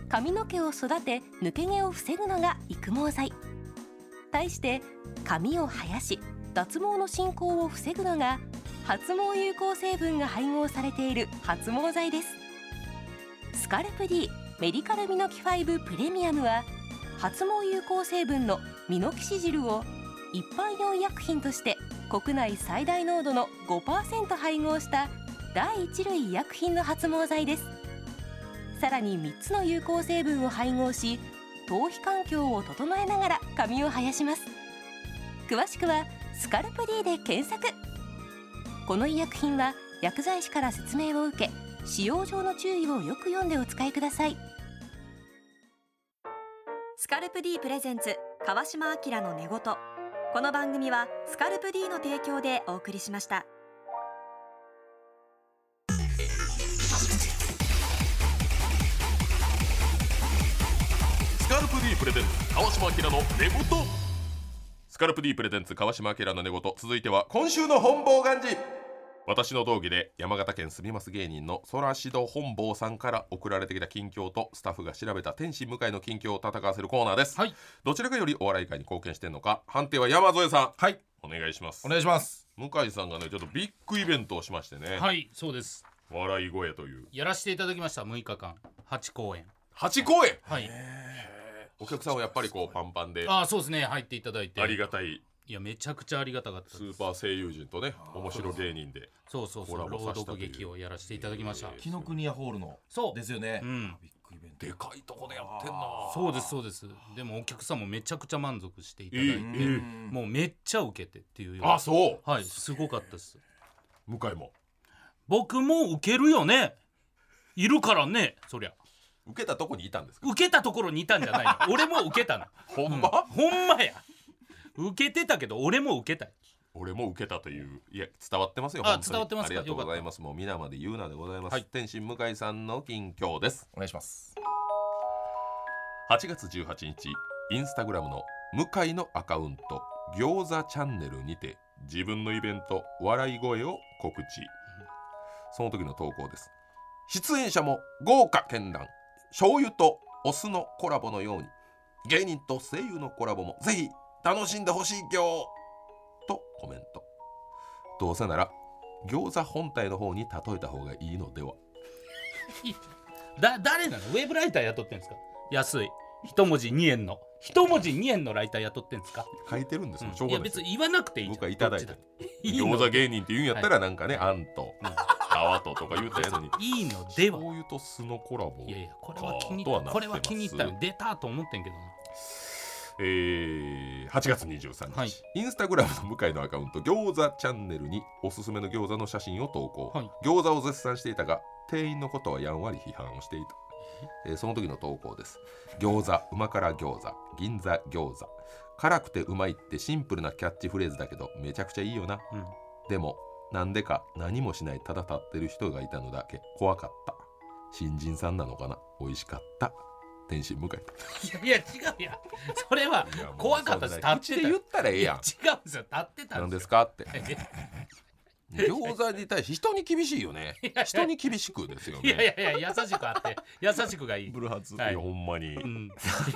[SPEAKER 5] 髪の毛を育て抜け毛を防ぐのが育毛剤対して髪を生やし脱毛の進行を防ぐのが発毛有効成分が配合されている発毛剤ですスカルプ D メディカルミノキ5プレミアムは発毛有効成分のミノキシジルを一般用医薬品として国内最大濃度の5%配合した第一類医薬品の発毛剤ですさらに3つの有効成分を配合し頭皮環境を整えながら髪を生やします詳しくは「スカルプ D」で検索この医薬品は薬剤師から説明を受け使用上の注意をよく読んでお使いください
[SPEAKER 8] スカルプ D プレゼンツ川島明の寝言この番組はスカルプ D の提供でお送りしました
[SPEAKER 1] スカルプ D プレゼンツ川島明の寝言スカルプ D プレゼンツ川島明の寝言続いては今週の本望願寺私の同期で山形県住みます芸人のソラシド本坊さんから送られてきた近況とスタッフが調べた天使向井の近況を戦わせるコーナーです、
[SPEAKER 2] はい
[SPEAKER 1] どちらかよりお笑い界に貢献してんのか判定は山添さん
[SPEAKER 3] はい
[SPEAKER 1] お願いします
[SPEAKER 3] お願いします
[SPEAKER 1] 向井さんがねちょっとビッグイベントをしましてね、
[SPEAKER 2] はいそうです
[SPEAKER 1] 笑い声という
[SPEAKER 2] やらせていただきました6日間8公演
[SPEAKER 1] 8公演
[SPEAKER 2] はい
[SPEAKER 1] お客さんはやっぱりこうパンパンであ
[SPEAKER 2] ああそうですね入っていただいて
[SPEAKER 1] りがたい
[SPEAKER 2] いやめちゃくちゃありがたかったです
[SPEAKER 1] スーパー声優陣とね面白芸人で
[SPEAKER 2] そうそうそ
[SPEAKER 1] コ
[SPEAKER 2] う
[SPEAKER 1] ラボ
[SPEAKER 2] 朗
[SPEAKER 1] させた
[SPEAKER 2] 読
[SPEAKER 1] という
[SPEAKER 2] 劇をやらせていただきました、
[SPEAKER 3] 紀ノ国屋ホールの
[SPEAKER 2] そう
[SPEAKER 3] ですよね、
[SPEAKER 2] うん
[SPEAKER 3] ビッグイベント
[SPEAKER 1] でかいとこでやってんな
[SPEAKER 2] そうですそうですでもお客さんもめちゃくちゃ満足していただいて、
[SPEAKER 1] ええ
[SPEAKER 3] うん
[SPEAKER 2] もうめっちゃ受けてっていうような
[SPEAKER 1] あそう
[SPEAKER 2] はいすごかったです
[SPEAKER 1] 向井も
[SPEAKER 2] 僕も受けるよねいるからねそりゃ
[SPEAKER 1] 受けたとこにいたんですか
[SPEAKER 2] 受けたところにいたんじゃない の俺も受けたの
[SPEAKER 1] ほんま、
[SPEAKER 2] ほんまや受けてたけど俺も受けたよ
[SPEAKER 1] 俺も受けたといういや伝わってますよ
[SPEAKER 2] あ
[SPEAKER 1] 本当に
[SPEAKER 2] 伝わってますか
[SPEAKER 1] ありがとうございますもう皆まで言うなでございます、
[SPEAKER 2] はい
[SPEAKER 1] 天心向井さんの近況です
[SPEAKER 3] お願いします
[SPEAKER 1] 8月18日インスタグラムの向井のアカウント餃子チャンネルにて自分のイベント笑い声を告知その時の投稿です出演者も豪華絢爛醤油とお酢のコラボのように芸人と声優のコラボもぜひ楽しんでほしいよとコメントどうせなら餃子本体の方に例えた方がいいのでは
[SPEAKER 2] だ誰なのウェブライター雇ってんですか安い一文字2円の一文字2円のライター雇ってんですか、
[SPEAKER 1] 書いてるんですもん、しょ
[SPEAKER 2] う、
[SPEAKER 1] うんが
[SPEAKER 2] いや
[SPEAKER 1] ないです
[SPEAKER 2] 別
[SPEAKER 1] よ
[SPEAKER 2] に言わなくていいじゃん
[SPEAKER 1] 僕はいただい
[SPEAKER 2] ど
[SPEAKER 1] た
[SPEAKER 2] っちいいの
[SPEAKER 1] 餃子芸人って言うんやったらなんかね、あんと、あわととか言うたやのに
[SPEAKER 2] いいの では
[SPEAKER 1] 醤油と酢のコラボ
[SPEAKER 2] いやいやこれは気に
[SPEAKER 1] と
[SPEAKER 2] 入
[SPEAKER 1] は
[SPEAKER 2] っ
[SPEAKER 1] なってます
[SPEAKER 2] たこれは気に入ったよ出たと思ってんけどな
[SPEAKER 1] えー、8月23日、
[SPEAKER 2] はい
[SPEAKER 1] インスタグラムの向井のアカウント餃子チャンネルにおすすめの餃子の写真を投稿、
[SPEAKER 2] はい
[SPEAKER 1] 餃子を絶賛していたが店員のことはやんわり批判をしていた、えーその時の投稿です餃子うま辛餃子銀座餃子辛くてうまいってシンプルなキャッチフレーズだけどめちゃくちゃいいよな、
[SPEAKER 2] うん
[SPEAKER 1] でもなんでか何もしないただ立ってる人がいたのだけ怖かった新人さんなのかな美味しかった天心向井
[SPEAKER 2] いやいや違うやんそれはい
[SPEAKER 1] やもう
[SPEAKER 2] 怖かったです
[SPEAKER 1] そん
[SPEAKER 2] 立
[SPEAKER 1] な口で
[SPEAKER 2] ってたよ
[SPEAKER 1] 言ったらええやん
[SPEAKER 2] 違うんですよ立ってた
[SPEAKER 1] 何
[SPEAKER 2] んで
[SPEAKER 1] ですすかって
[SPEAKER 2] よ
[SPEAKER 1] 餃子に対して人に厳しいよね人に厳しくですよ
[SPEAKER 2] いや
[SPEAKER 1] ね
[SPEAKER 2] いやいや優しくあって優しくがいい、
[SPEAKER 1] ブルハツい
[SPEAKER 2] はい
[SPEAKER 1] やほんまに
[SPEAKER 2] う
[SPEAKER 1] い
[SPEAKER 2] ん、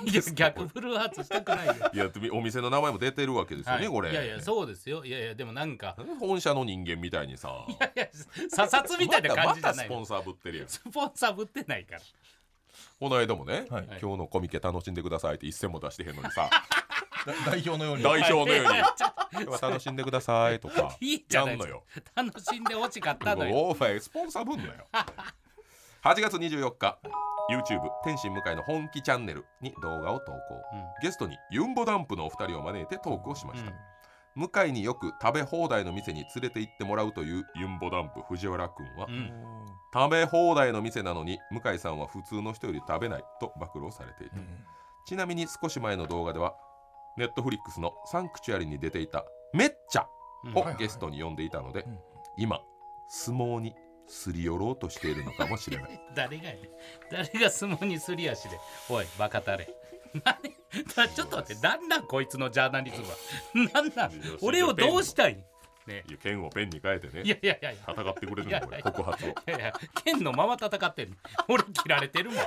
[SPEAKER 2] いや 逆フルハーツしたくないよ
[SPEAKER 1] やお店の名前も出てるわけですよ
[SPEAKER 2] は
[SPEAKER 1] ね
[SPEAKER 2] い
[SPEAKER 1] これ
[SPEAKER 2] いやいやそうですよいやいやでもなんか
[SPEAKER 1] なんで本社の人間みたいにさ
[SPEAKER 2] いや査察みたいな感じじゃ
[SPEAKER 1] またまた
[SPEAKER 2] な
[SPEAKER 1] ス
[SPEAKER 2] い
[SPEAKER 1] ポ
[SPEAKER 2] の
[SPEAKER 1] ンサーぶってるやん
[SPEAKER 2] スポンサーぶってないから
[SPEAKER 1] この間もね
[SPEAKER 3] はい
[SPEAKER 1] 今日のコミケ楽しんでくださいって一銭も出してへんのに さ
[SPEAKER 3] だ 代表のように
[SPEAKER 1] 代表のように
[SPEAKER 2] い やちょっと
[SPEAKER 1] 今日は楽しんでくださいとか
[SPEAKER 2] いいじ
[SPEAKER 1] や
[SPEAKER 2] ゃない
[SPEAKER 1] ん
[SPEAKER 2] で
[SPEAKER 1] の
[SPEAKER 2] すか
[SPEAKER 1] よ
[SPEAKER 2] 楽しんでほしかったのよ
[SPEAKER 1] オーファイスポンサーぶんなよ8月24日 YouTube 天心向井の本気チャンネルに動画を投稿ゲストにユンボダンプのお二人を招いてトークをしま
[SPEAKER 2] うん
[SPEAKER 1] し
[SPEAKER 2] う
[SPEAKER 1] た、
[SPEAKER 2] ん
[SPEAKER 1] 向井によく食べ放題の店に連れて行ってもらうというユンボダンプ藤原くんは、
[SPEAKER 2] うん
[SPEAKER 1] 食べ放題の店なのに向井さんは普通の人より食べないと暴露をされていた、ちなみに少し前の動画ではネットフリックスの「サンクチュアリ」に出ていためっちゃ
[SPEAKER 2] うん
[SPEAKER 1] をゲストに呼んでいたので、
[SPEAKER 3] うん
[SPEAKER 1] 今相撲にすり寄ろうとしているのかもしれない
[SPEAKER 2] 誰がやねん誰が相撲にすり足でおいバカタレ 何 だちょっと待ってなんなんこいつのジャーナリズムは なんなん俺をどうしたいね
[SPEAKER 1] いや剣をペンに変えてね
[SPEAKER 2] いやいやいやいや
[SPEAKER 1] 戦ってくれる
[SPEAKER 2] い
[SPEAKER 1] の
[SPEAKER 2] や
[SPEAKER 1] これ
[SPEAKER 2] いや
[SPEAKER 1] 告発を
[SPEAKER 2] いやいや剣のまま戦ってんの俺切られてるもんぐ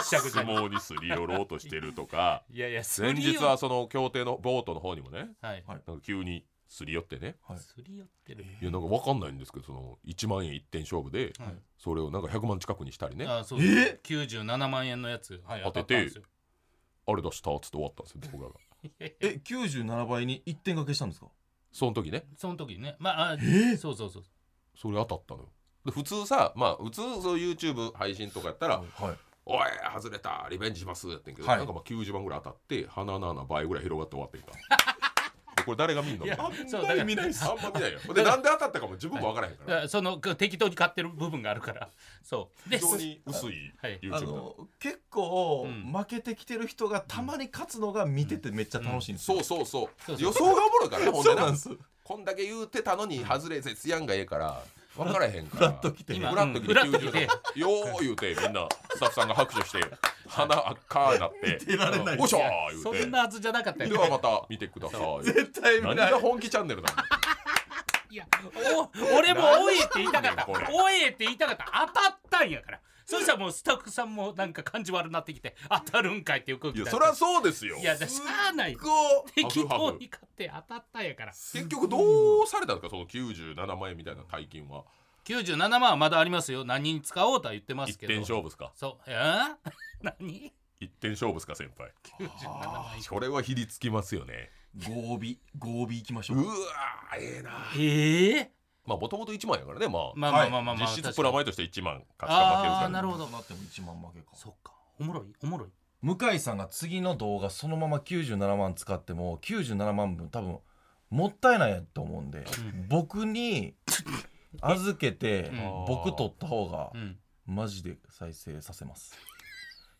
[SPEAKER 2] っしゃぐし
[SPEAKER 1] 相
[SPEAKER 2] ゃに
[SPEAKER 1] 撲にすり寄ろうとしてるとか
[SPEAKER 2] いやいやすり
[SPEAKER 1] 前
[SPEAKER 2] を
[SPEAKER 1] 日はその協定のボートの方にもね
[SPEAKER 2] はい
[SPEAKER 3] は
[SPEAKER 1] なんか急にすり寄ってね
[SPEAKER 2] すり寄ってる
[SPEAKER 1] いやなんか分かんないんですけどその1万円1点勝負で
[SPEAKER 2] はい
[SPEAKER 1] それをなんか100万近くにしたりねあ
[SPEAKER 2] あそうです97万円のやつ、はい、
[SPEAKER 1] 当
[SPEAKER 2] 当
[SPEAKER 1] て
[SPEAKER 2] て
[SPEAKER 1] て
[SPEAKER 2] てんですよ
[SPEAKER 1] れ出したっつって終わったんですよ動画が
[SPEAKER 3] え97倍に1点掛けしたんですか
[SPEAKER 1] その時ね
[SPEAKER 2] その時ねまああ、そうそうそう
[SPEAKER 1] それ当たったのよで普通さまあ普通そう YouTube 配信とかやったら
[SPEAKER 3] はい
[SPEAKER 1] 「おい外れたリベンジします」やってんけど、
[SPEAKER 3] はい
[SPEAKER 1] なんかまあ90万ぐらい当たって鼻の穴倍ぐらい広がって終わってんか でこれ誰が見んのみたいな
[SPEAKER 2] そうだから
[SPEAKER 1] 見ないあんま見ないよでなんで当たったかも自分も分からへんから
[SPEAKER 2] あそのく適当に買ってる部分があるから そうで
[SPEAKER 1] 非常に薄い
[SPEAKER 2] はい
[SPEAKER 1] YouTube
[SPEAKER 3] あ
[SPEAKER 1] だ
[SPEAKER 3] の結構
[SPEAKER 2] うん
[SPEAKER 3] 負けてきてる人がたまに勝つのが見ててめっちゃ楽しいんです
[SPEAKER 1] そ
[SPEAKER 3] よ
[SPEAKER 1] うそうそう
[SPEAKER 2] そうそう
[SPEAKER 1] 予想がおもろいからねほんで
[SPEAKER 3] そうなんです
[SPEAKER 1] こんだけ言うてたのに外れ絶やんがええから分からへんか
[SPEAKER 3] フラ
[SPEAKER 1] ら
[SPEAKER 3] ッと来て
[SPEAKER 2] 今
[SPEAKER 1] フラッと来て
[SPEAKER 2] うんフラッと来て
[SPEAKER 1] 90度よう言うてみんなスタッフさんが拍手して鼻赤になって
[SPEAKER 3] 出られない
[SPEAKER 1] おっしゃー
[SPEAKER 2] そ
[SPEAKER 1] 言
[SPEAKER 2] ん
[SPEAKER 1] う
[SPEAKER 2] なはずじゃなかった
[SPEAKER 1] てで
[SPEAKER 2] よ
[SPEAKER 1] はまた見てください
[SPEAKER 3] 絶対
[SPEAKER 1] 何
[SPEAKER 3] 見ない
[SPEAKER 1] が本気チャンネルなんだ
[SPEAKER 2] いやお俺も「おい」って言いたかった
[SPEAKER 1] なんでこれ
[SPEAKER 2] 「おい」って言いたかった当たったんやからそしたらもうスタッフさんもなんか感じ悪なってきて当たるんかいっていう空
[SPEAKER 1] い
[SPEAKER 2] 気
[SPEAKER 1] や
[SPEAKER 2] だ
[SPEAKER 1] そりゃそうですよ
[SPEAKER 2] いやだしゃあない
[SPEAKER 1] こう
[SPEAKER 2] 適
[SPEAKER 1] ハフハ
[SPEAKER 2] 当
[SPEAKER 1] フ
[SPEAKER 2] に買って当たったんやから
[SPEAKER 1] 結局どうされたんですかその97万円みたいな大金は
[SPEAKER 2] 97万はまだありますよ何に使おうとは言ってま
[SPEAKER 1] 一
[SPEAKER 2] すけど
[SPEAKER 1] 点勝負ですか
[SPEAKER 2] そうえー、 何
[SPEAKER 1] 一点勝負ですか先輩
[SPEAKER 2] 97万円
[SPEAKER 1] それはひりつきますよね
[SPEAKER 3] ご尾ご尾行きましょ
[SPEAKER 1] うわ
[SPEAKER 3] う
[SPEAKER 1] ーええな
[SPEAKER 2] ええ
[SPEAKER 1] まあもともと1万やからねまあ、
[SPEAKER 2] まあまあまあまあ、まあ
[SPEAKER 1] 実質プラマイとして1万勝ちか負ける
[SPEAKER 2] あ
[SPEAKER 1] か
[SPEAKER 2] あーなるほど
[SPEAKER 3] だっても1万負けか
[SPEAKER 2] そっかおもろいおもろい
[SPEAKER 3] 向井さんが次の動画そのまま97万使っても97万分多分もったいないと思うんで、僕に預けて、
[SPEAKER 2] うん
[SPEAKER 3] 僕取った方が
[SPEAKER 2] うん
[SPEAKER 3] マジで再生させます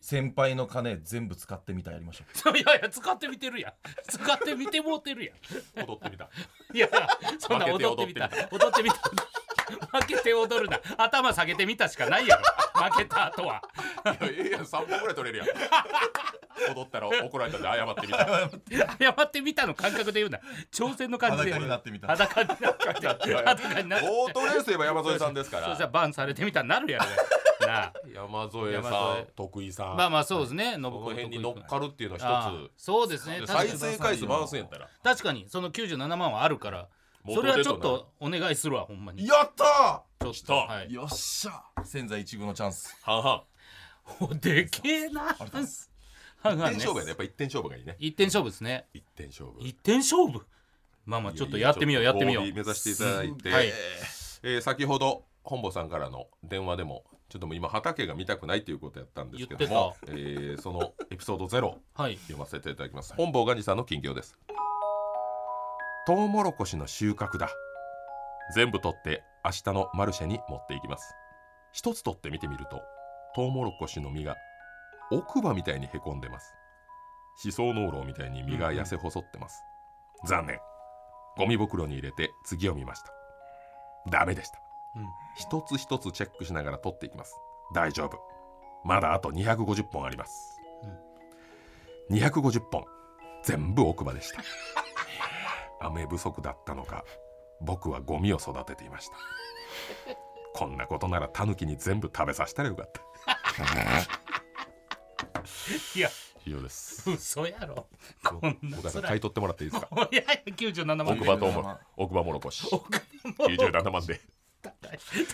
[SPEAKER 3] 先輩の金全部使ってみたいやりましょう
[SPEAKER 2] いやいや使ってみてるやん 使ってみてもうてるや
[SPEAKER 1] 踊ってみた
[SPEAKER 2] ん いやそんな
[SPEAKER 1] 負けて
[SPEAKER 2] 踊
[SPEAKER 1] 踊ってて
[SPEAKER 2] っみ
[SPEAKER 1] み
[SPEAKER 2] た
[SPEAKER 1] た
[SPEAKER 2] 踊ってみた負けて踊るな頭下げてみたしかないやろ 負けた後はい
[SPEAKER 1] やええやん3本ぐらい取れる やん踊ったら怒られたんで謝ってみた
[SPEAKER 2] 謝ってみたの感覚で言うな挑戦の感じで
[SPEAKER 3] 裸になってみた
[SPEAKER 2] 裸になって裸になって
[SPEAKER 1] オートレースといえば山添さんですか
[SPEAKER 2] そしたら
[SPEAKER 1] ら
[SPEAKER 2] バンされてみたになるやろなあ
[SPEAKER 1] 山添さん
[SPEAKER 2] 山添
[SPEAKER 1] 徳井さん、
[SPEAKER 2] まあまあそうですね信子
[SPEAKER 1] この辺に乗っかるっていうの
[SPEAKER 2] あ
[SPEAKER 1] は
[SPEAKER 2] あ
[SPEAKER 1] 一
[SPEAKER 2] そうですね
[SPEAKER 1] つ
[SPEAKER 2] 確
[SPEAKER 1] 再
[SPEAKER 2] かに
[SPEAKER 1] 生回数回すんやったら
[SPEAKER 2] 確かにその97万はあるから
[SPEAKER 1] 元
[SPEAKER 2] そ
[SPEAKER 1] 手となる
[SPEAKER 2] れはちょっとお願いするわほんまにち
[SPEAKER 3] やった
[SPEAKER 2] ょっ
[SPEAKER 1] 来
[SPEAKER 2] と
[SPEAKER 1] た
[SPEAKER 2] はい
[SPEAKER 3] ーよっしゃ千載一遇のチャンス
[SPEAKER 1] 半々
[SPEAKER 2] おでけえな
[SPEAKER 3] りがとうございます
[SPEAKER 2] 半
[SPEAKER 1] 一
[SPEAKER 2] 々
[SPEAKER 1] 点
[SPEAKER 2] ね
[SPEAKER 1] 勝負やねやっぱ一点勝負がいいね
[SPEAKER 2] 一点勝負ですね
[SPEAKER 1] 一点勝負
[SPEAKER 2] 一点勝負まあまあちょっとやってみようやってみよう
[SPEAKER 1] ちょっとご褒美目指していただいて、
[SPEAKER 2] はい
[SPEAKER 1] えー先ほど本坊さんからの電話でもちょっともう今畑が見たくないということやったんですけども、えーそのエピソードゼロ
[SPEAKER 2] はい
[SPEAKER 1] 読ませていただきます本坊ガニさんの近況ですトウモロコシの収穫だ全部取って明日のマルシェに持っていきます一つ取って見てみるとトウモロコシの実が奥歯みたいにへこんでます歯槽膿漏みたいに実が痩せ細ってます、残念ゴミ袋に入れて次を見ましたダメでした、
[SPEAKER 2] うん
[SPEAKER 1] 一つ一つチェックしながら取っていきます大丈夫まだあと250本あります、250本全部奥歯でした 雨不足だったのか僕はゴミを育てていましたこんなことならタヌキに全部食べさせたらよか った
[SPEAKER 2] いや
[SPEAKER 1] 以上です
[SPEAKER 2] 嘘やろこんな
[SPEAKER 1] 僕から
[SPEAKER 2] 辛
[SPEAKER 1] 買
[SPEAKER 2] い
[SPEAKER 1] い取ってもらっていいですか
[SPEAKER 2] おやいや97万
[SPEAKER 1] 奥歯とも奥歯もろこし97万で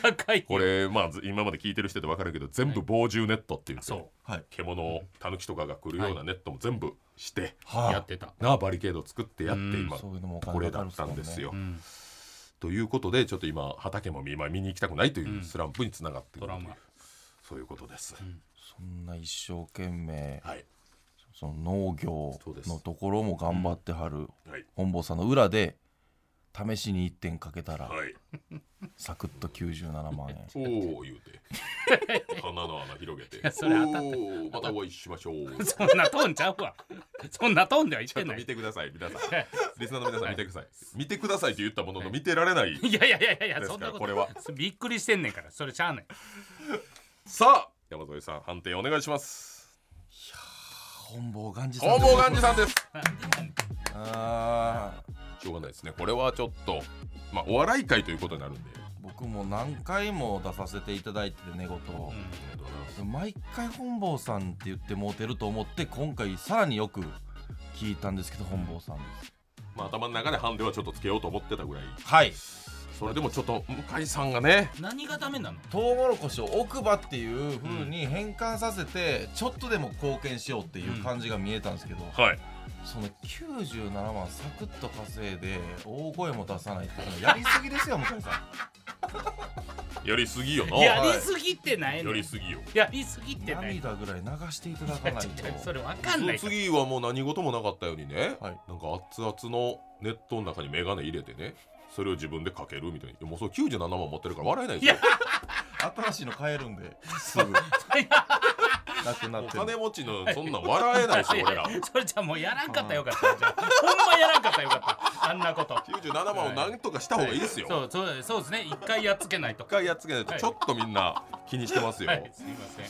[SPEAKER 2] 高い
[SPEAKER 1] これまあず今まで聞いてる人で分かるけど全部防獣ネットっていう
[SPEAKER 2] そ
[SPEAKER 3] はい
[SPEAKER 1] 獣をタヌキとかが来るようなネットも全部して、
[SPEAKER 2] う
[SPEAKER 3] は
[SPEAKER 2] や
[SPEAKER 3] あ
[SPEAKER 2] ってた
[SPEAKER 1] なあバリケード作ってやって
[SPEAKER 2] うん
[SPEAKER 1] 今
[SPEAKER 3] そういうのもお金
[SPEAKER 1] これ
[SPEAKER 3] か
[SPEAKER 1] だ
[SPEAKER 3] かる
[SPEAKER 1] ったんですよ、
[SPEAKER 2] うん
[SPEAKER 1] ということでちょっと今畑も今見に行きたくないというスランプにつながってく
[SPEAKER 2] ト
[SPEAKER 1] ると
[SPEAKER 2] ラ
[SPEAKER 1] いう、
[SPEAKER 2] ウマ
[SPEAKER 1] そういうことです、
[SPEAKER 3] そんな一生懸命
[SPEAKER 1] はい
[SPEAKER 3] その農業
[SPEAKER 1] そうです
[SPEAKER 3] のところも頑張ってはる
[SPEAKER 1] はい
[SPEAKER 3] 本坊さんの裏で試しに1点かけたら
[SPEAKER 1] はい
[SPEAKER 3] サクッと97万円
[SPEAKER 1] おお言う て鼻の穴広げて
[SPEAKER 2] それ当たっ
[SPEAKER 1] おおまたお会いしましょ う
[SPEAKER 2] そんなトーンちゃうわそんなトーンでは言っ
[SPEAKER 1] ちゃ
[SPEAKER 2] て
[SPEAKER 1] んと
[SPEAKER 2] ない
[SPEAKER 1] 見
[SPEAKER 2] い
[SPEAKER 1] てください皆さんリスナーの皆さん見てください見てくださいって言ったものの見てられない
[SPEAKER 2] やいやいやいや
[SPEAKER 1] ですか
[SPEAKER 2] そん
[SPEAKER 1] ら
[SPEAKER 2] なこと
[SPEAKER 1] これは
[SPEAKER 2] びっくりしてんねんからそれしゃあない
[SPEAKER 1] さあ山添さん判定お願いします
[SPEAKER 3] 本坊がんじさん
[SPEAKER 1] 工房幹事さんです
[SPEAKER 3] あー
[SPEAKER 1] しょうがないですねこれはちょっとまあお笑い会ということになるんで
[SPEAKER 3] 僕も何回も出させていただいてて寝言を、
[SPEAKER 1] ありがとうございます
[SPEAKER 3] 毎回本坊さんって言ってモテると思って今回さらによく聞いたんですけど本坊さんです
[SPEAKER 1] まあ頭の中で判定はちょっとつけようと思ってたぐらい
[SPEAKER 3] はい
[SPEAKER 1] それでもちょっと向井さんがね
[SPEAKER 2] 何がダメなの
[SPEAKER 3] トウモロコシを奥歯っていう風に変換させてちょっとでも貢献しようっていう感じが見えたんですけど、
[SPEAKER 1] はい
[SPEAKER 3] その97万サクッと稼いで大声も出さないっていうのはやりすぎですよ向井さん
[SPEAKER 1] やりすぎよな
[SPEAKER 2] やりすぎってないの
[SPEAKER 1] やりすぎよ
[SPEAKER 2] やりすぎってない
[SPEAKER 3] 涙ぐらい流していただ
[SPEAKER 2] い
[SPEAKER 3] か
[SPEAKER 2] や
[SPEAKER 3] な い
[SPEAKER 2] ちょちょそ
[SPEAKER 3] と
[SPEAKER 2] れわかんないから
[SPEAKER 1] 次はもう何事もなかったようにね、
[SPEAKER 3] はい
[SPEAKER 1] なんか熱々のネットの中に眼鏡入れてねそれを自分でかけるみたいにいやもうそれ97万持ってるから笑えないですよ
[SPEAKER 3] 新しいの買えるんですぐなくな
[SPEAKER 1] お
[SPEAKER 3] って
[SPEAKER 1] 金
[SPEAKER 3] る
[SPEAKER 1] 持ちのそんなん笑えない ですよ俺ら
[SPEAKER 2] それじゃあもうやらんかったらよかったじゃあほんまやらんかったらよかったあんなこと
[SPEAKER 1] 97万をなんとかした方がいいですよ、
[SPEAKER 2] そうそうそうですね一回やっつけないと
[SPEAKER 1] 一回やっつけないとちょっとみんな気にしてますよ、
[SPEAKER 2] はいすいませ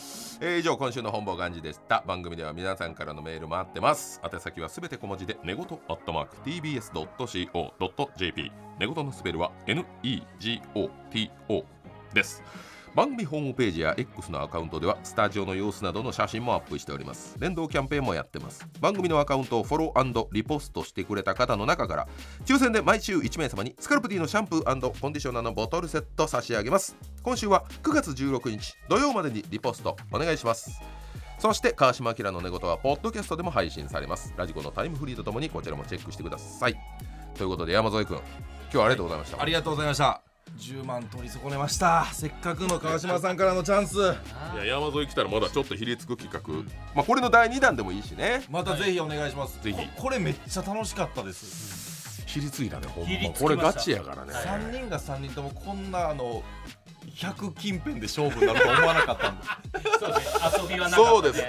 [SPEAKER 2] ん
[SPEAKER 1] えー以上今週の本坊がんじでした番組では皆さんからのメール待ってます宛先はすべて小文字で寝言アットマーク TBS.CO.JP 寝言のスペルは NEGOTO です番組ホームページや X のアカウントではスタジオの様子などの写真もアップしております連動キャンペーンもやってます番組のアカウントをフォローリポストしてくれた方の中から抽選で毎週1名様にスカルプ D のシャンプーコンディショナーのボトルセット差し上げます今週は9月16日土曜までにリポストお願いしますそして川島明の寝言はポッドキャストでも配信されますラジコのタイムフリーとともにこちらもチェックしてくださいということで山添君今日はありがとうございました、
[SPEAKER 3] ありがとうございました10万取り損ねましたせっかくの川島さんからのチャンス
[SPEAKER 1] いや山添来たらまだちょっとひりつく企画、まあ、これの第2弾でもいいしね
[SPEAKER 3] またぜひお願いします、
[SPEAKER 1] ぜひ
[SPEAKER 3] ここれめっちゃ楽しかったです、
[SPEAKER 1] ひりついたねほん
[SPEAKER 2] ひり
[SPEAKER 1] ま
[SPEAKER 2] つきまし
[SPEAKER 1] これ
[SPEAKER 2] た
[SPEAKER 1] ガチやからね、
[SPEAKER 3] 三3人が3人ともこんなあの100近辺で勝負になると思わなかったんで
[SPEAKER 2] そうね遊びはなかった
[SPEAKER 1] そうですね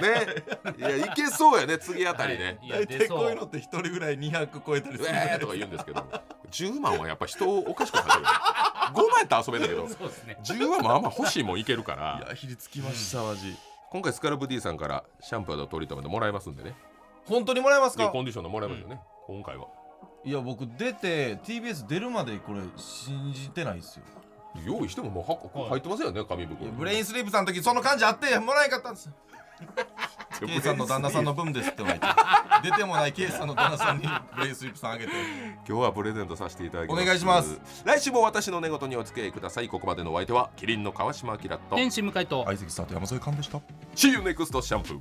[SPEAKER 1] いやいけそうやね次あたりね、
[SPEAKER 2] はいいや
[SPEAKER 3] 大
[SPEAKER 2] 出
[SPEAKER 3] 体こ
[SPEAKER 2] そう
[SPEAKER 3] いう
[SPEAKER 2] う
[SPEAKER 3] のって1人ぐらい200超えたり
[SPEAKER 1] う
[SPEAKER 3] する
[SPEAKER 1] えーとか言うんですけど10万はやっぱ人をおかしくさせる5万やったら遊べんだけど
[SPEAKER 2] そうですね
[SPEAKER 1] 10万もあんま欲しいもんいけるから
[SPEAKER 3] いやひりつきましたマジ
[SPEAKER 1] 今回スカルプ D さんからシャンプーとトリートメントもらえますんでね
[SPEAKER 3] 本当にもらえます
[SPEAKER 1] で
[SPEAKER 3] か
[SPEAKER 1] コンディションのもらえますよね、今回はい
[SPEAKER 3] や僕出て TBS 出るまでこれ信じてないですよ
[SPEAKER 1] 用意してももう箱
[SPEAKER 2] はい
[SPEAKER 1] 入ってますよね紙
[SPEAKER 3] い
[SPEAKER 1] 袋
[SPEAKER 3] やブレインスリープさんの時その感じあってもらえんかったんですよ K さんの旦那さんの分ですって言われ て出てもない K さんの旦那さんにブレインスリープさんあげて
[SPEAKER 1] 今日はプレゼントさせていただきます
[SPEAKER 3] お願いします
[SPEAKER 1] 来週も私の寝言にお付き合いくださいここまでのお相手はキリンの川島明と
[SPEAKER 2] 天使向井と
[SPEAKER 3] 相席スタート山添寛でした
[SPEAKER 1] See you next シャンプー